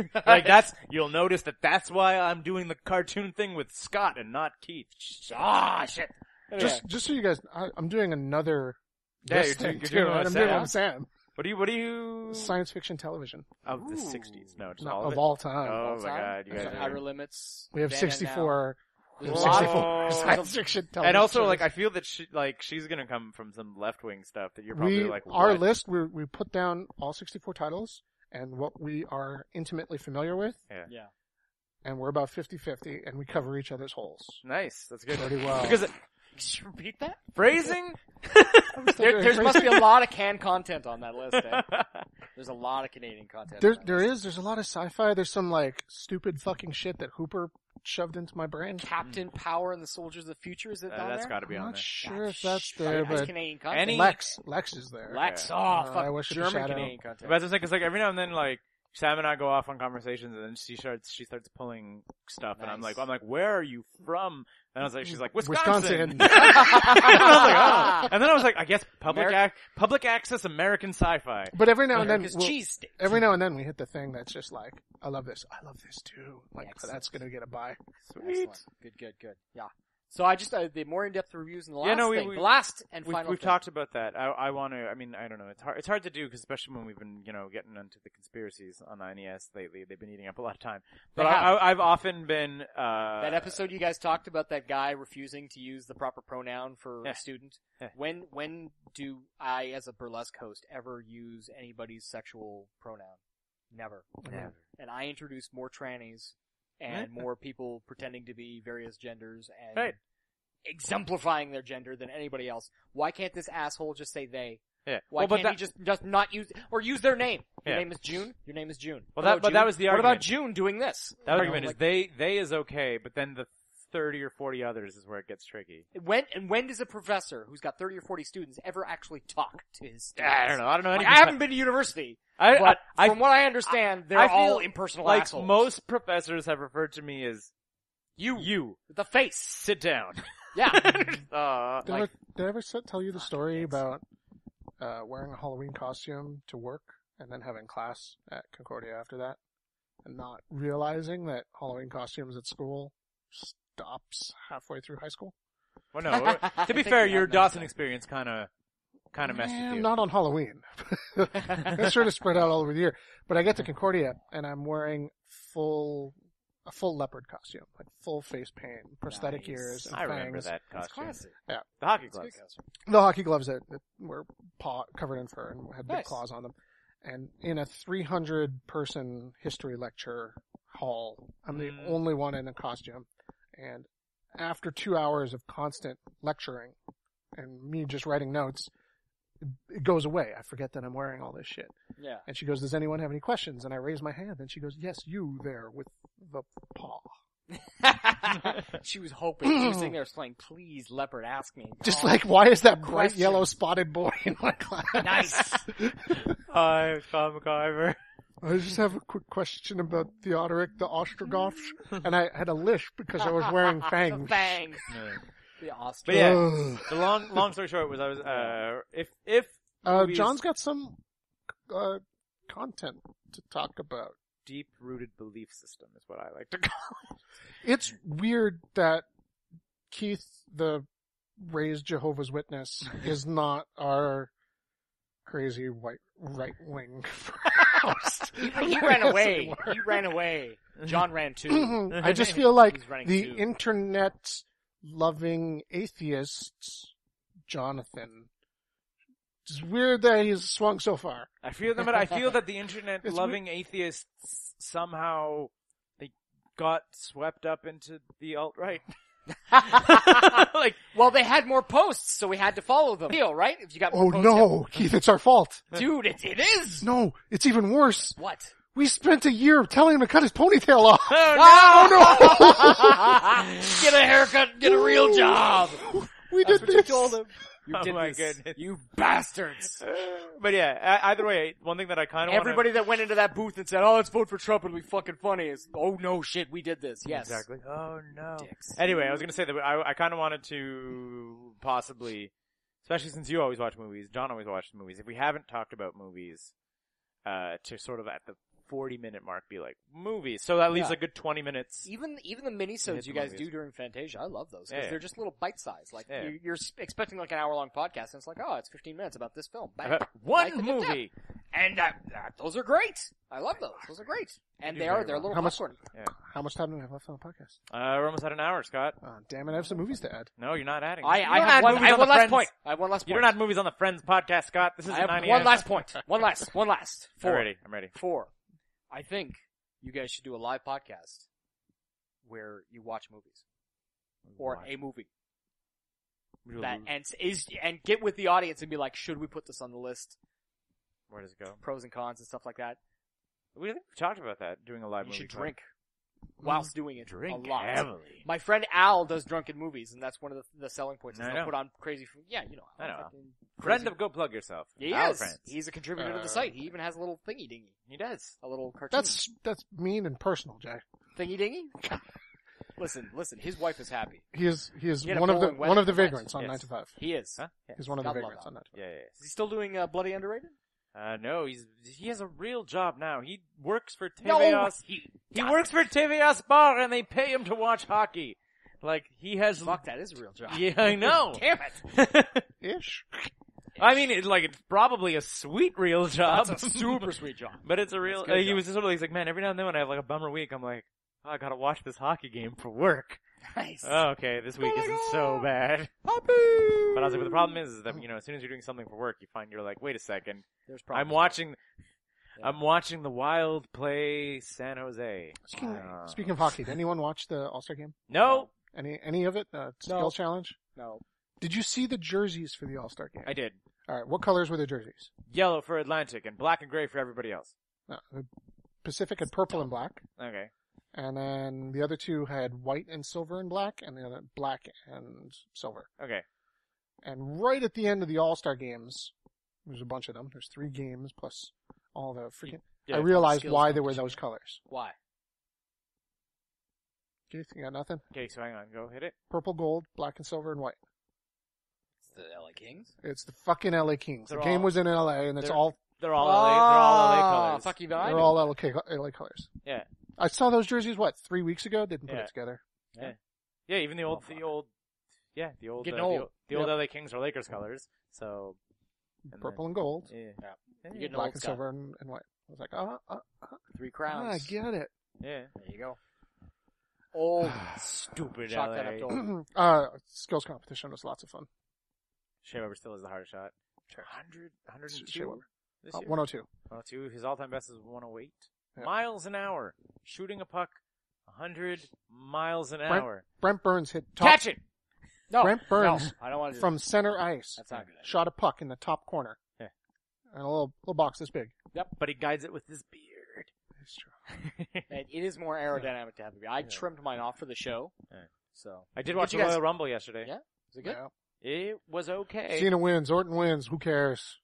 Speaker 2: it! Like that's you'll notice that that's why I'm doing the cartoon thing with Scott and not Keith. Ah, shit.
Speaker 1: Anyway.
Speaker 3: just, just so you guys, I, I'm doing another.
Speaker 2: Yeah,
Speaker 3: this
Speaker 2: you're doing-
Speaker 3: thing
Speaker 2: you're
Speaker 3: too,
Speaker 2: doing
Speaker 3: and
Speaker 2: one of
Speaker 3: I'm doing
Speaker 2: Sam.
Speaker 3: one of Sam.
Speaker 2: What do you? What do you?
Speaker 3: Science fiction television
Speaker 2: Of the
Speaker 1: Ooh.
Speaker 2: '60s? No, just
Speaker 3: no,
Speaker 2: all
Speaker 3: of
Speaker 2: of, it.
Speaker 3: all time.
Speaker 2: Oh
Speaker 1: All
Speaker 2: my
Speaker 1: time.
Speaker 2: god, you guys.
Speaker 1: Outer
Speaker 2: Are...
Speaker 1: Limits.
Speaker 3: we have
Speaker 1: Then and
Speaker 3: 64. We have
Speaker 1: There's a lot
Speaker 3: 64
Speaker 2: of-
Speaker 3: science fiction television.
Speaker 2: And also,
Speaker 3: shows.
Speaker 2: like, I feel that she, like, she's gonna come from some left wing stuff that you're probably
Speaker 3: we
Speaker 2: like.
Speaker 3: our
Speaker 2: what?
Speaker 3: list we we put down all 64 titles and what we are intimately familiar with
Speaker 2: Yeah.
Speaker 1: Yeah.
Speaker 3: and we're about 50-50 and we cover each other's holes
Speaker 2: Nice, that's good.
Speaker 3: pretty well
Speaker 2: Because
Speaker 1: Now. Could you repeat that?
Speaker 2: phrasing.
Speaker 1: There there's must be a lot of canned content on that list. Eh? There's a lot of Canadian content.
Speaker 3: there,
Speaker 1: on that
Speaker 3: there
Speaker 1: list.
Speaker 3: is there's a lot of sci-fi there's some like stupid fucking shit that hooper shoved into my brain
Speaker 1: Captain Power and the Soldiers of the Future. Is it
Speaker 2: Uh,
Speaker 1: on
Speaker 2: that's
Speaker 1: there?
Speaker 2: got to be
Speaker 3: i'm
Speaker 2: on
Speaker 3: not
Speaker 2: there.
Speaker 3: sure if
Speaker 1: Sh-
Speaker 3: that's
Speaker 1: right,
Speaker 3: there
Speaker 1: that's
Speaker 3: but
Speaker 1: Canadian content.
Speaker 2: Any-
Speaker 3: lex lex is there
Speaker 1: Lex. Oh,
Speaker 3: Uh,
Speaker 1: fuck.
Speaker 3: I wish I could
Speaker 1: German
Speaker 3: shout out.
Speaker 1: Canadian
Speaker 2: I
Speaker 1: content.
Speaker 2: was like, it's like every now and then, like Sam and I go off on conversations, and then she starts she starts pulling stuff, and I'm
Speaker 1: Nice.
Speaker 2: like, I'm like, where are you from? And I was like, she's like, Wisconsin.
Speaker 3: Wisconsin.
Speaker 1: oh.
Speaker 2: and, I
Speaker 1: Ah,
Speaker 2: was like, oh. and then I was like, I guess public
Speaker 1: Ameri-
Speaker 2: ac- public access American sci-fi.
Speaker 3: but every now and then
Speaker 1: Because
Speaker 3: we'll-
Speaker 1: cheese steak.
Speaker 3: every now and then we hit the thing that's just like i love this i love this too like
Speaker 1: Excellent.
Speaker 3: that's gonna get a buy
Speaker 1: Excellent. Good, good, good. Yeah. So I just uh, the more in-depth reviews and the last
Speaker 2: Yeah, no, we-
Speaker 1: thing,
Speaker 2: we-
Speaker 1: the last and
Speaker 2: We've,
Speaker 1: final.
Speaker 2: we've
Speaker 1: thing.
Speaker 2: talked about that. I, I want to. I mean, I don't know. It's hard. It's hard to do because especially when we've been, you know, getting into the conspiracies on NES lately, they've been eating up a lot of time. But
Speaker 1: They
Speaker 2: I,
Speaker 1: have.
Speaker 2: I, I've often been uh,
Speaker 1: that episode you guys talked about that guy refusing to use the proper pronoun for
Speaker 2: Yeah.
Speaker 1: a student.
Speaker 2: Yeah.
Speaker 1: When when do I, as a burlesque host, ever use anybody's sexual pronoun? Never.
Speaker 2: Never.
Speaker 1: And I introduce more trannies and more people pretending to be various genders and
Speaker 2: Right.
Speaker 1: exemplifying their gender than anybody else. Why can't this asshole just say they?
Speaker 2: Yeah.
Speaker 1: Why
Speaker 2: well, but
Speaker 1: can't
Speaker 2: that,
Speaker 1: he just just not use or use their name? Your
Speaker 2: Yeah.
Speaker 1: name is June. Your name is June.
Speaker 2: Well, that-
Speaker 1: Hello,
Speaker 2: but
Speaker 1: June.
Speaker 2: that was the
Speaker 1: What
Speaker 2: argument.
Speaker 1: about June doing this?
Speaker 2: That argument
Speaker 1: Like,
Speaker 2: is they they is okay, but then the thirty or forty others is where it gets tricky.
Speaker 1: When and when does a professor who's got thirty or forty students ever actually talk to his students?
Speaker 2: I don't know. I don't know.
Speaker 1: Like,
Speaker 2: Any
Speaker 1: I haven't been to university,
Speaker 2: I,
Speaker 1: but
Speaker 2: I,
Speaker 1: from what I understand, they're
Speaker 2: I feel
Speaker 1: all impersonal
Speaker 2: like
Speaker 1: assholes.
Speaker 2: most professors have referred to me as you. You
Speaker 1: the face,
Speaker 2: sit down.
Speaker 1: yeah.
Speaker 2: uh,
Speaker 3: Did, I
Speaker 1: Like-
Speaker 3: ever, did I ever s- tell you the story about uh, wearing a Halloween costume to work and then having class at Concordia after that, and not realizing that Halloween costumes at school stops halfway through high school?
Speaker 2: well, no. To be
Speaker 1: I think
Speaker 2: fair,
Speaker 1: we
Speaker 2: your
Speaker 1: have done
Speaker 2: Dawson
Speaker 1: that.
Speaker 2: experience kind of kind of messed
Speaker 3: Eh,
Speaker 2: with you.
Speaker 3: Not on Halloween. That's sort of spread out all over the year. But I get to Concordia and I'm wearing full a full leopard costume, like full face paint,
Speaker 1: Nice.
Speaker 3: prosthetic ears, and
Speaker 2: I remember
Speaker 3: fangs.
Speaker 2: that
Speaker 1: It's
Speaker 2: costume.
Speaker 1: classic.
Speaker 2: The hockey
Speaker 1: It's good
Speaker 2: gloves.
Speaker 1: costume.
Speaker 3: the hockey gloves that, that were paw, covered in fur and had big
Speaker 1: Nice.
Speaker 3: claws on them. And in a 300 person history lecture hall, I'm the
Speaker 2: Mm.
Speaker 3: only one in a costume. And after two hours of constant lecturing and me just writing notes, it- it goes away. I forget that I'm wearing all this shit.
Speaker 1: Yeah.
Speaker 3: And she goes, does anyone have any questions? And I raise my hand and she goes, yes, you there with the paw.
Speaker 1: she was hoping. She was sitting there saying, please, leopard, ask me.
Speaker 3: Just
Speaker 1: Oh,
Speaker 3: like, why is that bright
Speaker 1: Question.
Speaker 3: yellow spotted boy in my class?
Speaker 1: Nice.
Speaker 2: Hi, Tom McIver.
Speaker 3: I just have a quick question about Theodoric the Ostrogoth, and I had a lish because I was wearing fangs.
Speaker 1: Bang. The
Speaker 2: But
Speaker 1: ostrich.
Speaker 2: yeah,
Speaker 3: Ugh.
Speaker 2: the long long story short was I was uh if if
Speaker 3: Uh,
Speaker 2: Movies.
Speaker 3: John's got some uh, content to talk about.
Speaker 2: deep rooted belief system is what I like to call.
Speaker 3: It's weird that Keith, the raised Jehovah's Witness, is not our crazy white right wing host.
Speaker 1: He ran away. He ran away. John ran too.
Speaker 3: Mm-hmm. I just feel like
Speaker 1: He's running
Speaker 3: the
Speaker 1: too.
Speaker 3: internet loving atheists, Jonathan. It's weird that he's swung so far.
Speaker 2: I feel that but I feel that the internet
Speaker 3: It's
Speaker 2: loving atheists somehow they got swept up into the alt right. like
Speaker 1: well, they had more posts, so we had to follow them. Deal, right? If you got more
Speaker 3: Oh
Speaker 1: posts,
Speaker 3: no, Keith, it's our fault.
Speaker 1: yeah. dude, it, it is.
Speaker 3: No, it's even worse.
Speaker 1: What?
Speaker 3: We spent a year telling him to cut his ponytail off.
Speaker 1: get a haircut. and Get a real job.
Speaker 3: We
Speaker 1: That's
Speaker 3: did
Speaker 1: what you
Speaker 3: this.
Speaker 1: told him. You
Speaker 2: Oh
Speaker 1: did
Speaker 2: my
Speaker 1: this.
Speaker 2: goodness.
Speaker 1: You bastards.
Speaker 2: But yeah, e- either way, one thing that I kind of
Speaker 1: Everybody that went into that booth and said, "Oh, let's vote for Trump. It'll be fucking funny." Is oh no, shit, we did this. Yes,
Speaker 2: Exactly. Oh no.
Speaker 1: Dicks.
Speaker 2: Anyway, I was gonna say that I, I kind of wanted to possibly, especially since you always watch movies, John always watches movies. If we haven't talked about movies, uh, to sort of at the forty minute mark be like movies, so that leaves
Speaker 1: Yeah.
Speaker 2: a good twenty minutes.
Speaker 1: Even even the minisodes
Speaker 2: Hit
Speaker 1: you
Speaker 2: the
Speaker 1: guys
Speaker 2: movies.
Speaker 1: do during Fantasia, I love those because
Speaker 2: Yeah.
Speaker 1: they're just little bite size. Like
Speaker 2: Yeah.
Speaker 1: you're, you're s- expecting like an hour long podcast, and it's like, oh, it's 15 minutes about this film. Bang.
Speaker 2: About
Speaker 1: Life
Speaker 2: One
Speaker 1: in a
Speaker 2: movie.
Speaker 1: and uh, that- those are great. I love those. Those are great, and
Speaker 2: do
Speaker 1: they
Speaker 2: very
Speaker 1: are they're
Speaker 2: well.
Speaker 1: little
Speaker 3: How much-
Speaker 1: popcorn.
Speaker 3: How much time do we have left on the podcast?
Speaker 2: Uh, we're almost at an hour, Scott.
Speaker 3: Uh, damn it, I have some movies to add.
Speaker 2: No, you're not adding.
Speaker 1: I,
Speaker 2: You
Speaker 1: I have
Speaker 2: don't add
Speaker 1: one. I
Speaker 2: movies on
Speaker 1: have
Speaker 2: the
Speaker 1: one last
Speaker 2: Friends-
Speaker 1: point. I have one last
Speaker 2: You
Speaker 1: point.
Speaker 2: don't add movies on the Friends podcast, Scott. This is
Speaker 1: I have
Speaker 2: 90
Speaker 1: one last point. One last. One last.
Speaker 2: I'm
Speaker 1: Four.
Speaker 2: ready. I'm ready.
Speaker 1: Four. I think you guys should do a live podcast where you watch movies or
Speaker 2: Watch.
Speaker 1: a movie
Speaker 2: We'll
Speaker 1: that
Speaker 2: lose.
Speaker 1: and is and get with the audience and be like, should we put this on the list?
Speaker 2: Where does it go?
Speaker 1: Pros and cons and stuff like that.
Speaker 2: We think we talked about that doing a live.
Speaker 1: you
Speaker 2: movie
Speaker 1: should
Speaker 2: podcast.
Speaker 1: drink whilst doing it.
Speaker 2: Mm. Drink
Speaker 1: a lot.
Speaker 2: heavily.
Speaker 1: My friend Al does drunken movies, and that's one of the, the selling points. is
Speaker 2: I
Speaker 1: They'll
Speaker 2: know.
Speaker 1: put on crazy. f- Yeah, you know.
Speaker 2: I know.
Speaker 1: fucking
Speaker 2: Friend
Speaker 1: crazy-
Speaker 2: of Go Plug Yourself.
Speaker 1: He
Speaker 2: Our
Speaker 1: is.
Speaker 2: friends.
Speaker 1: He's a contributor to
Speaker 3: Uh,
Speaker 1: the site. He even has a little thingy dingy. He does a little cartoon.
Speaker 3: That's that's mean and personal, Jay.
Speaker 1: thingy dingy. listen, listen. His wife is happy.
Speaker 3: He is he is
Speaker 1: He had a
Speaker 3: one of the
Speaker 1: bowling
Speaker 3: one of the
Speaker 1: wedding.
Speaker 3: vagrants on
Speaker 2: Yes.
Speaker 3: nine to five.
Speaker 1: He is.
Speaker 2: Huh? Yeah.
Speaker 3: He's one of the
Speaker 1: God love
Speaker 3: vagrants
Speaker 1: that.
Speaker 3: on nine to five.
Speaker 2: Yeah, yeah,
Speaker 1: Is he still doing uh, bloody underrated?
Speaker 2: yeah. Uh, no, he's he has a real job now. He works for
Speaker 1: No,
Speaker 2: Teveos.
Speaker 1: he
Speaker 2: he works for Teveos Bar, and they pay him to watch hockey. Like he has.
Speaker 1: Fuck, that is a real job.
Speaker 2: Yeah, I know.
Speaker 1: Damn it.
Speaker 3: Ish.
Speaker 2: I mean, it's like it's probably a sweet real job,
Speaker 1: That's a super sweet job.
Speaker 2: but it's a real.
Speaker 1: That's a good
Speaker 2: uh, he
Speaker 1: job.
Speaker 2: was just sort of like, he's like, man, every now and then when I have like a bummer week, I'm like, oh, I gotta watch this hockey game for work.
Speaker 1: Nice.
Speaker 2: Oh, okay, this week isn't so bad. But I was like, but the problem is, is that you know, as soon as you're doing something for work, you find you're like, wait a second,
Speaker 1: There's
Speaker 2: I'm watching. I'm watching the Wild play San Jose.
Speaker 3: Speaking,
Speaker 2: Uh,
Speaker 3: speaking of hockey, did anyone watch the All Star game?
Speaker 2: no,
Speaker 3: Any any of it? Uh, skill
Speaker 1: No.
Speaker 3: challenge?
Speaker 1: No.
Speaker 3: Did you see the jerseys for the All Star game?
Speaker 2: I did
Speaker 3: All right, what colors were the jerseys?
Speaker 2: yellow for Atlantic and black and gray for everybody else.
Speaker 3: No, the Pacific had purple and black,
Speaker 2: Okay,
Speaker 3: and then the other two had white and silver and black, and the other black and silver.
Speaker 2: okay,
Speaker 3: And right at the end of the All Star games, there's a bunch of them. There's three games plus all the freaking.
Speaker 2: Yeah,
Speaker 3: I realized
Speaker 1: skills
Speaker 3: why there were
Speaker 1: competition.
Speaker 3: those colors.
Speaker 1: Why?
Speaker 3: Keith, you got nothing.
Speaker 2: okay. So hang on, go hit it.
Speaker 3: Purple, gold, black, and silver, and white.
Speaker 1: It's the LA Kings.
Speaker 3: It's the fucking LA Kings.
Speaker 2: They're
Speaker 3: the game
Speaker 2: all-
Speaker 3: was in LA, and it's
Speaker 2: they're-
Speaker 3: all
Speaker 2: They're all LA. They're all LA
Speaker 3: Oh,
Speaker 1: Ah,
Speaker 2: colors.
Speaker 1: Fuck you,
Speaker 3: they're
Speaker 1: I
Speaker 3: all LA, co- LA colors.
Speaker 2: Yeah.
Speaker 3: I saw those jerseys what three weeks ago. Didn't put
Speaker 2: Yeah.
Speaker 3: it together.
Speaker 2: Yeah, even the
Speaker 1: Oh,
Speaker 2: old,
Speaker 1: fuck.
Speaker 2: the old, yeah, the old, uh,
Speaker 1: Getting
Speaker 2: the
Speaker 1: old.
Speaker 2: old, the old LA Kings are Lakers colors. So and then-
Speaker 3: Purple and gold,
Speaker 2: Yeah.
Speaker 1: You're
Speaker 2: Yeah.
Speaker 1: getting
Speaker 3: black
Speaker 1: old, Scott.
Speaker 3: and silver, and, and white. I was like, ah, ah,
Speaker 1: Three
Speaker 3: ah, I
Speaker 1: crowns.
Speaker 3: get it.
Speaker 2: yeah.
Speaker 1: there you go. Old.
Speaker 3: Ah.
Speaker 2: Stupid
Speaker 1: Chalk
Speaker 2: LA.
Speaker 1: that up to old.
Speaker 3: uh, skills competition was lots of fun.
Speaker 2: Shea Weber still is the hardest shot. 100,
Speaker 3: Shea
Speaker 2: 102
Speaker 3: Weber.
Speaker 2: this
Speaker 3: Uh,
Speaker 2: year.
Speaker 3: 102.
Speaker 2: 102. His all-time best is 108
Speaker 3: Yeah.
Speaker 2: miles an hour. Shooting a puck 100 miles an
Speaker 3: Brent-
Speaker 2: hour.
Speaker 3: Brent Burns hit top
Speaker 2: Catch it.
Speaker 1: No.
Speaker 3: Brent Burns
Speaker 1: No, I don't want to.
Speaker 3: from center ice.
Speaker 1: That's not good.
Speaker 3: Shot a puck in the top corner.
Speaker 2: Yeah.
Speaker 3: And a little little box this big.
Speaker 2: But he guides it with his beard.
Speaker 3: It's true.
Speaker 1: And it is more aerodynamic to have a beard. I trimmed mine off for the show.
Speaker 2: Alright.
Speaker 1: So
Speaker 2: I did
Speaker 1: Did
Speaker 2: watch
Speaker 1: you
Speaker 2: the
Speaker 1: guys-
Speaker 2: Royal Rumble yesterday.
Speaker 1: Yeah? is it good?
Speaker 3: Yeah.
Speaker 2: It was okay.
Speaker 3: Cena wins. Orton wins. Who cares?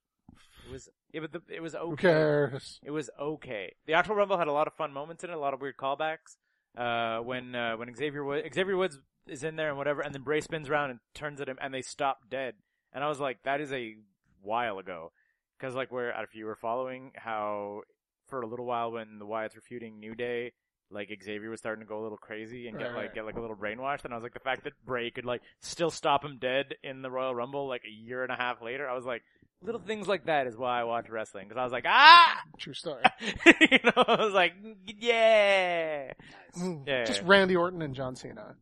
Speaker 2: It was it was the- it was okay.
Speaker 3: Who cares?
Speaker 2: It was okay. The actual Rumble had a lot of fun moments in it, a lot of weird callbacks. Uh, when uh, when Xavier Woods Xavier Woods is in there and whatever, and then Bray spins around and turns at him, and they stop dead. And I was like, that is a while ago, because like where if you were following how for a little while when the Wyatts were feuding New Day. Like Xavier was starting to go a little crazy and get
Speaker 3: Right,
Speaker 2: like
Speaker 3: right.
Speaker 2: get like a little brainwashed, and I was like, the fact that Bray could like still stop him dead in the Royal Rumble like a year and a half later, I was like, little things like that is why I watch wrestling because I was like, ah,
Speaker 3: True story.
Speaker 2: you know, I was like, yeah.
Speaker 3: Mm.
Speaker 2: Yeah.
Speaker 3: Just Randy Orton and John Cena.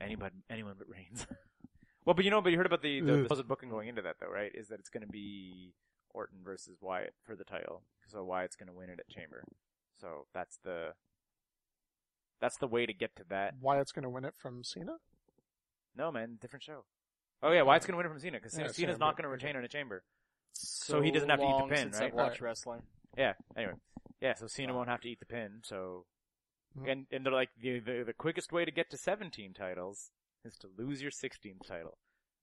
Speaker 2: Anybody, anyone but Reigns. well, but you know, but you heard about the, the, the
Speaker 3: Ugh.
Speaker 2: supposed booking going into that though, right? Is that it's going to be Orton versus Wyatt for the title. So Wyatt's going to win it at Chamber. So that's the, that's the way to get to that.
Speaker 3: Wyatt's gonna win it from Cena.
Speaker 2: No, man, different show. Oh yeah, Wyatt's going to win it from Cena because
Speaker 3: Yeah,
Speaker 2: Cena's
Speaker 3: Cena,
Speaker 2: not going
Speaker 3: but-
Speaker 2: to retain in a Chamber.
Speaker 1: So,
Speaker 2: he doesn't have to eat the
Speaker 1: long
Speaker 2: pin,
Speaker 1: since
Speaker 2: right?
Speaker 1: I've watched wrestling.
Speaker 2: Yeah. Anyway, yeah. So Cena won't have to eat the pin. So,
Speaker 3: Mhm.
Speaker 2: and and they're like the, the the quickest way to get to 17 titles is to lose your 16th title.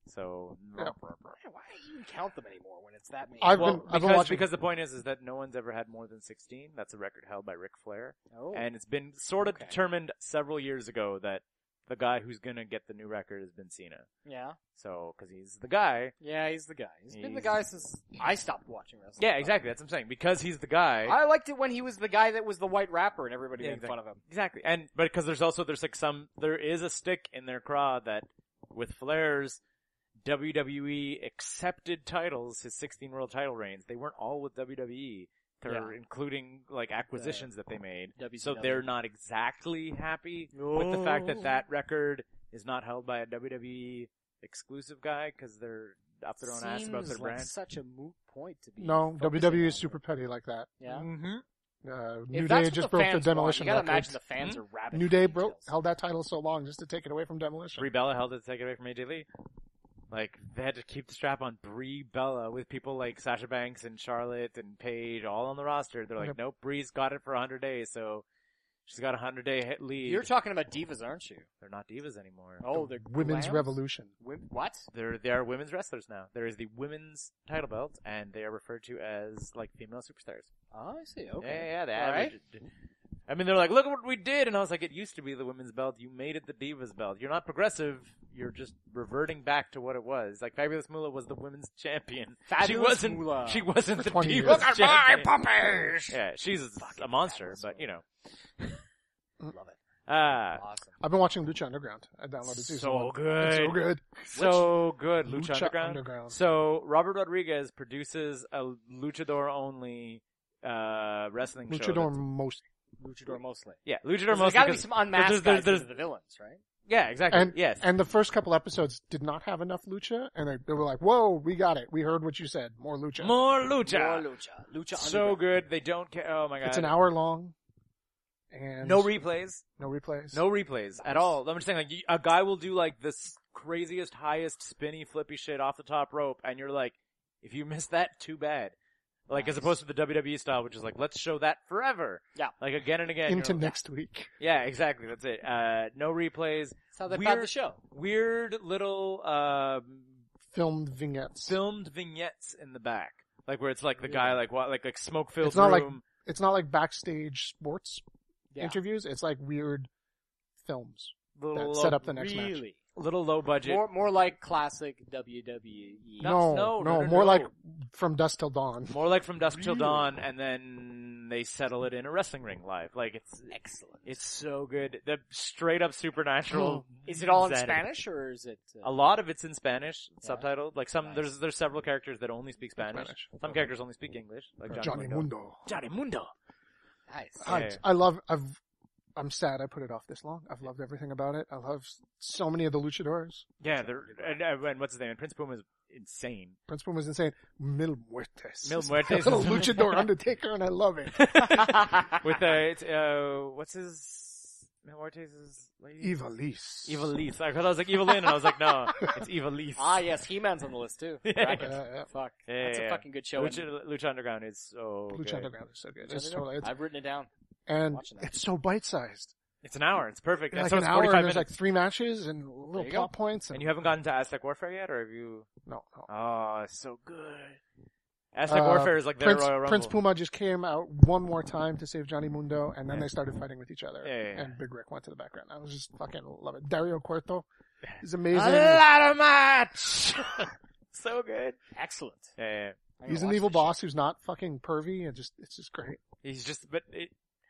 Speaker 2: So
Speaker 3: Yeah.
Speaker 1: Why why do you even count them anymore when it's that many?
Speaker 3: I've
Speaker 2: Well,
Speaker 3: been
Speaker 2: because,
Speaker 3: I've been watching.
Speaker 2: because the point is is that no one's ever had more than 16. That's a record held by Ric Flair,
Speaker 1: oh.
Speaker 2: and it's been sort of
Speaker 1: Okay.
Speaker 2: determined several years ago that the guy who's gonna get the new record has been Cena.
Speaker 1: yeah,
Speaker 2: So, because he's the guy.
Speaker 1: yeah, he's the guy. he's been the
Speaker 2: He's-
Speaker 1: guy since I stopped watching wrestling.
Speaker 2: Yeah, exactly. That's what I'm saying. Because he's the guy.
Speaker 1: I liked it when he was the guy that was the white rapper and everybody
Speaker 2: Yeah,
Speaker 1: made fun of him.
Speaker 2: Exactly. And, but cause there's also, there's like some, there is a stick in their craw that with Flair's WWE E accepted titles, his 16 world title reigns, they weren't all with WWE. They're including like acquisitions that they made. So
Speaker 1: WCW.
Speaker 2: they're not exactly happy with the fact
Speaker 1: Oh.
Speaker 2: that that record is not held by a WWE exclusive guy cause they're up their own ass about
Speaker 1: Seems
Speaker 2: their
Speaker 1: like
Speaker 2: brand.
Speaker 1: such a moot point to be.
Speaker 3: no,
Speaker 1: focusing
Speaker 3: WWE is
Speaker 1: on.
Speaker 3: super petty like that.
Speaker 1: Yeah.
Speaker 2: Mm-hmm.
Speaker 3: Uh,
Speaker 1: If
Speaker 3: New
Speaker 1: that's
Speaker 3: Day
Speaker 1: what
Speaker 3: just
Speaker 1: the
Speaker 3: broke the
Speaker 1: fans
Speaker 3: demolition
Speaker 1: want, you
Speaker 3: record.
Speaker 1: gotta imagine the
Speaker 2: Hmm?
Speaker 1: fans are rabid.
Speaker 3: New
Speaker 1: for
Speaker 3: Day
Speaker 1: details.
Speaker 3: broke held that title so long just to take it away from demolition.
Speaker 2: Brie Bella held it to take it away from AJ Lee. Like they had to keep the strap on Brie Bella with people like Sasha Banks and Charlotte and Paige all on the roster. They're like,
Speaker 3: Yep.
Speaker 2: nope, Brie's got it for 100 days, so she's got a 100 day hit lead.
Speaker 1: You're talking about divas, aren't you?
Speaker 2: they're not divas anymore.
Speaker 1: Oh, the
Speaker 3: Women's
Speaker 1: glams?
Speaker 3: revolution.
Speaker 1: Wom- What?
Speaker 2: They're they are women's wrestlers now. There is the women's title belt, and they are referred to as like female superstars.
Speaker 1: Oh, I see.
Speaker 2: Yeah,
Speaker 1: Okay.
Speaker 2: yeah, the
Speaker 1: All right.
Speaker 2: average. I mean, they're like, look at what we did, and I was like, it used to be the women's belt. You made it the divas belt. You're not progressive. You're just reverting back to what it was. Like Fabulous Moolah was the women's champion. she
Speaker 1: Fabulous
Speaker 2: wasn't.
Speaker 1: Moolah.
Speaker 2: She wasn't the
Speaker 3: 20
Speaker 2: divas
Speaker 3: years. Look
Speaker 2: at champion. Yeah, she's a- a monster,
Speaker 1: Fabulous
Speaker 2: but you know.
Speaker 1: Love it.
Speaker 2: Ah,
Speaker 1: Awesome.
Speaker 3: I've been watching Lucha Underground. I downloaded season
Speaker 2: so
Speaker 3: one.
Speaker 2: good.
Speaker 3: It's so good.
Speaker 2: So good, Lucha,
Speaker 3: Lucha
Speaker 2: Underground.
Speaker 3: Underground.
Speaker 2: So Robert Rodriguez produces a luchador only uh wrestling show.
Speaker 3: Luchador
Speaker 2: that's-
Speaker 3: Mosi.
Speaker 1: Luchador mostly.
Speaker 2: Yeah, luchador
Speaker 1: There's
Speaker 2: mostly.
Speaker 1: gotta be
Speaker 2: 'cause-
Speaker 1: some unmasked
Speaker 2: there's- there's-
Speaker 1: guys
Speaker 2: there's-
Speaker 1: that are the villains, right?
Speaker 2: yeah, exactly.
Speaker 3: And
Speaker 2: yes.
Speaker 3: and the first couple episodes did not have enough lucha, and they, they were like, "Whoa, we got it. We heard what you said. More lucha.
Speaker 2: More lucha.
Speaker 1: More Lucha. Lucha
Speaker 2: So good. They don't care. Oh my god.
Speaker 3: it's an hour long, and
Speaker 2: No replays.
Speaker 3: no replays.
Speaker 2: No replays at all. I'm just saying, like, you- a guy will do like this craziest, highest, spinny, flippy shit off the top rope, and you're like, if you miss that, too bad. Like as opposed to the WWE style, which is like, let's show that forever.
Speaker 1: Yeah.
Speaker 2: Like again and again.
Speaker 3: into
Speaker 2: You're like,
Speaker 3: next week.
Speaker 2: yeah, exactly. That's it. Uh, no replays.
Speaker 1: That's how they
Speaker 2: Weird-
Speaker 1: found the show.
Speaker 2: Weird little um,
Speaker 3: Filmed vignettes.
Speaker 2: filmed vignettes in the back, like where it's like the guy like what like like smoke filled
Speaker 3: It's not like-
Speaker 2: room.
Speaker 3: it's not like backstage sports
Speaker 1: Yeah.
Speaker 3: interviews. It's like weird films.
Speaker 2: little
Speaker 3: that set
Speaker 2: low-
Speaker 3: up the next match.
Speaker 1: Really?
Speaker 2: little low budget.
Speaker 1: More, more like classic E. WWE.
Speaker 3: No,
Speaker 2: no,
Speaker 3: no,
Speaker 2: no, no,
Speaker 3: more
Speaker 2: no.
Speaker 3: like from dusk till dawn.
Speaker 2: More like from dusk till dawn, and then they settle it in a wrestling ring live. Like it's
Speaker 1: Excellent.
Speaker 2: it's so good. The straight up supernatural.
Speaker 1: Is it all in
Speaker 2: Zen.
Speaker 1: Spanish or is it? Uh,
Speaker 2: A lot of it's in Spanish,
Speaker 1: Yeah.
Speaker 2: subtitled. Like some
Speaker 1: Nice.
Speaker 2: there's there's several characters that only speak Spanish.
Speaker 3: Spanish.
Speaker 2: Some characters only speak English, like Johnny,
Speaker 3: Johnny
Speaker 2: Mundo.
Speaker 3: Mundo.
Speaker 2: Johnny Mundo.
Speaker 1: nice.
Speaker 3: I,
Speaker 2: Yeah.
Speaker 3: I love. I've. I'm sad I put it off this long. I've loved everything about it. I love so many of the luchadors.
Speaker 2: Yeah, they're, and, and what's his name? And Prince Puma is insane.
Speaker 3: Prince Puma was insane. Mil muertes.
Speaker 2: Mil
Speaker 3: It's
Speaker 2: Muertes.
Speaker 3: a little luchador Undertaker, and I love it.
Speaker 2: With uh, it's, uh, what's his Mel Ortiz's lady?
Speaker 3: Evilise.
Speaker 2: Evil Lise. I thought I was like Evil Lynn, and I was like, no, it's Evil Lise.
Speaker 1: Ah, yes, He-Man's on the list too.
Speaker 2: Yeah.
Speaker 3: Yeah,
Speaker 1: Brackets.
Speaker 3: yeah.
Speaker 1: Fuck.
Speaker 2: Yeah,
Speaker 1: That's
Speaker 2: yeah,
Speaker 1: a
Speaker 2: yeah.
Speaker 1: fucking good show. and
Speaker 2: Lucha, Lucha Underground is so
Speaker 3: Lucha
Speaker 2: good.
Speaker 3: Underground is so good. It's
Speaker 1: Lucha
Speaker 3: totally, it's,
Speaker 1: I've written it down.
Speaker 3: and
Speaker 1: watching that.
Speaker 3: it's so bite sized.
Speaker 2: It's an hour. It's perfect.
Speaker 3: Like
Speaker 2: and so
Speaker 3: an
Speaker 2: it's
Speaker 3: hour,
Speaker 2: 45
Speaker 3: and
Speaker 2: minutes.
Speaker 3: there's like three matches and
Speaker 1: There
Speaker 3: little
Speaker 1: you
Speaker 3: plot points. And,
Speaker 2: and you haven't gotten to Aztec Warfare yet, or have you?
Speaker 3: no, no.
Speaker 2: Oh, it's so good. Aztec
Speaker 3: Uh,
Speaker 2: Warfare is like their
Speaker 3: Prince,
Speaker 2: Royal Rumble.
Speaker 3: Prince Puma just came out one more time to save Johnny Mundo, and then
Speaker 2: Yeah.
Speaker 3: they started fighting with each other.
Speaker 2: Yeah, yeah, yeah.
Speaker 3: And Big Rick went to the background. I was just fucking love it. Dario Cuarto is amazing.
Speaker 2: Ladder match. so good.
Speaker 1: Excellent.
Speaker 2: Yeah, yeah.
Speaker 1: I'm
Speaker 3: He's
Speaker 1: gonna
Speaker 3: an
Speaker 1: watch
Speaker 3: evil
Speaker 1: this
Speaker 3: boss who's not fucking pervy, and just it's just great.
Speaker 2: He's just, but it,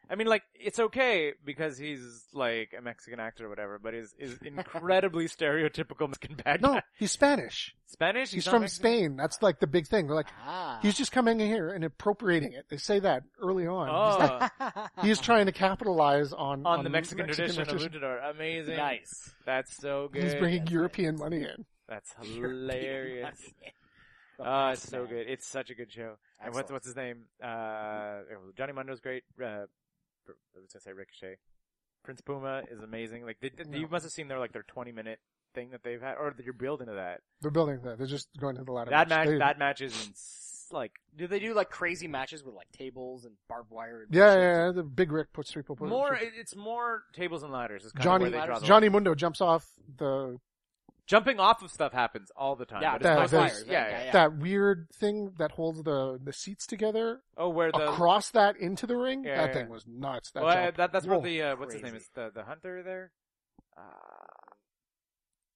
Speaker 2: I mean, like it's okay because he's like a Mexican actor or whatever, but is is incredibly stereotypical Mexican bad
Speaker 3: No,
Speaker 2: guy.
Speaker 3: he's Spanish.
Speaker 2: Spanish.
Speaker 3: He's
Speaker 2: not
Speaker 3: from
Speaker 2: Mexican?
Speaker 3: Spain. That's like the big thing. They're like,
Speaker 1: shit. Ah.
Speaker 3: he's just coming in here and appropriating it. They say that early on.
Speaker 2: Oh, on,
Speaker 3: He's, he's trying to capitalize on
Speaker 2: the Mexican, tradition, of luchador. Amazing.
Speaker 1: nice.
Speaker 2: That's so good.
Speaker 3: He's bringing
Speaker 1: That's
Speaker 3: European money in.
Speaker 2: That's hilarious.
Speaker 1: Ah,
Speaker 2: Ah, it's so good. It's such a good show. And what's what's his name? Uh, Johnny Mundo's great. Uh, I was gonna say Ricochet. Prince Puma is amazing. Like they, they-
Speaker 3: No.
Speaker 2: you must have seen their like their twenty minute thing that they've had, or that you're building to that.
Speaker 3: They're building that. They're just going to the ladder.
Speaker 2: That match,
Speaker 3: They-
Speaker 2: that match is ins- like
Speaker 1: Do they do like crazy matches with like tables and barbed wire? And
Speaker 3: Yeah, yeah, yeah. The big Rick puts three people.
Speaker 2: more. it- It's more tables and ladders. Is kind
Speaker 3: Johnny
Speaker 2: of where they draw the line.
Speaker 3: Johnny Mundo jumps off the
Speaker 2: jumping off of stuff happens all the time.
Speaker 1: Yeah,
Speaker 2: but
Speaker 3: that-
Speaker 2: it's
Speaker 3: that-
Speaker 2: not-
Speaker 1: that-
Speaker 2: yeah,
Speaker 1: yeah,
Speaker 2: yeah.
Speaker 1: yeah.
Speaker 3: that weird thing that holds the the seats together
Speaker 2: Oh, where the
Speaker 3: across that into the ring.
Speaker 2: Yeah,
Speaker 3: that
Speaker 2: yeah.
Speaker 3: thing was nuts. That
Speaker 2: well, uh,
Speaker 3: jump.
Speaker 2: that, that's where
Speaker 3: Whoa.
Speaker 2: the uh, what's his name
Speaker 1: Crazy.
Speaker 2: is the the hunter there. Uh,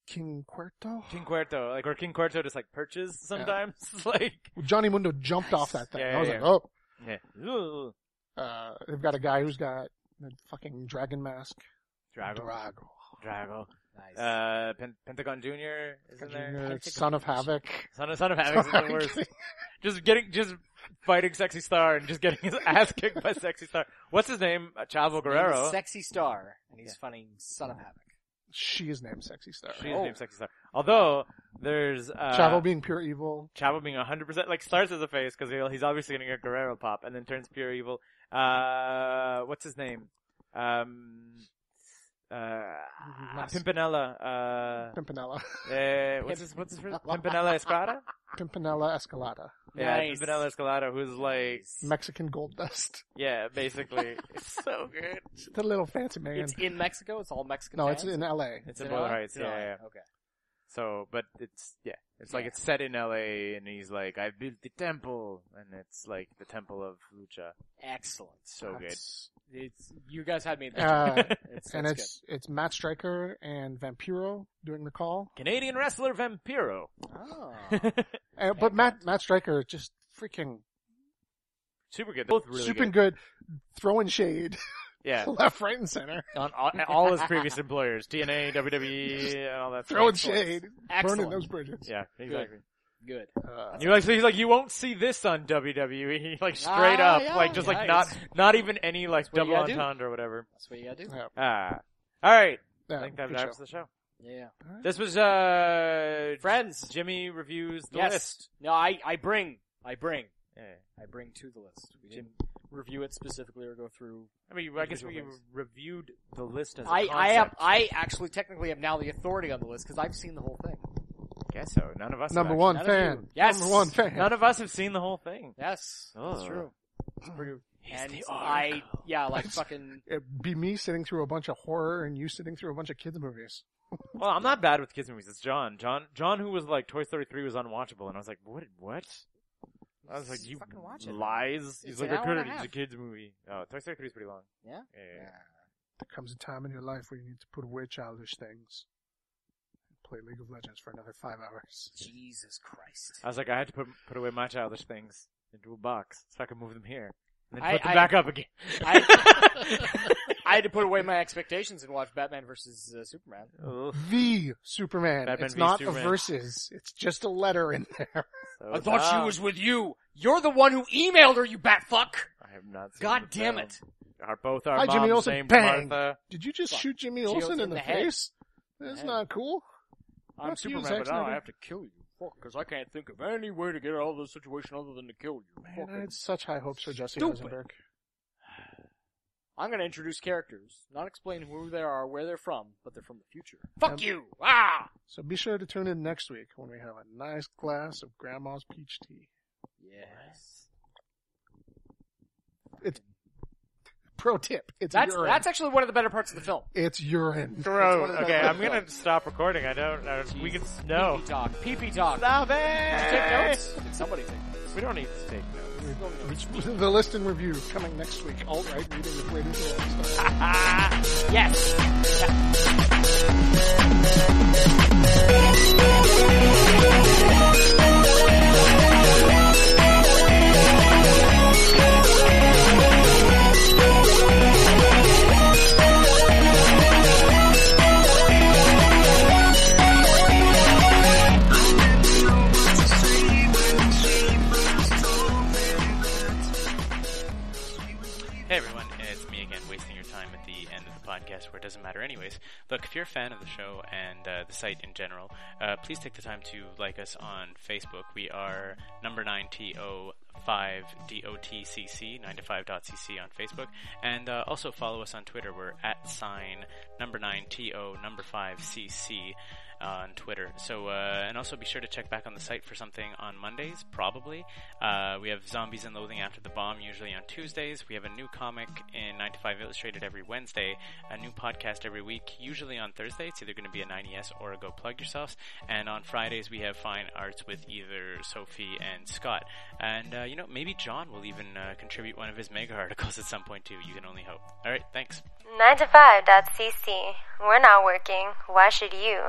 Speaker 3: King Cuerto.
Speaker 2: King Cuerto, like or King Cuerto just like perches sometimes, like
Speaker 3: Johnny Mundo jumped
Speaker 1: Nice.
Speaker 3: off that thing.
Speaker 2: Yeah,
Speaker 3: I was
Speaker 2: yeah,
Speaker 3: like, oh.
Speaker 2: yeah, Ooh.
Speaker 3: Uh, they've got a guy who's got the fucking dragon mask.
Speaker 2: Drago,
Speaker 3: Drago.
Speaker 2: Drago,
Speaker 1: Nice.
Speaker 2: uh, Pen- Pentagon Junior is in there.
Speaker 3: Junior, son of Havoc.
Speaker 2: Son of Son of Havoc's is the
Speaker 3: Sorry.
Speaker 2: worst. Just getting, just fighting Sexy Star and just getting his ass kicked by Sexy Star. What's his name? Uh, Chavo
Speaker 1: He's a
Speaker 2: Guerrero.
Speaker 1: sexy star, and he's
Speaker 2: Yeah.
Speaker 1: funny son of havoc.
Speaker 3: She is named Sexy Star.
Speaker 2: She is
Speaker 1: Oh.
Speaker 2: named Sexy Star. Although there's uh,
Speaker 3: Chavo being pure evil.
Speaker 2: Chavo being 100% like starts as a face because he's obviously gonna get Guerrero pop and then turns pure evil. Uh, what's his name? Um,
Speaker 1: Mm-hmm.
Speaker 2: uh,
Speaker 3: Mas-
Speaker 2: Pimpinella. Uh,
Speaker 3: Pimpinella.
Speaker 2: eh, what's his what's his first? Pimpinella Escada.
Speaker 3: Pimpinella Escalada.
Speaker 2: Yeah,
Speaker 1: Nice.
Speaker 2: Pimpinella Escalada, who's like,
Speaker 3: Mexican gold dust.
Speaker 2: yeah, basically, it's so good.
Speaker 3: The little fancy man.
Speaker 1: It's in Mexico. It's all Mexican.
Speaker 3: no, it's
Speaker 1: towns?
Speaker 3: in L.A.
Speaker 2: It's in
Speaker 1: LA?
Speaker 2: Boyle Heights.
Speaker 1: It's in
Speaker 2: Yeah,
Speaker 1: LA.
Speaker 2: yeah.
Speaker 1: Okay.
Speaker 2: So, but it's yeah, it's like
Speaker 1: Yeah.
Speaker 2: it's set in L.A. and he's like, I built the temple, and it's like the temple of lucha.
Speaker 1: Excellent.
Speaker 2: So good.
Speaker 3: That's-
Speaker 1: It's you guys had me. At
Speaker 3: Uh,
Speaker 1: that. it's,
Speaker 3: and
Speaker 1: it's good.
Speaker 3: it's it's Matt Stryker and Vampiro doing the call.
Speaker 2: Canadian wrestler Vampiro.
Speaker 1: Oh.
Speaker 3: Uh, but Matt Matt Stryker just freaking
Speaker 2: Super good. Both really
Speaker 3: super
Speaker 2: good.
Speaker 3: good. throwing shade
Speaker 2: Yeah.
Speaker 3: left, right, and center.
Speaker 2: On all, at all his previous employers, TNA, WWE, E, and all that. stuff.
Speaker 3: Throwing shade, burning
Speaker 1: Excellent.
Speaker 3: those bridges.
Speaker 2: Yeah, exactly.
Speaker 1: Good.
Speaker 3: Uh,
Speaker 2: You actually, he's like, you won't see this on WWE, like straight
Speaker 1: Ah,
Speaker 2: up,
Speaker 1: yeah.
Speaker 2: like just like not,
Speaker 1: Nice.
Speaker 2: not even any like
Speaker 1: what you
Speaker 2: double
Speaker 1: gotta do.
Speaker 2: entendre or whatever.
Speaker 1: That's what you gotta do.
Speaker 3: yeah,
Speaker 2: Ah, all right.
Speaker 3: yeah,
Speaker 2: I think that
Speaker 3: good
Speaker 2: wraps
Speaker 3: show.
Speaker 2: the show.
Speaker 1: Yeah.
Speaker 2: This was uh
Speaker 1: Friends.
Speaker 2: Jimmy reviews the
Speaker 1: yes.
Speaker 2: list.
Speaker 1: No, I I bring I bring
Speaker 2: Yeah.
Speaker 1: I bring to the list. We didn't review it specifically or go through.
Speaker 2: I mean, I guess
Speaker 1: Individual
Speaker 2: we
Speaker 1: things.
Speaker 2: reviewed the list as a
Speaker 1: I I am
Speaker 2: concept.
Speaker 1: I actually technically am now the authority on the list because I've seen the whole thing.
Speaker 2: guess so. None of us. have
Speaker 3: Number
Speaker 2: actually-
Speaker 3: one
Speaker 1: None of
Speaker 3: fan.
Speaker 1: you. Yes.
Speaker 3: Number one fan.
Speaker 2: None of us have seen the whole thing.
Speaker 1: Yes, that's
Speaker 2: Oh.
Speaker 1: true. and
Speaker 2: the
Speaker 1: I
Speaker 2: Oracle.
Speaker 1: yeah like fucking
Speaker 3: It'd Uh, be me sitting through a bunch of horror and you sitting through a bunch of kids movies.
Speaker 2: Well, I'm not bad with kids movies. It's John. John. John, who was like Toy Story three was unwatchable, and I was like, what? What? I was like, you
Speaker 1: fucking watch it.
Speaker 2: lies. He's
Speaker 1: It's
Speaker 2: like,
Speaker 1: an
Speaker 2: I
Speaker 1: hour and
Speaker 2: couldn't.
Speaker 1: a
Speaker 2: It's a
Speaker 1: half.
Speaker 2: kids movie. Oh, Toy Story three is pretty long.
Speaker 1: Yeah?
Speaker 2: Yeah. yeah, yeah.
Speaker 3: There comes a time in your life where you need to put away childish things. Play League of Legends for another five hours.
Speaker 1: Jesus Christ.
Speaker 2: I was like, I had to put put away my childish things into a box so I could move them here and then
Speaker 1: I-
Speaker 2: put them
Speaker 1: I-
Speaker 2: back up again.
Speaker 1: I- I had to put away my expectations and watch Batman versus uh, Superman.
Speaker 2: Ugh,
Speaker 3: The Superman.
Speaker 2: Batman
Speaker 3: it's
Speaker 2: v
Speaker 3: not
Speaker 2: Superman.
Speaker 3: a versus. It's just a letter in there.
Speaker 2: so
Speaker 1: I thought she
Speaker 2: dumb.
Speaker 1: was with you. You're the one who emailed her, you batfuck.
Speaker 2: I have not. Seen
Speaker 1: God
Speaker 2: the
Speaker 1: damn
Speaker 2: film.
Speaker 1: it.
Speaker 2: Our both our
Speaker 3: Hi, Jimmy
Speaker 2: moms
Speaker 3: Olsen.
Speaker 2: named
Speaker 3: Bang.
Speaker 2: Martha.
Speaker 3: Did you just
Speaker 1: Fuck.
Speaker 3: shoot Jimmy
Speaker 1: Shields
Speaker 3: Olsen in,
Speaker 1: in
Speaker 3: the,
Speaker 1: the head.
Speaker 3: face? That's
Speaker 1: Head.
Speaker 3: not cool.
Speaker 1: I'm
Speaker 3: Fuck you,
Speaker 1: Superman,
Speaker 3: Zack
Speaker 1: but now I
Speaker 3: Snyder.
Speaker 1: have to kill you. Fuck, because I can't think of any way to get out of this situation other than to kill you.
Speaker 3: Man,
Speaker 1: Fuck.
Speaker 3: I had such high hopes for Jesse
Speaker 1: Stupid.
Speaker 3: Eisenberg.
Speaker 1: I'm going to introduce characters, not explain who they are, where they're from, but they're from the future. Fuck
Speaker 3: Um,
Speaker 1: you! Ah!
Speaker 3: So be sure to tune in next week when we have a nice glass of Grandma's peach tea.
Speaker 1: Yes.
Speaker 3: Pro tip: It's
Speaker 1: That's
Speaker 3: urine.
Speaker 1: that's actually one of the better parts of the film.
Speaker 3: it's urine.
Speaker 2: Oh,
Speaker 1: one
Speaker 5: Gross.
Speaker 1: of the
Speaker 5: Okay,
Speaker 1: better
Speaker 5: I'm gonna stop recording. I don't. I, we can no.
Speaker 1: Pee talk. Pee pee talk.
Speaker 5: Stop it.
Speaker 1: Take notes. Did somebody take notes?
Speaker 5: We don't need to take notes.
Speaker 3: the list and review coming next week. Alt right reading with Lady Gaga.
Speaker 1: Yes.
Speaker 4: Hey everyone, it's me again, wasting your time at the end of the podcast where it doesn't matter anyways. Look, if you're a fan of the show and uh, the site in general, uh, please take the time to like us on Facebook. We are number 9TO5DOTCC, 9to5.cc on Facebook. And uh, also follow us on Twitter. We're at sign number 9TO number 5CC uh, on Twitter. So, uh, and also be sure to check back on the site for something on Mondays, probably. Uh, we have Zombies and Loathing After the Bomb usually on Tuesdays. We have a new comic in 9 to 5 Illustrated every Wednesday, a new podcast every week, usually on Thursday. It's either going to be a 9ES or a Go Plug Yourselves. And on Fridays, we have Fine Arts with either Sophie and Scott. And, uh, you know, maybe John will even uh, contribute one of his mega articles at some point, too. You can only hope. All right, thanks.
Speaker 6: 9to5.cc. We're not working. Why should you?